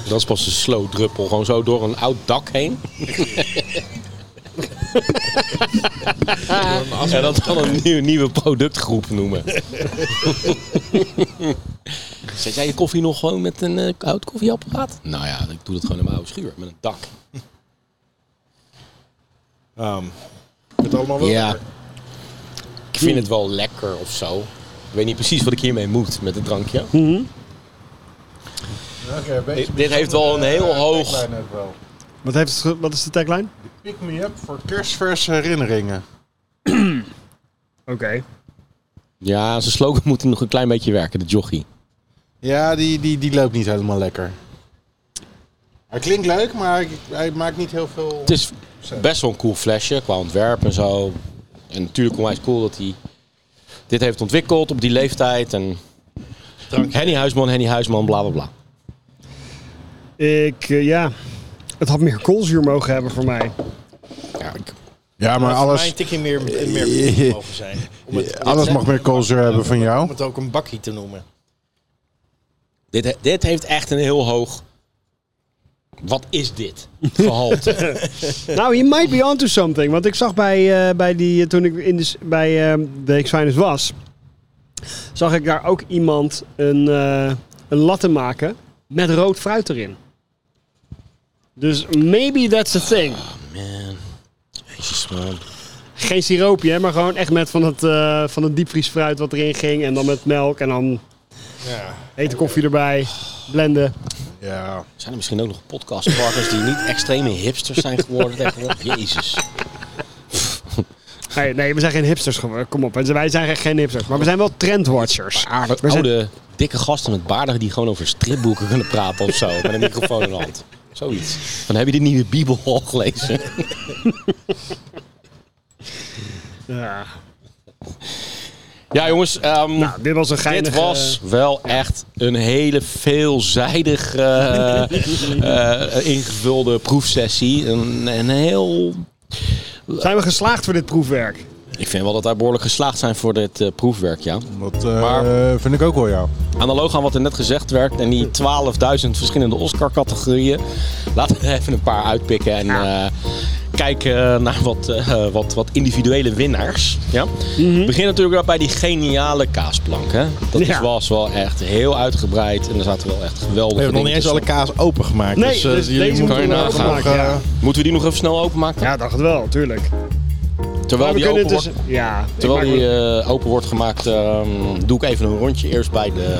S1: Dat is pas een slow druppel. Gewoon zo door een oud dak heen. en dat kan een nieuwe, nieuwe productgroep noemen. Zet jij je koffie nog gewoon met een eh, oud koffieapparaat? Nou ja, ik doe dat gewoon in mijn oude schuur. Met een dak.
S5: Ehm, Met allemaal wel.
S1: Ja. Ik vind het wel lekker of zo. Ik weet niet precies wat ik hiermee moet met het drankje. Dit- Dit heeft wel een heel hoog...
S2: Wat, heeft het ge- wat is de tagline?
S6: Pick me up voor kerstverse herinneringen.
S2: Oké.
S1: Ja, zijn slogan moet nog een klein beetje werken. De jockey.
S6: Ja, die, die, die loopt niet helemaal lekker. Hij klinkt leuk, maar hij, hij maakt niet heel veel...
S1: Het is best wel een cool flesje qua ontwerp en zo. En natuurlijk onwijs cool dat hij dit heeft ontwikkeld op die leeftijd. En Henny Huisman, Henny Huisman, bla bla bla.
S2: Ik, eh, ja. Het had meer koolzuur mogen hebben voor mij.
S1: Ja, ik-
S6: Ja, maar
S5: Voor mij
S6: alles,
S5: een tikje meer, meer koffie mogen zijn. Om het,
S6: alles mag meer koolzuur hebben van
S5: om
S6: jou.
S5: het ook een bakkie te noemen.
S1: dit, he- dit heeft echt een heel hoog... Wat is dit? Gehalte.
S2: Nou, he might be onto something. Want ik zag bij, eh, bij die, toen ik in de, s- bij eh de Xfinus was, zag ik daar ook iemand een, eh, een latte maken met rood fruit erin. Dus maybe that's a thing.
S1: Man. Jezus, man.
S2: Geen siroopje, hè, maar gewoon echt met van het, eh, van het diepvriesfruit wat erin ging. En dan met melk en dan hete koffie erbij. Blenden.
S6: Ja.
S1: Zijn er misschien ook nog podcastpartners die niet extreme hipsters zijn geworden tegenwoordig? Jezus.
S2: Nee, nee, we zijn geen hipsters. geworden. Kom op, hè. wij zijn echt geen hipsters. Maar we zijn wel trendwatchers.
S1: Aardig,
S2: We zijn-
S1: oude, dikke gasten met baarden die gewoon over stripboeken kunnen praten of zo. Met een microfoon in de hand. Zoiets. Dan heb je de nieuwe Bijbel al gelezen.
S2: Ja.
S1: Ja, jongens. ehm,
S2: Nou, dit was een geinig... eh,
S1: Dit was wel echt een hele veelzijdig eh, eh, ingevulde proefsessie. Een, een heel...
S2: eh, zijn we geslaagd voor dit proefwerk?
S1: Ik vind wel dat wij behoorlijk geslaagd zijn voor dit eh, proefwerk, ja.
S6: Dat eh,
S1: Maar-
S6: vind ik ook wel, ja.
S1: Analoog aan wat er net gezegd werd en die 12.000 verschillende Oscar-categorieën. Laten we er even een paar uitpikken en eh, kijken naar wat, eh, wat, wat individuele winnaars. Ja? Begin natuurlijk wel bij die geniale kaasplank. Hè? Dat
S2: Mhm. Ja.
S1: was wel echt heel uitgebreid en er zaten wel echt geweldige
S5: We hebben nog
S1: dingen
S5: niet eens
S1: tussen.
S5: alle kaas opengemaakt.
S2: Nee,
S5: dus, eh,
S2: dus
S5: jullie
S2: deze
S5: moeten
S1: moeten we
S5: nog,
S1: openmaken,
S5: eh,
S2: ja.
S1: Moeten we die nog even snel openmaken?
S2: Ja, dacht het wel, tuurlijk.
S1: Terwijl, die open, wordt,
S2: dus- Ja, ik
S1: terwijl
S2: maak
S1: die
S2: wel-
S1: eh, open wordt gemaakt, ehm, doe ik even een rondje eerst bij de,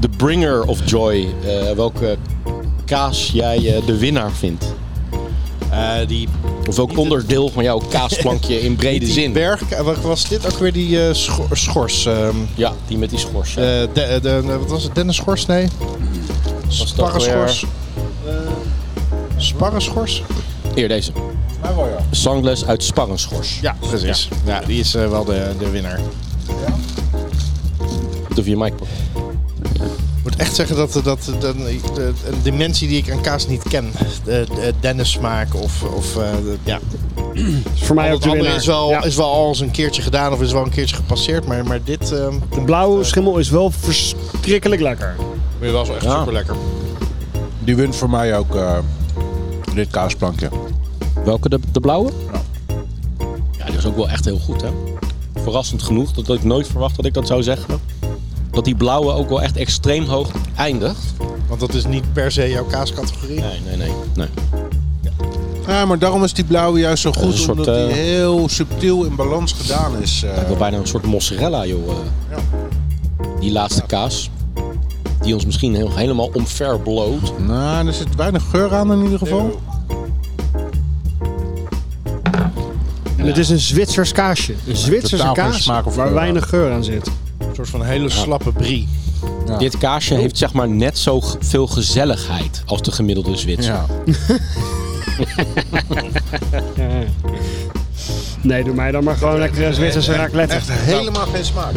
S1: de Bringer of Joy. Eh, welke kaas jij eh, de winnaar vindt?
S5: eh, die,
S1: Of welk onderdeel van jouw kaasplankje in brede
S5: die
S1: zin?
S5: berg, eh, wat was dit ook weer die eh scho- schors? ehm,
S1: Ja, die met die schors. ja.
S5: eh, de, de, de- wat was het? Dennis Schors? Nee.
S1: Was het ook
S5: Sparrenschors. Sparrenschors?
S1: Hier, deze.
S6: Maar wel, ja.
S1: Sangless uit Sparrenschors.
S5: Ja, precies. Ja, die is eh, wel de, de winnaar.
S1: Moet even je mic pakken.
S5: Ik moet echt zeggen dat, dat, dat, dat- de- een dimensie die ik aan kaas niet ken. De, de Dennis smaak of, of eh, de- ja.
S2: is voor mij ook
S5: Het
S2: de
S5: andere
S2: winnaar.
S5: is wel,
S2: Ja.
S5: is wel al eens een keertje gedaan of is wel een keertje gepasseerd. Maar, maar dit ehm,
S2: De blauwe schimmel is wel verschrikkelijk lekker.
S5: vind je wel zo echt
S1: Ja.
S5: super lekker.
S6: Die wint voor mij ook eh, dit kaasplankje.
S1: Welke, de, de blauwe? Ja, die was ook wel echt heel goed, hè? Verrassend genoeg, dat had ik nooit verwacht dat ik dat zou zeggen. Dat die blauwe ook wel echt extreem hoog eindigt.
S5: Want dat is niet per se jouw kaascategorie.
S1: Nee, nee, nee. nee.
S6: Ja, maar daarom is die blauwe juist zo
S1: een
S6: goed,
S1: soort,
S6: omdat die
S1: eh,
S6: heel subtiel in balans gedaan is. eh.
S1: Ik wil bijna een soort mozzarella, joh. eh. Die laatste kaas. Die ons misschien heel- helemaal omver bloot.
S6: nou, er zit weinig geur aan in ieder geval.
S2: En het is een Zwitsers kaasje. Een Zwitserse
S6: Totaal geen
S2: kaas
S6: smaak of
S2: waar
S6: geur
S2: weinig geur aan zit.
S5: Een soort van hele slappe brie.
S6: Ja.
S1: Dit kaasje heeft zeg maar net zo ge- veel gezelligheid als de gemiddelde Zwitser.
S6: Ja.
S2: Nee, doe mij dan maar gewoon lekker een Zwitserse raclette.
S5: Echt helemaal geen smaak.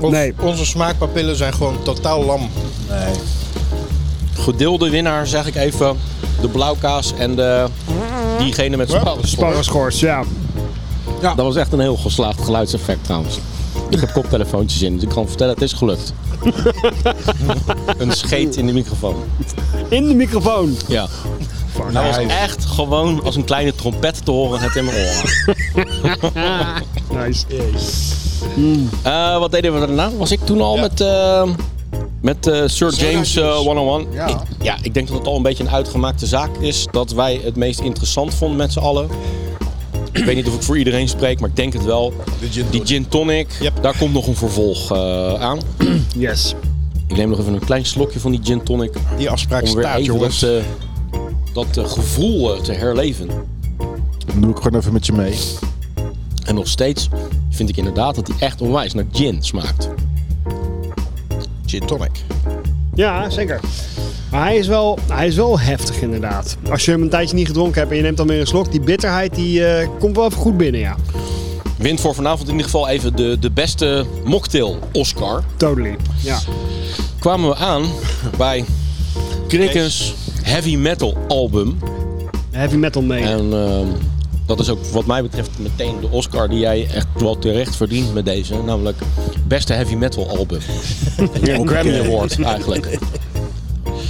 S5: Ons-
S2: Nee.
S5: Onze smaakpapillen zijn gewoon totaal lam.
S1: Gedeelde winnaar zeg ik even. De blauwkaas en de, diegene met sparren.
S2: Sparrenschors, ja.
S1: Dat was echt een heel geslaagd geluidseffect trouwens. Ik heb koptelefoontjes in, dus ik kan vertellen, het is gelukt. een scheet in de microfoon.
S2: In de microfoon.
S1: Ja. Hij was echt gewoon als een kleine trompet te horen het in mijn oren.
S2: Nice.
S1: Eh, wat deden we daarna? Was ik toen al met, eh, met eh, Sir James eh, 101?
S6: Ja.
S1: Ik, ja, ik denk dat het al een beetje een uitgemaakte zaak is. Dat wij het meest interessant vonden met z'n allen. Ik weet niet of ik voor iedereen spreek, maar ik denk het wel. Die gin tonic,
S5: Yep.
S1: daar komt nog een vervolg eh, aan.
S2: Yes.
S1: Ik neem nog even een klein slokje van die gin tonic.
S5: Die afspraak
S1: Om weer
S5: staat,
S1: even dat,
S5: jongens.
S1: eh, dat eh, gevoel eh, te herleven.
S6: Dan doe ik gewoon even met je mee.
S1: En nog steeds vind ik inderdaad dat die echt onwijs naar gin smaakt.
S5: Gin tonic.
S2: Ja, zeker. Maar hij is, wel, hij is wel heftig inderdaad. Als je hem een tijdje niet gedronken hebt en je neemt dan weer een slok, die bitterheid die eh, komt wel even goed binnen, ja.
S1: Wint voor vanavond in ieder geval even de, de beste mocktail Oscar.
S2: Totally. Ja.
S1: Kwamen we aan bij Krikkens Heavy Metal Album.
S2: Heavy metal mee.
S1: En ehm, dat is ook wat mij betreft meteen de Oscar die jij echt wel terecht verdient met deze. Namelijk beste Heavy Metal Album. Een Grammy Award eigenlijk.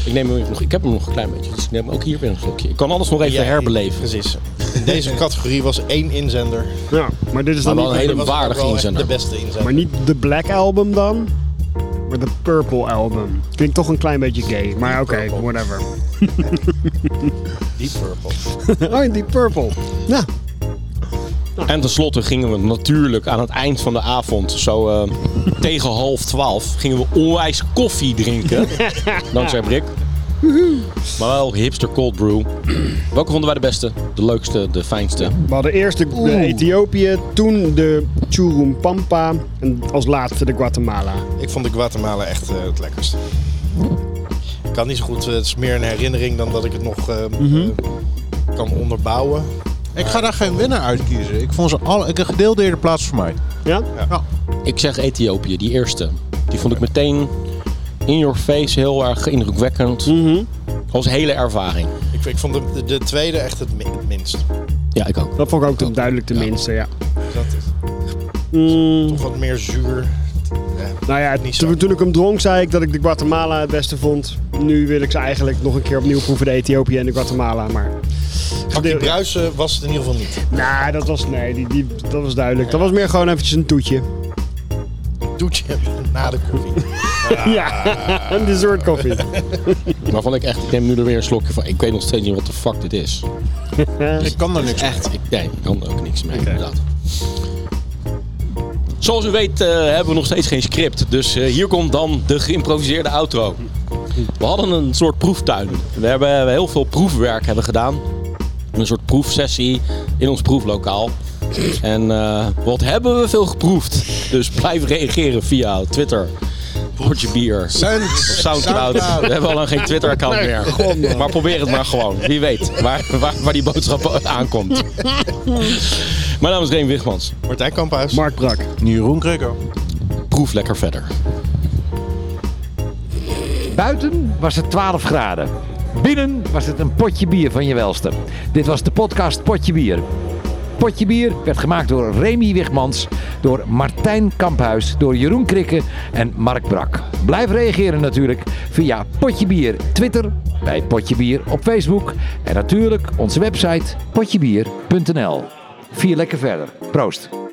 S1: Ik, neem hem nog, ik heb hem nog een klein beetje, dus ik neem hem ook hier weer een slokje. Ik kan alles nog even
S5: Ja,
S1: herbeleven.
S5: Precies. In deze categorie was één inzender.
S2: ja. Maar dit is
S1: Maar
S2: dan
S1: wel een
S2: niet,
S1: hele
S5: was ook
S1: waardige
S5: wel echt
S1: inzender.
S5: De beste inzender.
S2: maar niet de Black Album dan. Maar Maar de Purple Album. Klinkt toch een klein beetje gay, maar oké, whatever.
S5: Deep Purple.
S2: Oh, die Purple. Ja,
S1: En tenslotte gingen we natuurlijk aan het eind van de avond, zo eh, tegen half twaalf, gingen we onwijs koffie drinken. dankzij Brik. Maar wel hipster cold brew. Welke vonden wij de beste, de leukste, de fijnste?
S2: we hadden eerst de, de Ethiopië, toen de Churumpampa en als laatste de Guatemala.
S5: Ik vond de Guatemala echt eh, het lekkerst. Ik kan niet zo goed, eh, het is meer een herinnering dan dat ik het nog eh,
S1: Mhm.
S5: eh, kan onderbouwen.
S6: Ik ga daar geen winnaar uitkiezen. Ik vond ze alle... Ik heb gedeelde eerder plaats voor mij.
S2: Ja?
S1: Ik zeg Ethiopië, die eerste. Die vond ik meteen in your face heel erg indrukwekkend. Dat was een hele ervaring.
S5: Ik, ik vond de, de, de tweede echt het, mi- het minst.
S1: Ja, ik ook.
S2: Dat vond ik ook te- duidelijk de minste, ja.
S5: Dat is
S2: Mm,
S5: toch wat meer zuur.
S2: nou ja,
S5: Niet zo.
S2: toen, toen ik hem dronk zei ik dat ik de Guatemala het beste vond. Nu wil ik ze eigenlijk nog een keer opnieuw proeven, de Ethiopië en de Guatemala. Maar
S5: Die
S2: Gedeeld-
S5: bruisen was het in ieder geval niet.
S2: Nou, dat was, nee, die, die, dat was duidelijk. Dat was meer gewoon eventjes een toetje.
S5: Toetje na de koffie.
S2: Ja, een dessert koffie.
S1: Waarvan ik echt, ik neem nu er weer een slokje van. Ik weet nog steeds niet wat de fuck dit is.
S6: Ik kan daar niks
S1: Echt, ik, nee, ik kan er ook niks mee, inderdaad. Zoals u weet eh, hebben we nog steeds geen script. Dus eh, hier komt dan de geïmproviseerde outro. We hadden een soort proeftuin. We hebben heel veel proefwerk hebben gedaan. Een soort proefsessie in ons proeflokaal. En eh, wat hebben we veel geproefd. Dus blijf reageren via Twitter. Potje bier. Op Soundcloud. We hebben al lang geen Twitter-account meer. Maar probeer het maar gewoon. Wie weet waar, waar, waar die boodschap aankomt. Mijn naam is Reen Wigmans.
S5: Martijn Kamphuis.
S2: Mark Brak.
S6: Jeroen Krekker.
S1: Proef lekker verder.
S8: Buiten was het 12 graden. Binnen was het een potje bier van je welste. Dit was de podcast Potje Bier. Potje Bier werd gemaakt door Remy Wigmans, door Martijn Kamphuis, door Jeroen Krikke en Mark Brak. Blijf reageren natuurlijk via Potje Bier Twitter, bij Potje Bier op Facebook en natuurlijk onze website potjebier.nl. Vier lekker verder. Proost.